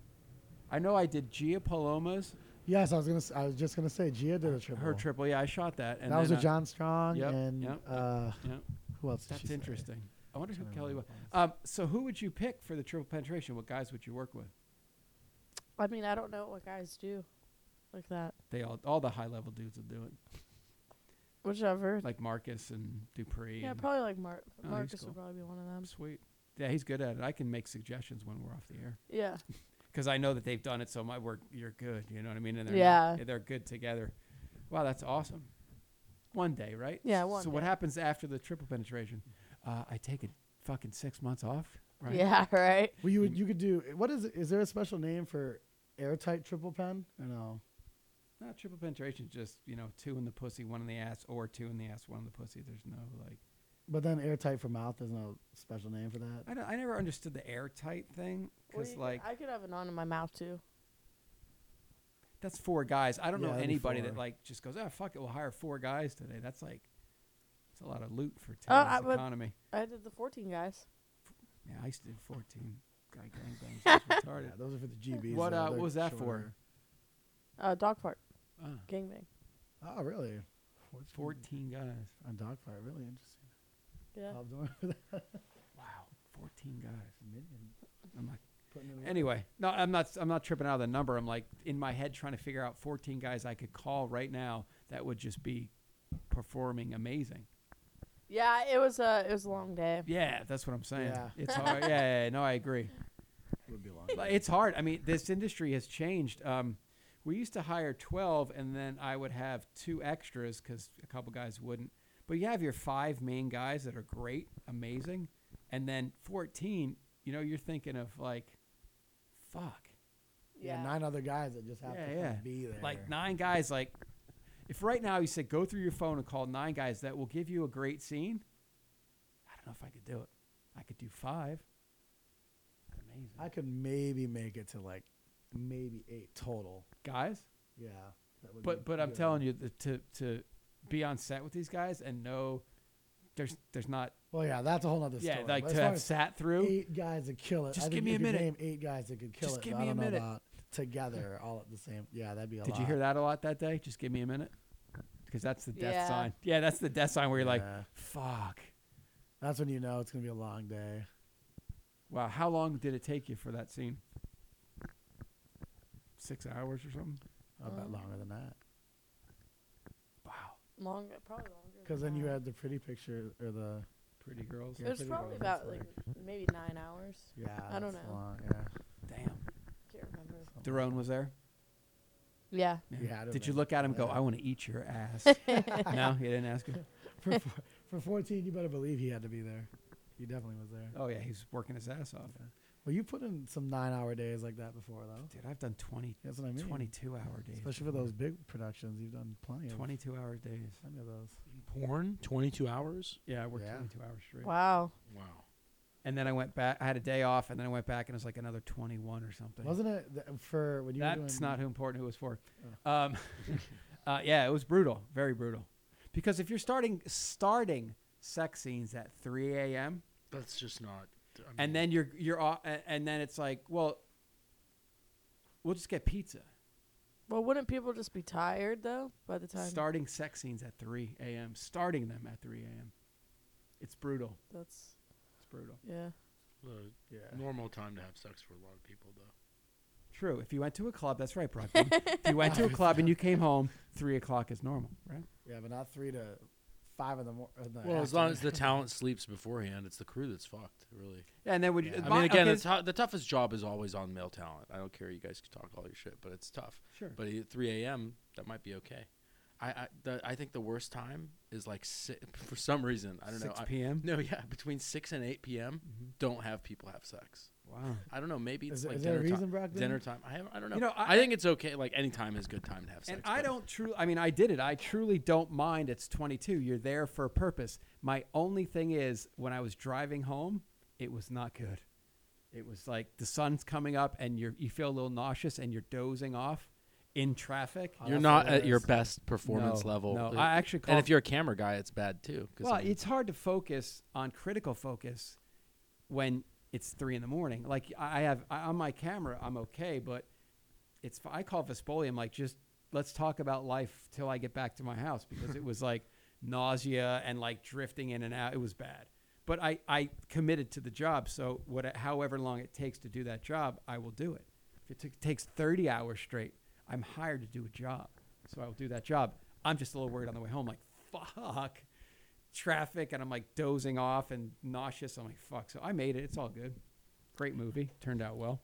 [SPEAKER 2] I know I did Gia Paloma's,
[SPEAKER 3] yes, I was gonna. s- I was just gonna say Gia did a triple.
[SPEAKER 2] her triple. Yeah, I shot that. And
[SPEAKER 3] that was
[SPEAKER 2] then,
[SPEAKER 3] with
[SPEAKER 2] uh,
[SPEAKER 3] John Strong
[SPEAKER 2] yep,
[SPEAKER 3] and
[SPEAKER 2] yep.
[SPEAKER 3] uh,
[SPEAKER 2] yeah.
[SPEAKER 3] who else? did she
[SPEAKER 2] That's
[SPEAKER 3] say?
[SPEAKER 2] interesting. I wonder who
[SPEAKER 3] Turn
[SPEAKER 2] Kelly was.
[SPEAKER 3] around.
[SPEAKER 2] Um, so who would you pick for the triple penetration? What guys would you work with?
[SPEAKER 4] I mean, I don't know what guys do like that.
[SPEAKER 2] They all, all the high level dudes will do it,
[SPEAKER 4] Whichever.
[SPEAKER 2] like Marcus and Dupree.
[SPEAKER 4] yeah,
[SPEAKER 2] and
[SPEAKER 4] probably like Mark.
[SPEAKER 2] Oh, he's
[SPEAKER 4] Marcus
[SPEAKER 2] cool.
[SPEAKER 4] would probably be one of them.
[SPEAKER 2] Sweet. Yeah, he's good at it. I can make suggestions when we're off the air
[SPEAKER 4] Yeah.
[SPEAKER 2] because I know that they've done it. So my work, you're good. You know what I mean? And they're
[SPEAKER 4] Yeah.
[SPEAKER 2] they're good together. Wow, that's awesome. One day, right?
[SPEAKER 4] Yeah,
[SPEAKER 2] S-
[SPEAKER 4] one
[SPEAKER 2] So what
[SPEAKER 4] day.
[SPEAKER 2] happens after the triple penetration? Uh, I take a fucking six months off. Right?
[SPEAKER 4] Yeah. Right.
[SPEAKER 3] Well, you would you could do what is it- is there a special name for airtight triple pen? I know.
[SPEAKER 2] Not triple penetration, just you know, two in the pussy, one in the ass, or two in the ass, one in the pussy. There's no like.
[SPEAKER 3] But then airtight for mouth. There's no special name for that.
[SPEAKER 2] I, don't, I never understood the airtight thing
[SPEAKER 4] Well,
[SPEAKER 2] because
[SPEAKER 4] you could-
[SPEAKER 2] like
[SPEAKER 4] I could have an on in my mouth too.
[SPEAKER 2] that's four guys. I don't
[SPEAKER 3] Yeah,
[SPEAKER 2] know
[SPEAKER 3] that'd be
[SPEAKER 2] anybody that
[SPEAKER 3] four.
[SPEAKER 2] like just goes, oh fuck it, we'll hire four guys today. That's like it's a lot of loot for today's
[SPEAKER 4] Oh, I would-
[SPEAKER 2] economy.
[SPEAKER 4] I did the 14 guys.
[SPEAKER 2] Yeah, I used to do fourteen guy gangbangs. That's
[SPEAKER 3] Yeah,
[SPEAKER 2] retarded.
[SPEAKER 3] those are for the GBs.
[SPEAKER 2] What,
[SPEAKER 3] though.
[SPEAKER 2] uh,
[SPEAKER 3] They're
[SPEAKER 2] what was that for?
[SPEAKER 3] shorter.
[SPEAKER 4] Uh, dog park,
[SPEAKER 2] Ah,
[SPEAKER 4] gangbang.
[SPEAKER 3] Oh, really?
[SPEAKER 2] fourteen guys.
[SPEAKER 3] on dogfight. Really interesting.
[SPEAKER 4] Yeah.
[SPEAKER 3] Bob Dorn for that.
[SPEAKER 2] Wow, fourteen guys.
[SPEAKER 3] Minion.
[SPEAKER 2] I'm like,
[SPEAKER 3] Putting in work.
[SPEAKER 2] anyway, no, I'm not. I'm not tripping out of the number. I'm like in my head trying to figure out fourteen guys I could call right now that would just be performing amazing.
[SPEAKER 4] Yeah. It was a it was a long day.
[SPEAKER 2] Yeah, that's what I'm saying.
[SPEAKER 3] Yeah.
[SPEAKER 2] It's hard. Yeah, yeah, yeah, no, I agree.
[SPEAKER 3] would be long.
[SPEAKER 2] But it's hard. I mean, this industry has changed. Um, we used to hire 12, and then I would have two extras because a couple guys wouldn't. But you have your five main guys that are great, amazing, and then 14. You know, you're thinking of like, fuck,
[SPEAKER 3] yeah. nine other guys that just have
[SPEAKER 2] Yeah,
[SPEAKER 3] to
[SPEAKER 2] yeah.
[SPEAKER 3] yeah. be there.
[SPEAKER 2] like nine guys. Like, if right now you said go through your phone and call nine guys that will give you a great scene, I don't know if I could do it. I could do five. Amazing
[SPEAKER 3] I could maybe make it to like maybe eight total.
[SPEAKER 2] guys.
[SPEAKER 3] Yeah. That would
[SPEAKER 2] But
[SPEAKER 3] be
[SPEAKER 2] but I'm
[SPEAKER 3] good.
[SPEAKER 2] telling you that to to be on set with these guys and know there's there's not
[SPEAKER 3] Well, yeah, that's a whole other
[SPEAKER 2] yeah
[SPEAKER 3] story.
[SPEAKER 2] like
[SPEAKER 3] But as
[SPEAKER 2] to
[SPEAKER 3] far
[SPEAKER 2] have
[SPEAKER 3] as
[SPEAKER 2] sat through
[SPEAKER 3] eight guys that kill it.
[SPEAKER 2] Just
[SPEAKER 3] I
[SPEAKER 2] give
[SPEAKER 3] think
[SPEAKER 2] me
[SPEAKER 3] you
[SPEAKER 2] a
[SPEAKER 3] could
[SPEAKER 2] minute.
[SPEAKER 3] Name eight guys that could kill
[SPEAKER 2] Just
[SPEAKER 3] it.
[SPEAKER 2] give
[SPEAKER 3] but
[SPEAKER 2] me
[SPEAKER 3] I
[SPEAKER 2] a
[SPEAKER 3] don't know
[SPEAKER 2] minute.
[SPEAKER 3] about together all at the same. Yeah, that'd be a
[SPEAKER 2] did
[SPEAKER 3] lot.
[SPEAKER 2] you hear that a lot that day just give me a minute because that's the death
[SPEAKER 4] Yeah.
[SPEAKER 2] sign yeah that's the death sign where you're like
[SPEAKER 3] Yeah.
[SPEAKER 2] fuck
[SPEAKER 3] That's when you know it's gonna be a long day.
[SPEAKER 2] Wow, how long did it take you for that scene? Six hours or something?
[SPEAKER 3] I bet
[SPEAKER 2] Oh.
[SPEAKER 4] Um,
[SPEAKER 3] longer than that.
[SPEAKER 2] Wow,
[SPEAKER 4] Longer, probably longer. than
[SPEAKER 3] Because then you
[SPEAKER 4] that.
[SPEAKER 3] had the pretty picture or the
[SPEAKER 2] pretty girls.
[SPEAKER 4] It was
[SPEAKER 3] pretty
[SPEAKER 4] probably
[SPEAKER 3] well, that's
[SPEAKER 4] about like
[SPEAKER 3] like-
[SPEAKER 4] maybe nine hours.
[SPEAKER 3] yeah.
[SPEAKER 4] I don't
[SPEAKER 3] that's
[SPEAKER 4] know.
[SPEAKER 3] Long, yeah.
[SPEAKER 2] Damn,
[SPEAKER 4] Can't remember.
[SPEAKER 2] Daron was there.
[SPEAKER 4] Yeah.
[SPEAKER 3] You had to
[SPEAKER 2] Did
[SPEAKER 3] have
[SPEAKER 2] you
[SPEAKER 3] been.
[SPEAKER 2] look at him? and Go,
[SPEAKER 3] Yeah.
[SPEAKER 2] I want to eat your ass. no, you didn't ask him.
[SPEAKER 3] for, fo- for 14, you better believe he had to be there. He definitely was there.
[SPEAKER 2] Oh yeah, he's working his ass off.
[SPEAKER 3] Well, you put in some nine-hour days like that before, though.
[SPEAKER 2] Dude, I've done 20,
[SPEAKER 3] That's what I mean.
[SPEAKER 2] 22 hour days,
[SPEAKER 3] Especially for those big productions, you've done plenty of
[SPEAKER 2] 22 hour days.
[SPEAKER 3] plenty of those.
[SPEAKER 5] Porn? 22 hours?
[SPEAKER 2] Yeah, I worked
[SPEAKER 3] Yeah.
[SPEAKER 2] 22 hours straight.
[SPEAKER 4] Wow.
[SPEAKER 5] Wow.
[SPEAKER 2] And then I went back. I had a day off, and then I went back, and it was like another 21 or something.
[SPEAKER 3] Wasn't it th- for when you were
[SPEAKER 2] That's
[SPEAKER 3] doing?
[SPEAKER 2] not who important who it was for. Um, uh, yeah, it was brutal, very brutal. Because if you're starting starting sex scenes at 3 a.m.
[SPEAKER 5] That's just not.
[SPEAKER 2] and then you're you're off, and then it's like, well, we'll just get pizza.
[SPEAKER 4] Well, wouldn't people just be tired though by the time?
[SPEAKER 2] Starting sex scenes at 3 a.m. Starting them at 3 a.m. It's brutal.
[SPEAKER 4] That's
[SPEAKER 2] It's brutal.
[SPEAKER 4] yeah.
[SPEAKER 9] The
[SPEAKER 3] Yeah.
[SPEAKER 9] normal time to have sex for a lot of people, though.
[SPEAKER 2] True. If you went to a club, that's right, Brockton. if you went to a club and you came home, three o'clock is normal, right?
[SPEAKER 3] Yeah, but not three to five in the morning.
[SPEAKER 5] well, as long as the talent sleeps beforehand, it's the crew that's fucked, really.
[SPEAKER 2] Yeah, and then would you,
[SPEAKER 5] I
[SPEAKER 2] my-
[SPEAKER 5] mean, again,
[SPEAKER 2] okay,
[SPEAKER 5] the, tou- the toughest job is always on male talent. I don't care. You guys can talk all your shit, but it's tough.
[SPEAKER 2] Sure.
[SPEAKER 5] But at 3 a.m., that might be okay. I I, the, I think the worst time is like si- for some reason I don't know.
[SPEAKER 2] 6
[SPEAKER 5] I-
[SPEAKER 2] p.m.?
[SPEAKER 5] no, yeah, between 6 and 8 p.m.
[SPEAKER 2] Mm-hmm.
[SPEAKER 5] Don't have people have sex.
[SPEAKER 2] wow.
[SPEAKER 5] I don't know. Maybe it's
[SPEAKER 3] Is there-
[SPEAKER 5] like
[SPEAKER 3] is there a
[SPEAKER 5] dinner
[SPEAKER 3] reason,
[SPEAKER 5] time.
[SPEAKER 3] Brock,
[SPEAKER 5] Dinner
[SPEAKER 3] then?
[SPEAKER 5] time. I, have, I don't know.
[SPEAKER 2] You know, I-
[SPEAKER 5] I, think it's okay. Like any time is good time to have sex.
[SPEAKER 2] And I
[SPEAKER 5] but-
[SPEAKER 2] don't truly, I mean, I did it. I truly don't mind. It's 22. You're there for a purpose. My only thing is when I was driving home, it was not good. It was like the sun's coming up and you're, you feel a little nauseous and you're dozing off in traffic.
[SPEAKER 3] Oh,
[SPEAKER 5] You're
[SPEAKER 3] that's
[SPEAKER 5] not
[SPEAKER 3] the
[SPEAKER 5] at your
[SPEAKER 3] worst.
[SPEAKER 5] best performance
[SPEAKER 2] No,
[SPEAKER 5] level.
[SPEAKER 2] no.
[SPEAKER 5] Uh,
[SPEAKER 2] I actually
[SPEAKER 5] and
[SPEAKER 2] call-
[SPEAKER 5] if you're a camera guy, it's bad too. 'cause,
[SPEAKER 2] Well,
[SPEAKER 5] I mean,
[SPEAKER 2] it's hard to focus on critical focus when it's three in the morning. Like I I have I, on my camera, I'm okay, but it's fi- I call Vespoli. I'm like, just let's talk about life till I get back to my house because it was like nausea and like drifting in and out. It was bad. But I, I committed to the job, so what, however long it takes to do that job, I will do it. If it t- takes 30 hours straight, I'm hired to do a job, so I will do that job. I'm just a little worried on the way home, like fuck traffic, and I'm like dozing off and nauseous. I'm like fuck. So I made it. It's all good. Great movie. Turned out well.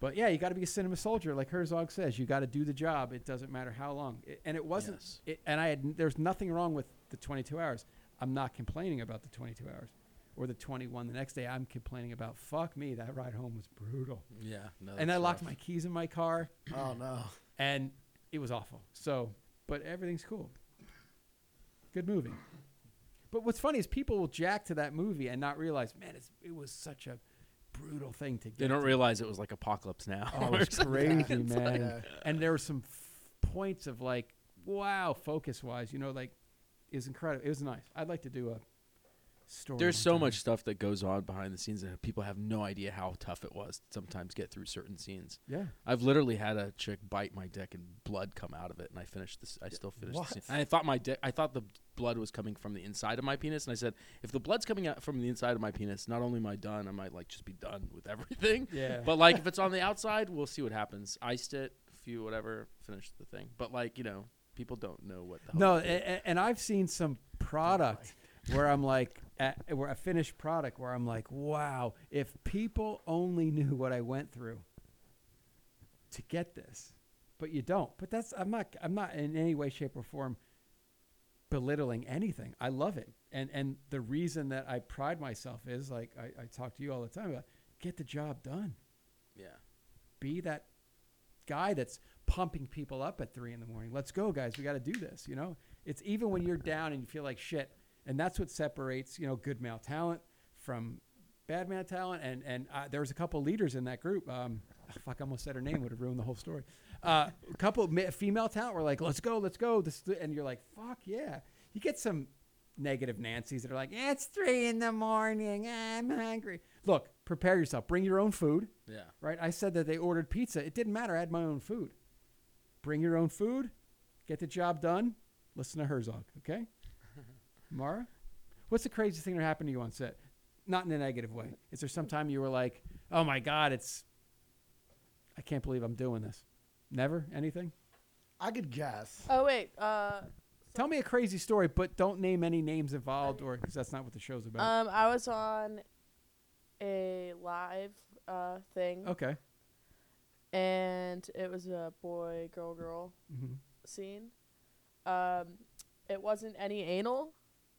[SPEAKER 2] But yeah, you got to be a cinema soldier, like Herzog says. You got to do the job. It doesn't matter how long. It, and it wasn't.
[SPEAKER 5] Yes.
[SPEAKER 2] It, and I had. There's nothing wrong with the 22 hours. I'm not complaining about the 22 hours, or the 21 the next day. I'm complaining about fuck me. That ride home was brutal.
[SPEAKER 5] yeah. No,
[SPEAKER 2] and I
[SPEAKER 5] that's
[SPEAKER 2] locked
[SPEAKER 5] rough.
[SPEAKER 2] my keys in my car,
[SPEAKER 3] Oh no.
[SPEAKER 2] and it was awful. So, but everything's cool. Good movie. But what's funny is people will jack to that movie and not realize, man, it's, it was such a brutal thing to get.
[SPEAKER 5] They don't
[SPEAKER 2] to.
[SPEAKER 5] realize it was like apocalypse now.
[SPEAKER 2] Oh,
[SPEAKER 5] or
[SPEAKER 2] it's
[SPEAKER 5] something.
[SPEAKER 2] crazy, man.
[SPEAKER 3] Yeah.
[SPEAKER 2] And there were some f- points of like, wow, focus wise, you know, like, is incredible. It was nice. I'd like to do a story.
[SPEAKER 5] There's
[SPEAKER 2] one
[SPEAKER 5] so
[SPEAKER 2] time.
[SPEAKER 5] much stuff that goes on behind the scenes that people have no idea how tough it was to sometimes get through certain scenes.
[SPEAKER 2] Yeah.
[SPEAKER 5] I've literally had a chick bite my dick and blood come out of it, and I finished this. I still finished
[SPEAKER 3] What?
[SPEAKER 5] the scene. And I thought my dick, I thought the blood was coming from the inside of my penis, and I said, if the blood's coming out from the inside of my penis, not only am I done, I might like just be done with everything.
[SPEAKER 2] Yeah.
[SPEAKER 5] But like if it's on the outside, we'll see what happens. Iced it, few whatever, finished the thing. But like you know, people don't know what the hell
[SPEAKER 2] No,
[SPEAKER 5] they did.
[SPEAKER 2] and, and I've seen some product where I'm like, at, where a finished product where I'm like, wow, if people only knew what I went through to get this, but you don't. But that's I'm not I'm not in any way, shape, or form belittling anything. I love it, and and the reason that I pride myself is like I, I talk to you all the time about get the job done
[SPEAKER 5] yeah.
[SPEAKER 2] be that guy that's pumping people up at three in the morning. Let's go, guys. We got to do this. You know, it's even when you're down and you feel like shit, and that's what separates you know good male talent from bad male talent. And and uh, there was a couple leaders in that group. Um, fuck, I almost said her name would have ruined the whole story. Uh, a couple of ma- female talent were like, "Let's go, let's go," this, and you're like, "Fuck yeah!" You get some negative Nancy's that are like, "It's three in the morning. I'm hungry." Look, prepare yourself. Bring your own food
[SPEAKER 5] Yeah.
[SPEAKER 2] right? I said that they ordered pizza. It didn't matter. I had my own food. Bring your own food, get the job done. Listen to Herzog, okay? Mara, What's the craziest thing that happened to you on set? Not in a negative way. Is there some time you were like, oh my God, it's, I can't believe I'm doing this? Never? Anything?
[SPEAKER 3] I could guess.
[SPEAKER 4] Oh wait, uh,
[SPEAKER 2] Tell me a crazy story, but don't name any names involved or because that's not what the show's about.
[SPEAKER 4] um, I was on a live uh thing,
[SPEAKER 2] okay.
[SPEAKER 4] and it was a boy girl girl
[SPEAKER 2] hmm
[SPEAKER 4] scene. Um, it wasn't any anal,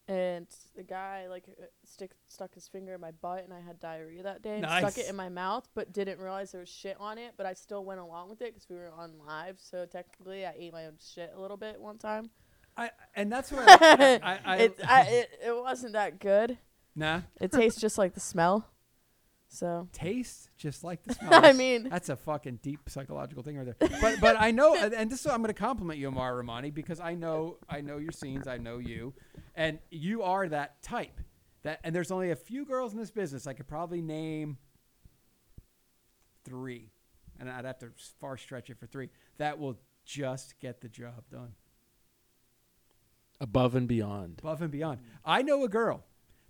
[SPEAKER 4] and the guy like uh, stick stuck his finger in my butt, and I had diarrhea that day, and stuck
[SPEAKER 2] Nice.
[SPEAKER 4] it in my mouth, but didn't realize there was shit on it. But I still went along with it because we were on live, so technically I ate my own shit a little bit one time.
[SPEAKER 2] I, and that's what I, I, I,
[SPEAKER 4] it, I, it it wasn't that good.
[SPEAKER 2] nah
[SPEAKER 4] It tastes just like the smell. So
[SPEAKER 2] taste just like the smell.
[SPEAKER 4] I mean,
[SPEAKER 2] That's a fucking deep psychological thing right there. But but I know, and- and this is I'm going to compliment you, Amara Romani, because I know I know your scenes, I know you, and you are that type. That and there's only a few girls in this business. I could probably name three, and I'd have to s- far stretch it for three. That will just get the job done
[SPEAKER 5] Above and beyond.
[SPEAKER 2] above and beyond. I know a girl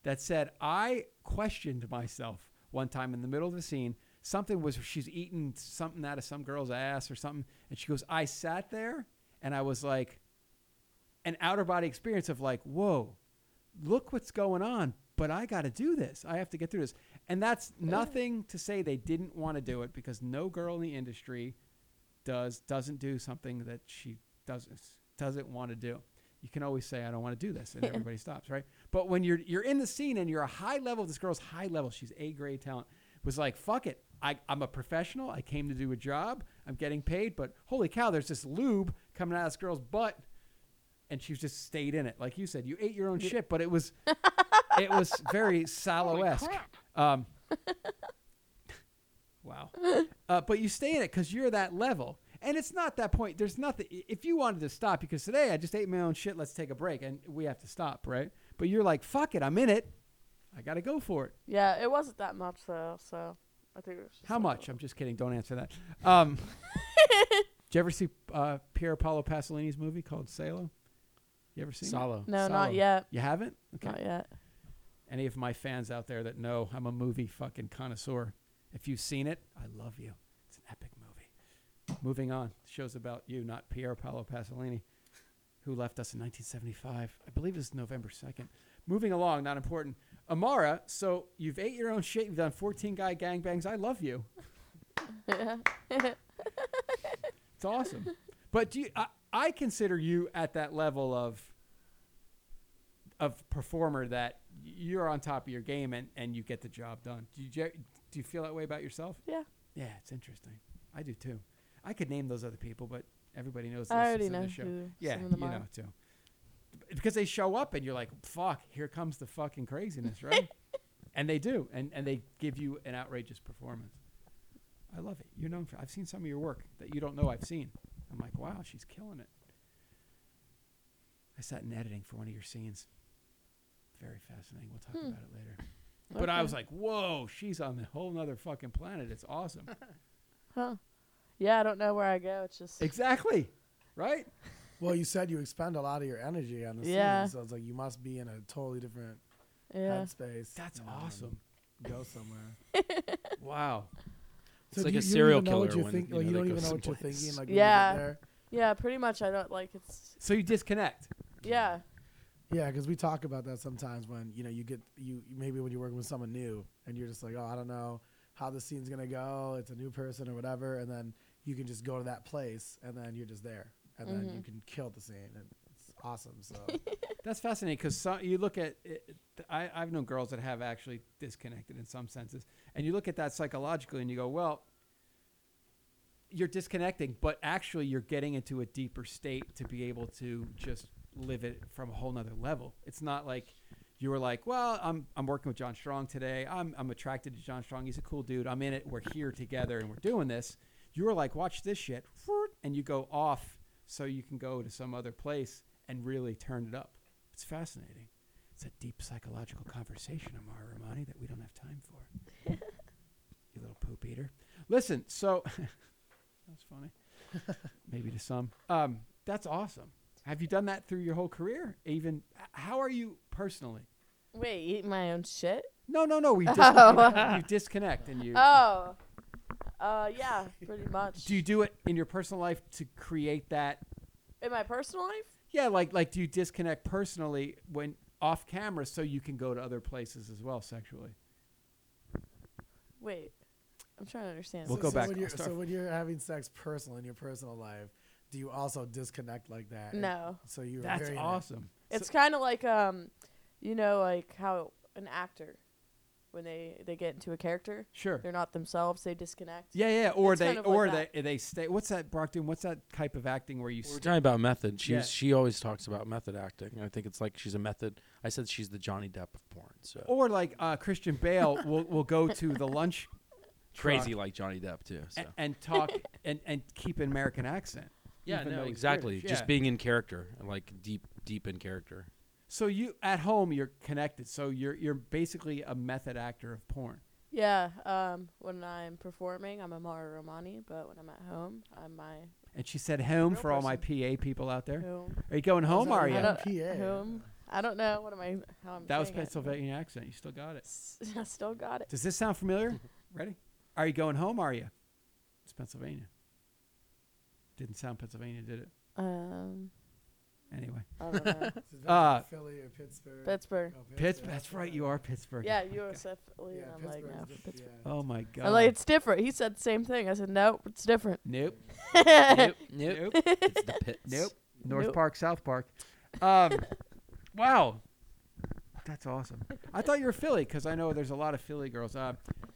[SPEAKER 2] that said I questioned myself one time in the middle of the scene. Something was she's eating something out of some girl's ass or something, and she goes, "I sat there and I was like, an outer body experience of like, whoa, look what's going on." But I got to do this. I have to get through this. And that's nothing to say they didn't want to do it because no girl in the industry does doesn't do something that she doesn't doesn't want to do. You can always say, "I don't want to do this," and everybody stops, right? But when you're you're in the scene and you're a high level, this girl's high level. She's A grade talent. Was like, "Fuck it, I, I'm a professional. I came to do a job. I'm getting paid." But holy cow, there's this lube coming out of this girl's butt, and she's just stayed in it. Like you said, you ate your own shit, but it was it was very sallow esque. Um, wow. Uh, but you stay in it because you're that level. And it's not that point. There's nothing. i- If you wanted to stop, because today I just ate my own shit, let's take a break. And we have to stop, right? But you're like, fuck it, I'm in it. I got to go for it.
[SPEAKER 4] yeah, it wasn't that much though. So I think it was just
[SPEAKER 2] How
[SPEAKER 4] like a
[SPEAKER 2] much? I'm just kidding. Don't answer that. Um, did you ever see uh, Pier Paolo Pasolini's movie called Salo? You ever seen
[SPEAKER 5] Solo.
[SPEAKER 4] No,
[SPEAKER 2] Salo.
[SPEAKER 4] not yet.
[SPEAKER 2] it? You haven't? Okay.
[SPEAKER 4] Not yet.
[SPEAKER 2] Any of my fans out there that know I'm a movie fucking connoisseur, if you've seen it, I love you. It's an epic movie. Moving on. The show's about you, not Pier Paolo Pasolini, who left us in 1975. I believe it was November 2nd. Moving along, not important. Amara, so you've ate your own shit. You've done 14 guy gangbangs. I love you. it's awesome. But do you, I, I consider you at that level of of performer that you're on top of your game and, and you get the job done. Do you ge- do you feel that way about yourself?
[SPEAKER 4] Yeah.
[SPEAKER 2] Yeah, it's interesting. I do too. I could name those other people, but everybody knows.
[SPEAKER 4] I
[SPEAKER 2] this
[SPEAKER 4] already
[SPEAKER 2] is in
[SPEAKER 4] know
[SPEAKER 2] the show.
[SPEAKER 4] who
[SPEAKER 2] Yeah,
[SPEAKER 4] some
[SPEAKER 2] you
[SPEAKER 4] of them
[SPEAKER 2] know
[SPEAKER 4] are.
[SPEAKER 2] too. Because they show up and you're like, "Fuck, here comes the fucking craziness," right? and they do, and and they give you an outrageous performance. I love it. You're known for. I've seen some of your work that you don't know I've seen. I'm like, wow, she's killing it. I sat in editing for one of your scenes. Very fascinating. We'll talk about it later. But I was like, whoa, she's on a whole nother fucking planet. It's awesome.
[SPEAKER 4] Huh. Yeah, I don't know where I go. It's just
[SPEAKER 2] exactly. Right?
[SPEAKER 3] Well, you said you expend a lot of your energy on the
[SPEAKER 4] Yeah.
[SPEAKER 3] scene, so it's like you must be in a totally different
[SPEAKER 4] yeah.
[SPEAKER 3] headspace.
[SPEAKER 2] That's
[SPEAKER 3] you know, and
[SPEAKER 2] awesome.
[SPEAKER 3] Go somewhere.
[SPEAKER 2] Wow.
[SPEAKER 5] It's like
[SPEAKER 3] do
[SPEAKER 5] a
[SPEAKER 3] you- you don't
[SPEAKER 5] serial
[SPEAKER 3] even know what
[SPEAKER 5] killer
[SPEAKER 3] you're
[SPEAKER 5] when,
[SPEAKER 3] think-
[SPEAKER 5] you
[SPEAKER 3] like,
[SPEAKER 5] know,
[SPEAKER 3] you
[SPEAKER 5] they
[SPEAKER 3] don't
[SPEAKER 5] go
[SPEAKER 3] even know what you're
[SPEAKER 5] someplace.
[SPEAKER 3] thinking. Like when you get
[SPEAKER 4] Yeah.
[SPEAKER 3] there.
[SPEAKER 4] Yeah, pretty much. I don't like it's.
[SPEAKER 2] So you disconnect.
[SPEAKER 4] Yeah,
[SPEAKER 3] Yeah, because we talk about that sometimes when you know you get you maybe when you're working with someone new and you're just like, oh, I don't know how the scene's gonna go. It's a new person or whatever, and then you can just go to that place and then you're just there, and
[SPEAKER 4] Mm-hmm.
[SPEAKER 3] then you can kill the scene. And it's awesome. So
[SPEAKER 2] That's fascinating because you look at it, it- I, I've known girls that have actually disconnected in some senses, and you look at that psychologically and you go, well, you're disconnecting, but actually you're getting into a deeper state to be able to just live it from a whole nother level. It's not like you were like, well, I'm I'm working with John Strong today. I'm I'm attracted to John Strong. He's a cool dude. I'm in it. We're here together and we're doing this. You were like, watch this shit, and you go off so you can go to some other place and really turn it up. It's fascinating. It's a deep psychological conversation, Amara Romani, that we don't have time for. you little poop eater. Listen, so that's funny. Maybe to some. Um, that's awesome. Have you done that through your whole career? Even h- how are you personally?
[SPEAKER 4] Wait, eating my own shit?
[SPEAKER 2] No, no, no. We dis-
[SPEAKER 4] Oh.
[SPEAKER 2] you, you disconnect and you.
[SPEAKER 4] Oh. Uh, yeah, pretty much.
[SPEAKER 2] Do you do it in your personal life to create that?
[SPEAKER 4] In my personal life?
[SPEAKER 2] Yeah, like like do you disconnect personally when off camera so you can go to other places as well sexually?
[SPEAKER 4] Wait. I'm trying to understand.
[SPEAKER 2] We'll
[SPEAKER 4] this.
[SPEAKER 2] go back.
[SPEAKER 3] When
[SPEAKER 2] I'll
[SPEAKER 3] you're,
[SPEAKER 2] start
[SPEAKER 3] so when you're having sex personal in your personal life, do you also disconnect like that? And
[SPEAKER 4] No.
[SPEAKER 3] So you're
[SPEAKER 2] That's
[SPEAKER 3] very
[SPEAKER 2] awesome.
[SPEAKER 4] It's kind of like um, you know, like how an actor, when they they get into a character,
[SPEAKER 2] Sure.
[SPEAKER 4] they're not themselves. They disconnect.
[SPEAKER 2] Yeah, yeah. Or
[SPEAKER 4] It's
[SPEAKER 2] they
[SPEAKER 4] kind of like
[SPEAKER 2] or
[SPEAKER 4] that.
[SPEAKER 2] they they stay. What's that, Brockton? What's that type of acting where you?
[SPEAKER 5] We're
[SPEAKER 2] st-
[SPEAKER 5] talking about method. She's
[SPEAKER 2] Yeah.
[SPEAKER 5] she always talks about method acting. and I think it's like she's a method. I said she's the Johnny Depp of porn. So
[SPEAKER 2] or like uh, Christian Bale will will go to the lunch
[SPEAKER 5] crazy like Johnny Depp too. So.
[SPEAKER 2] and, and talk and and keep an American accent.
[SPEAKER 5] yeah,
[SPEAKER 2] even
[SPEAKER 5] no,
[SPEAKER 2] though he's
[SPEAKER 5] exactly.
[SPEAKER 2] British.
[SPEAKER 5] Just
[SPEAKER 2] Yeah.
[SPEAKER 5] being in character, and like deep, deep in character.
[SPEAKER 2] So you at home you're connected. So you're you're basically a method actor of porn.
[SPEAKER 4] Yeah. Um, when I'm performing, I'm Amara Romani, but when I'm at home, I'm my
[SPEAKER 2] And she said home
[SPEAKER 3] Real
[SPEAKER 2] for all my PA people out there.
[SPEAKER 4] whom.
[SPEAKER 2] Are you going home,
[SPEAKER 3] that
[SPEAKER 2] are
[SPEAKER 3] right?
[SPEAKER 2] you?
[SPEAKER 4] I
[SPEAKER 3] Yeah.
[SPEAKER 4] don't,
[SPEAKER 3] PA.
[SPEAKER 4] Whom? I don't know. What am I? How I'm.
[SPEAKER 2] That was
[SPEAKER 4] saying it.
[SPEAKER 2] Pennsylvania accent. You still got it.
[SPEAKER 4] I still got it.
[SPEAKER 2] Does this sound familiar? Ready? Are you going home, are you? It's Pennsylvania. Didn't sound Pennsylvania, did it?
[SPEAKER 4] Um,
[SPEAKER 2] Anyway.
[SPEAKER 4] I don't know.
[SPEAKER 3] It's
[SPEAKER 2] Uh,
[SPEAKER 3] Philly or Pittsburgh.
[SPEAKER 4] Pittsburgh.
[SPEAKER 3] Oh,
[SPEAKER 2] Pittsburgh. That's right. You are Pittsburgh.
[SPEAKER 4] Yeah,
[SPEAKER 2] Oh my God.
[SPEAKER 4] USF. Lee,
[SPEAKER 3] Yeah,
[SPEAKER 4] and I'm like,
[SPEAKER 3] Pittsburgh's
[SPEAKER 4] no,
[SPEAKER 3] different,
[SPEAKER 4] Pittsburgh.
[SPEAKER 3] yeah.
[SPEAKER 2] Oh my
[SPEAKER 4] I'm
[SPEAKER 2] God.
[SPEAKER 4] like, it's different. He said the same thing. I said, nope, it's different.
[SPEAKER 2] nope.
[SPEAKER 5] nope, nope. it's the pits.
[SPEAKER 2] Nope. North
[SPEAKER 4] Nope.
[SPEAKER 2] Park, South Park. Um, wow. That's awesome. I thought you were Philly because I know there's a lot of Philly girls. Uh,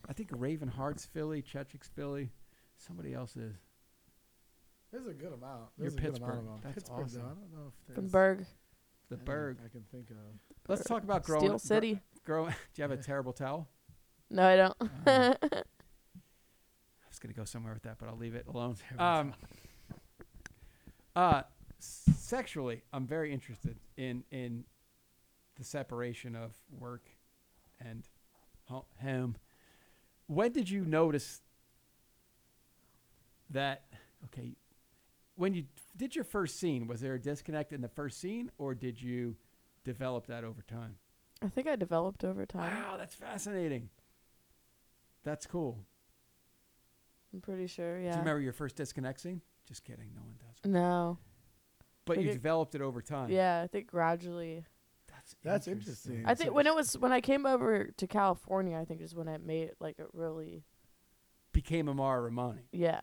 [SPEAKER 2] I think Raven Hart's Philly, Chechik's Philly, somebody else is.
[SPEAKER 3] There's a good amount.
[SPEAKER 2] You're
[SPEAKER 3] There's a good amount
[SPEAKER 2] Pittsburgh.
[SPEAKER 3] of them.
[SPEAKER 2] That's
[SPEAKER 3] Pittsburgh,
[SPEAKER 2] awesome.
[SPEAKER 3] though, I don't know if there's
[SPEAKER 4] From Berg,
[SPEAKER 2] The
[SPEAKER 3] any
[SPEAKER 2] Berg.
[SPEAKER 3] I can think of.
[SPEAKER 2] Let's talk about growing
[SPEAKER 4] Steel City.
[SPEAKER 2] Grow, do you have a terrible towel?
[SPEAKER 4] No, I don't.
[SPEAKER 2] I was going to go somewhere with that, but I'll leave it alone. Um, uh, s- sexually, I'm very interested in in the separation of work and ho- home. When did you notice that? Okay, when you did your first scene, was there a disconnect in the first scene, or did you develop that over time?
[SPEAKER 4] I think I developed over time.
[SPEAKER 2] Wow, that's fascinating. That's cool.
[SPEAKER 4] I'm pretty sure.
[SPEAKER 2] Do you
[SPEAKER 4] Yeah.
[SPEAKER 2] remember your first disconnect scene? Just kidding, no one does.
[SPEAKER 4] No.
[SPEAKER 2] But you
[SPEAKER 4] Okay.
[SPEAKER 2] developed it over time.
[SPEAKER 4] Yeah, I think gradually.
[SPEAKER 2] That's,
[SPEAKER 3] That's interesting.
[SPEAKER 4] I think when it was when I came over to California, I think is when I made like it really.
[SPEAKER 2] Became Amara Romani.
[SPEAKER 4] Yeah.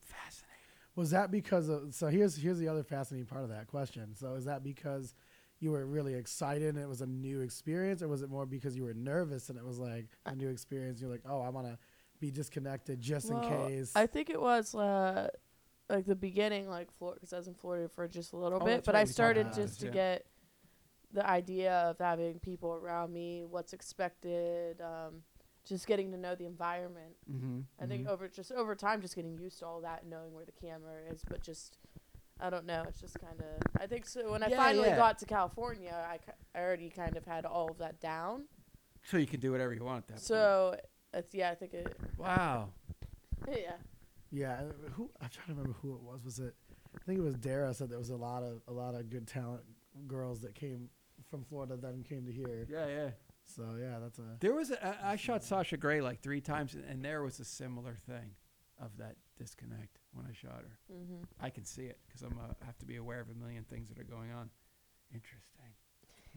[SPEAKER 2] Fascinating.
[SPEAKER 3] Was that because of? So here's here's the other fascinating part of that question. So is that because you were really excited and it was a new experience, or was it more because you were nervous and it was like a new experience? You're like, oh, I want to be disconnected just
[SPEAKER 4] Well,
[SPEAKER 3] in case.
[SPEAKER 4] I think it was uh, like the beginning, like Florida, because I was in Florida for just a little
[SPEAKER 2] Oh,
[SPEAKER 4] bit.
[SPEAKER 2] that's
[SPEAKER 4] But
[SPEAKER 2] right,
[SPEAKER 4] I
[SPEAKER 2] we talked
[SPEAKER 4] started
[SPEAKER 3] about
[SPEAKER 4] just to
[SPEAKER 2] this,
[SPEAKER 4] get the idea of having people around me, what's expected, um, just getting to know the environment.
[SPEAKER 2] Mm-hmm.
[SPEAKER 4] I think over just over time, just getting used to all that, and knowing where the camera is, but just I don't know. It's just kind of I think so. When I
[SPEAKER 2] Yeah,
[SPEAKER 4] finally
[SPEAKER 2] yeah.
[SPEAKER 4] got to California, I, ki- I already kind of had all of that down.
[SPEAKER 2] Mm-hmm. So you can do whatever you want at that
[SPEAKER 4] So it's yeah, I think it
[SPEAKER 2] point. Wow.
[SPEAKER 4] yeah.
[SPEAKER 3] yeah. and Who I'm trying to remember who it was. Was it? I think it was Dara said there was a lot of a lot of good talent girls that came from Florida then came to here.
[SPEAKER 2] Yeah, yeah.
[SPEAKER 3] So yeah, that's a. hmm.
[SPEAKER 2] There was a, I I shot Sasha Gray like three times, and- and there was a similar thing of that disconnect when I shot her.
[SPEAKER 4] Mm-hmm.
[SPEAKER 2] I can see it because I'm uh, have to be aware of a million things that are going on. Interesting.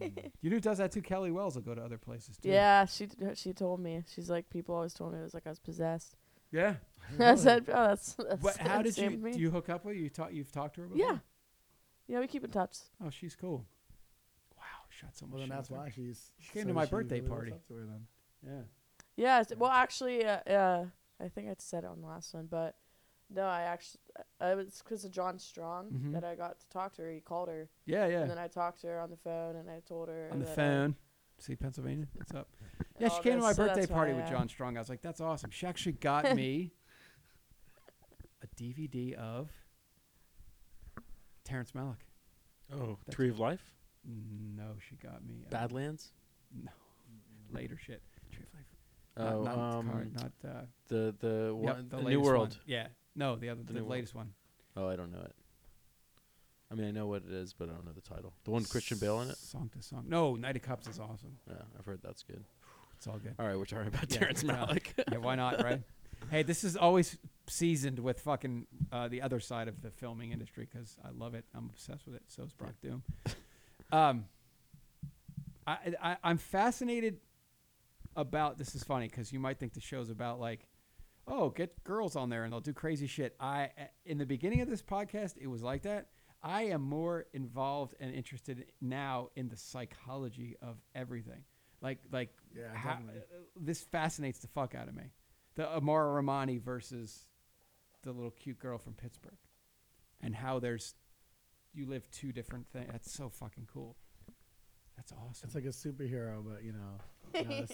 [SPEAKER 2] Mm. you know who does that too? Kelly Wells will go to other places too.
[SPEAKER 4] Yeah, she d- she told me. She's like people always told me it was like I was possessed.
[SPEAKER 2] Yeah.
[SPEAKER 4] I said, oh, that's that's.
[SPEAKER 2] What, how
[SPEAKER 4] that's
[SPEAKER 2] did you
[SPEAKER 4] same with
[SPEAKER 2] do
[SPEAKER 4] me."
[SPEAKER 2] you hook up with her? you talk you've talked to her before?
[SPEAKER 4] yeah, yeah, we keep in touch.
[SPEAKER 2] Oh, she's cool. Wow, shot someone.
[SPEAKER 3] Well, then that's why she's.
[SPEAKER 2] She came to my birthday
[SPEAKER 3] looks
[SPEAKER 2] party.
[SPEAKER 3] up to her then.
[SPEAKER 2] Yeah.
[SPEAKER 4] Yeah, it's- well, actually, uh, uh, I think I said it on the last one, but no, I actually it was because of John Strong
[SPEAKER 2] Mhm.
[SPEAKER 4] that I got to talk to her. He called her,
[SPEAKER 2] Yeah, yeah.
[SPEAKER 4] and then I talked to her on the phone, and I told her
[SPEAKER 2] On the
[SPEAKER 4] that uh, I-
[SPEAKER 2] phone. See Pennsylvania? What's up? Yeah, she
[SPEAKER 4] all
[SPEAKER 2] came to
[SPEAKER 4] this,
[SPEAKER 2] my
[SPEAKER 4] so
[SPEAKER 2] birthday
[SPEAKER 4] that's why,
[SPEAKER 2] party with
[SPEAKER 4] yeah.
[SPEAKER 2] John Strong. I was like, that's awesome. She actually got me a DVD of Terrence Malick.
[SPEAKER 5] Oh,
[SPEAKER 2] That's-
[SPEAKER 5] Tree of Life,
[SPEAKER 2] No, she got me a-
[SPEAKER 5] Badlands.
[SPEAKER 2] no later shit. Tree of Life. Not,
[SPEAKER 5] Oh,
[SPEAKER 2] not,
[SPEAKER 5] um,
[SPEAKER 2] Dakar, not uh,
[SPEAKER 5] the the,
[SPEAKER 2] yep,
[SPEAKER 5] one,
[SPEAKER 2] the
[SPEAKER 5] the New
[SPEAKER 2] latest one.
[SPEAKER 5] World.
[SPEAKER 2] Yeah, no, the other the,
[SPEAKER 5] New World.
[SPEAKER 2] latest one.
[SPEAKER 5] Oh, I don't know it. I mean, I know what it is, but I don't know the title. The one with Christian Bale in it.
[SPEAKER 2] Song to song. No, Night of Cups is awesome.
[SPEAKER 5] Yeah, I've heard that's good.
[SPEAKER 2] It's all good.
[SPEAKER 5] All right, we're talking about
[SPEAKER 2] Yeah,
[SPEAKER 5] Terrence
[SPEAKER 2] yeah.
[SPEAKER 5] Malick.
[SPEAKER 2] Yeah, why not, right? hey, this is always seasoned with fucking uh, the other side of the filming industry because I love it. I'm obsessed with it. So is Brock Doom. Um, I, I I'm fascinated about this. Is funny because you might think the show's about like, oh, get girls on there and they'll do crazy shit. I eh, in the beginning of this podcast, it was like that. I am more involved and interested now in the psychology of everything. Like like
[SPEAKER 3] Yeah,
[SPEAKER 2] how- uh,
[SPEAKER 3] definitely.
[SPEAKER 2] this fascinates the fuck out of me. The Amara Romani versus the little cute girl from Pittsburgh, and how there's you live two different things. That's so fucking cool. That's awesome.
[SPEAKER 3] It's like a superhero, but you know, not a
[SPEAKER 2] oh,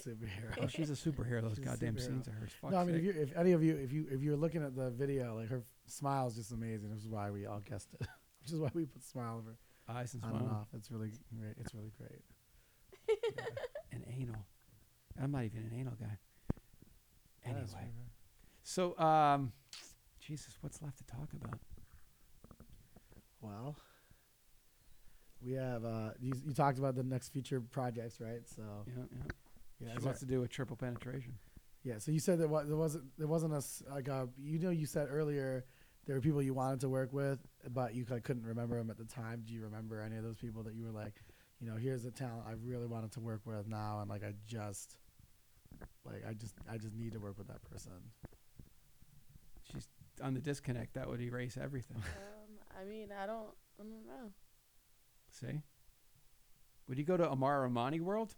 [SPEAKER 3] superhero.
[SPEAKER 2] she's a superhero. Those
[SPEAKER 3] She's a
[SPEAKER 2] goddamn
[SPEAKER 3] superhero.
[SPEAKER 2] scenes of hers. Fuck's
[SPEAKER 3] no, I mean, if,
[SPEAKER 2] sake.
[SPEAKER 3] you, if any of you, if you, if you're looking at the video, like her smile is just amazing. Which is why we all guessed it. Which is why we put smile over
[SPEAKER 2] eyes and
[SPEAKER 3] on and
[SPEAKER 2] smile
[SPEAKER 3] off. It's really great. It's really great.
[SPEAKER 2] and anal. And I'm not even an anal guy.
[SPEAKER 3] Yeah,
[SPEAKER 2] Anyway,
[SPEAKER 3] it's really-
[SPEAKER 2] so um, Jesus, what's left to talk about?
[SPEAKER 3] Well, we have. Uh, you, you talked about the next future projects, right? So
[SPEAKER 2] Yeah, Oh. yeah.
[SPEAKER 3] yeah,
[SPEAKER 2] she
[SPEAKER 3] so-
[SPEAKER 2] wants to do a triple penetration.
[SPEAKER 3] yeah. So you said that what, there wasn't there wasn't a s- like a you know you said earlier there were people you wanted to work with, but you like, couldn't remember them at the time. Do you remember any of those people that you were like, you know, here's the talent I really wanted to work with now, and like I just like I just I just need to work with that person.
[SPEAKER 2] She's on the disconnect. That would erase everything.
[SPEAKER 4] Um, I mean, I don't, I don't know.
[SPEAKER 2] See? Would you go to Amara Romani world?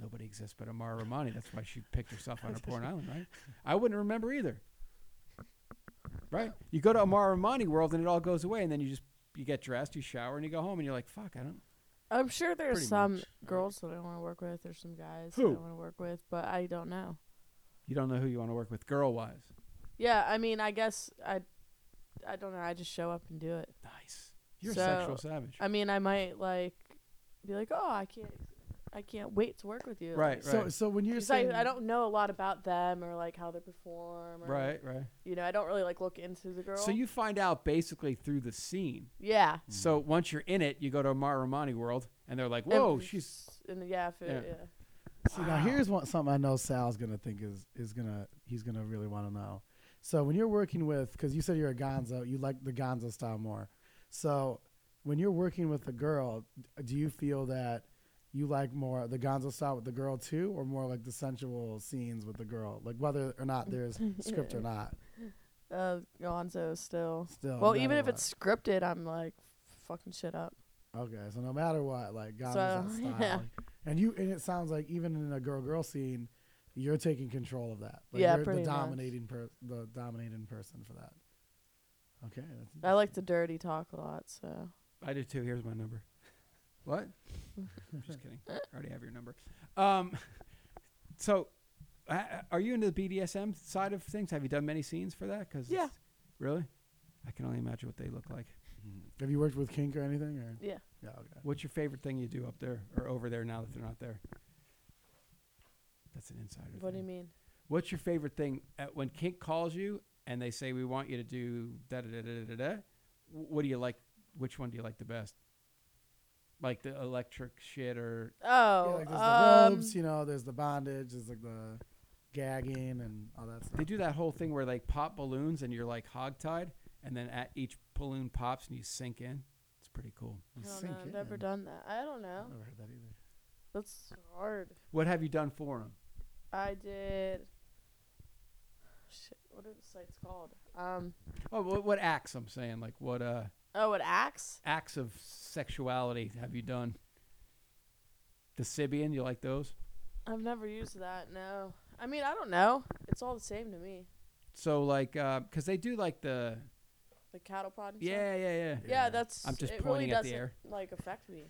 [SPEAKER 2] Nobody exists but Amara Romani. That's why she picked herself on a porn island, right? I wouldn't remember either. Right? You go to Amara Romani world and it all goes away, and then you just you get dressed, you shower, and you go home, and you're like, "Fuck, I don't."
[SPEAKER 4] I'm sure there's
[SPEAKER 2] Pretty
[SPEAKER 4] some
[SPEAKER 2] much.
[SPEAKER 4] girls that I want to work with. There's some guys
[SPEAKER 2] Who?
[SPEAKER 4] that I want to work with, but I don't know.
[SPEAKER 2] You don't know who you want to work with, girl wise.
[SPEAKER 4] Yeah, I mean, I guess I, I don't know. I just show up and do it.
[SPEAKER 2] Nice. You're
[SPEAKER 4] So,
[SPEAKER 2] a sexual savage.
[SPEAKER 4] I mean, I might like be like, oh, I can't, I can't wait to work with you.
[SPEAKER 2] right.
[SPEAKER 3] So
[SPEAKER 2] right.
[SPEAKER 3] so when you're
[SPEAKER 4] Because I,
[SPEAKER 3] saying
[SPEAKER 4] I don't know a lot about them or like how they perform. Or,
[SPEAKER 2] Right. Right.
[SPEAKER 4] You know, I don't really like look into the girl. Hmm.
[SPEAKER 2] So you find out basically through the scene.
[SPEAKER 4] Yeah.
[SPEAKER 2] So once you're in it, you go to Amara Romani world, and they're like,
[SPEAKER 4] And
[SPEAKER 2] "Whoa,
[SPEAKER 4] if
[SPEAKER 2] she's
[SPEAKER 4] it's- And yeah, if it,
[SPEAKER 2] Yeah.
[SPEAKER 4] yeah.
[SPEAKER 3] See, now here's one, something I know Sal's gonna think is is gonna he's gonna really want to know. So when you're working with, because you said you're a Gonzo, you like the Gonzo style more. So when you're working with a girl, do you feel that you like more the Gonzo style with the girl too, or more like the sensual scenes with the girl, like whether or not there's script or not?
[SPEAKER 4] Uh, Gonzo still.
[SPEAKER 3] Still,
[SPEAKER 2] Oh,
[SPEAKER 3] no
[SPEAKER 4] well, even
[SPEAKER 3] matter
[SPEAKER 4] if it's scripted, I'm like fucking shit up.
[SPEAKER 3] what. okay, so no matter what, like Gonzo
[SPEAKER 4] So,
[SPEAKER 3] style,
[SPEAKER 4] yeah.
[SPEAKER 3] like- and you and it sounds like even in a girl girl scene. You're taking control of that. Like
[SPEAKER 4] Yeah,
[SPEAKER 3] you're
[SPEAKER 4] pretty
[SPEAKER 3] the
[SPEAKER 4] much.
[SPEAKER 3] dominating per- the dominating person for that. Okay, that's
[SPEAKER 4] I like the dirty talk a lot, so
[SPEAKER 2] I do too. Here's my number. What? I'm just kidding. I already have your number. Um, so, uh, are you into the BDSM side of things? Have you done many scenes for that? Cause
[SPEAKER 4] Yeah.
[SPEAKER 2] it's- Really? I can only imagine what they look like.
[SPEAKER 3] hmm. Have you worked with kink or anything? Or
[SPEAKER 4] Uh, yeah.
[SPEAKER 3] yeah, okay.
[SPEAKER 2] What's your favorite thing you do up there or over there now that they're not there? That's an insider.
[SPEAKER 4] What do you
[SPEAKER 2] thing.
[SPEAKER 4] mean?
[SPEAKER 2] What's your favorite thing at, when Kink calls you and they say we want you to do da da da da da da? wh- What do you like? Which one do you like the best? Like the electric shit or
[SPEAKER 3] Yeah,
[SPEAKER 4] Oh,
[SPEAKER 3] like there's the ropes, you know. There's the bondage. There's like the gagging and all that stuff.
[SPEAKER 2] They do that whole thing where they pop balloons and you're like hogtied, and then at each balloon pops and you sink in. It's pretty cool.
[SPEAKER 4] I don't
[SPEAKER 3] sink
[SPEAKER 4] know. I've never
[SPEAKER 3] in.
[SPEAKER 4] done that. I don't know.
[SPEAKER 3] I've never heard that either.
[SPEAKER 4] That's hard.
[SPEAKER 2] What have you done for them?
[SPEAKER 4] I did. Shit, what are the sites called? Um.
[SPEAKER 2] Oh, what, what acts? I'm saying like what uh
[SPEAKER 4] Oh, it acts.
[SPEAKER 2] acts of sexuality have you done? The Sibian, you like those?
[SPEAKER 4] I've never used that. No. I mean, I don't know. It's all the same to me.
[SPEAKER 2] So like, uh 'cause they do like the
[SPEAKER 4] The cattle prod. And Stuff.
[SPEAKER 2] yeah yeah yeah.
[SPEAKER 4] Yeah, that's.
[SPEAKER 2] I'm just
[SPEAKER 4] it
[SPEAKER 2] pointing
[SPEAKER 4] really
[SPEAKER 2] at the
[SPEAKER 4] doesn't,
[SPEAKER 2] air.
[SPEAKER 4] Like affect me.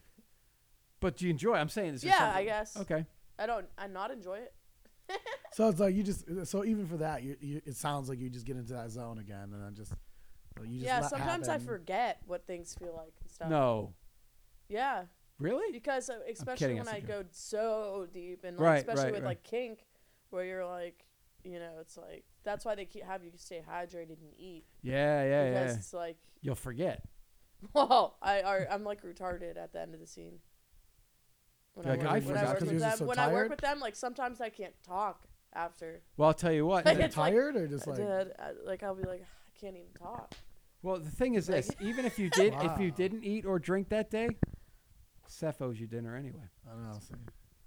[SPEAKER 2] But do you enjoy? I'm saying this.
[SPEAKER 4] Yeah, I guess.
[SPEAKER 2] Okay.
[SPEAKER 4] I don't. I not enjoy it.
[SPEAKER 3] So it's like you just. So even for that, you, you it sounds like you just get into that zone again, and then just. so you just
[SPEAKER 4] yeah.
[SPEAKER 3] let
[SPEAKER 4] Sometimes
[SPEAKER 3] happen.
[SPEAKER 4] I forget what things feel like and stuff.
[SPEAKER 2] No.
[SPEAKER 4] Yeah.
[SPEAKER 2] Really?
[SPEAKER 4] because uh, especially
[SPEAKER 2] kidding,
[SPEAKER 4] when
[SPEAKER 2] I
[SPEAKER 4] I
[SPEAKER 2] said
[SPEAKER 4] go so deep and like,
[SPEAKER 2] Right,
[SPEAKER 4] especially
[SPEAKER 2] right,
[SPEAKER 4] with
[SPEAKER 2] right.
[SPEAKER 4] like kink, where you're like, you know, it's like that's why they keep have you stay hydrated and eat
[SPEAKER 2] Yeah yeah
[SPEAKER 4] because
[SPEAKER 2] yeah.
[SPEAKER 4] it's like
[SPEAKER 2] You'll forget.
[SPEAKER 4] Whoa, I are I'm like retarded at the end of the scene. When
[SPEAKER 2] Like,
[SPEAKER 4] I
[SPEAKER 2] I
[SPEAKER 4] work, when I
[SPEAKER 2] forgot
[SPEAKER 4] work
[SPEAKER 2] 'cause
[SPEAKER 4] with
[SPEAKER 2] he was
[SPEAKER 4] them,
[SPEAKER 3] just so
[SPEAKER 4] when I work
[SPEAKER 3] tired.
[SPEAKER 4] with them, like sometimes I can't talk after.
[SPEAKER 2] Well, I'll tell you what.
[SPEAKER 4] Like,
[SPEAKER 2] the-
[SPEAKER 4] it's like-
[SPEAKER 3] tired or just
[SPEAKER 4] I
[SPEAKER 3] like
[SPEAKER 4] did. I, like I'll be like, I can't even talk.
[SPEAKER 2] well, the thing is
[SPEAKER 4] Like-
[SPEAKER 2] this: even if you did, if you
[SPEAKER 3] Wow.
[SPEAKER 2] didn't eat or drink that day, Seth owes you dinner anyway
[SPEAKER 3] I don't know. see.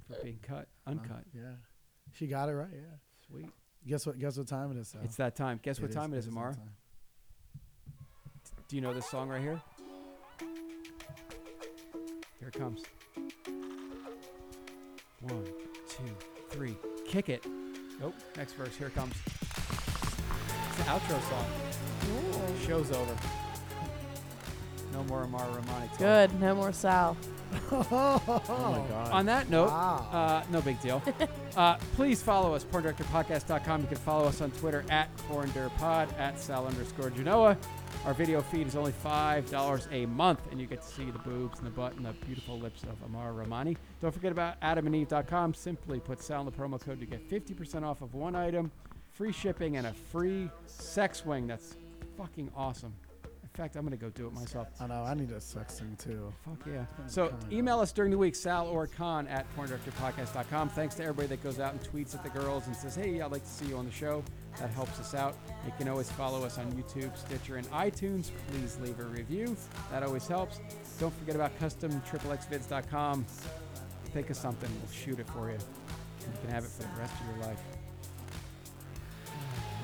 [SPEAKER 2] for being cut, uncut.
[SPEAKER 3] Um, Yeah, she got it right. Yeah.
[SPEAKER 2] Sweet.
[SPEAKER 3] Guess what? Guess what time it is? Though?
[SPEAKER 2] It's that time. Guess what time it is,
[SPEAKER 3] that
[SPEAKER 2] Amara?
[SPEAKER 3] time.
[SPEAKER 2] Do you know this song right here? Here it comes. One, two, three. Kick it. Nope. Next verse. Here it comes. It's the outro song. Show's over. No more Amara Romani. talk.
[SPEAKER 4] Good. No more Sal.
[SPEAKER 5] Oh my god.
[SPEAKER 2] On that note,
[SPEAKER 3] Wow.
[SPEAKER 2] uh, no big deal. uh, please follow us, porndirectorpodcast.com. You can follow us on Twitter at porndirpod, at sal underscore Genoa. Our video feed is only $5 a month, and you get to see the boobs and the butt and the beautiful lips of Amara Romani. Don't forget about adamandeve.com. Simply put Sal in the promo code to get 50% off of one item, free shipping, and a free sex wing. That's fucking awesome. In fact, I'm going to go do it myself.
[SPEAKER 3] I know. I need a sex thing too.
[SPEAKER 2] Fuck yeah. So email us during the week, sal or con at porndirectorpodcast.com. Thanks to everybody that goes out and tweets at the girls and says, hey, I'd like to see you on the show. That helps us out. You can always follow us on YouTube, Stitcher, and iTunes. Please leave a review. That always helps. Don't forget about custom triplexvids.com. Think of something, we'll shoot it for you. You can have it for the rest of your life.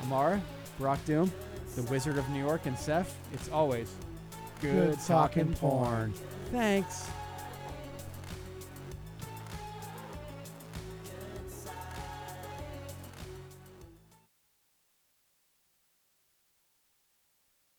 [SPEAKER 2] Amara, Brock Doom, the Wizard of New York, and Seth, it's always
[SPEAKER 3] Good talking porn.
[SPEAKER 2] Thanks.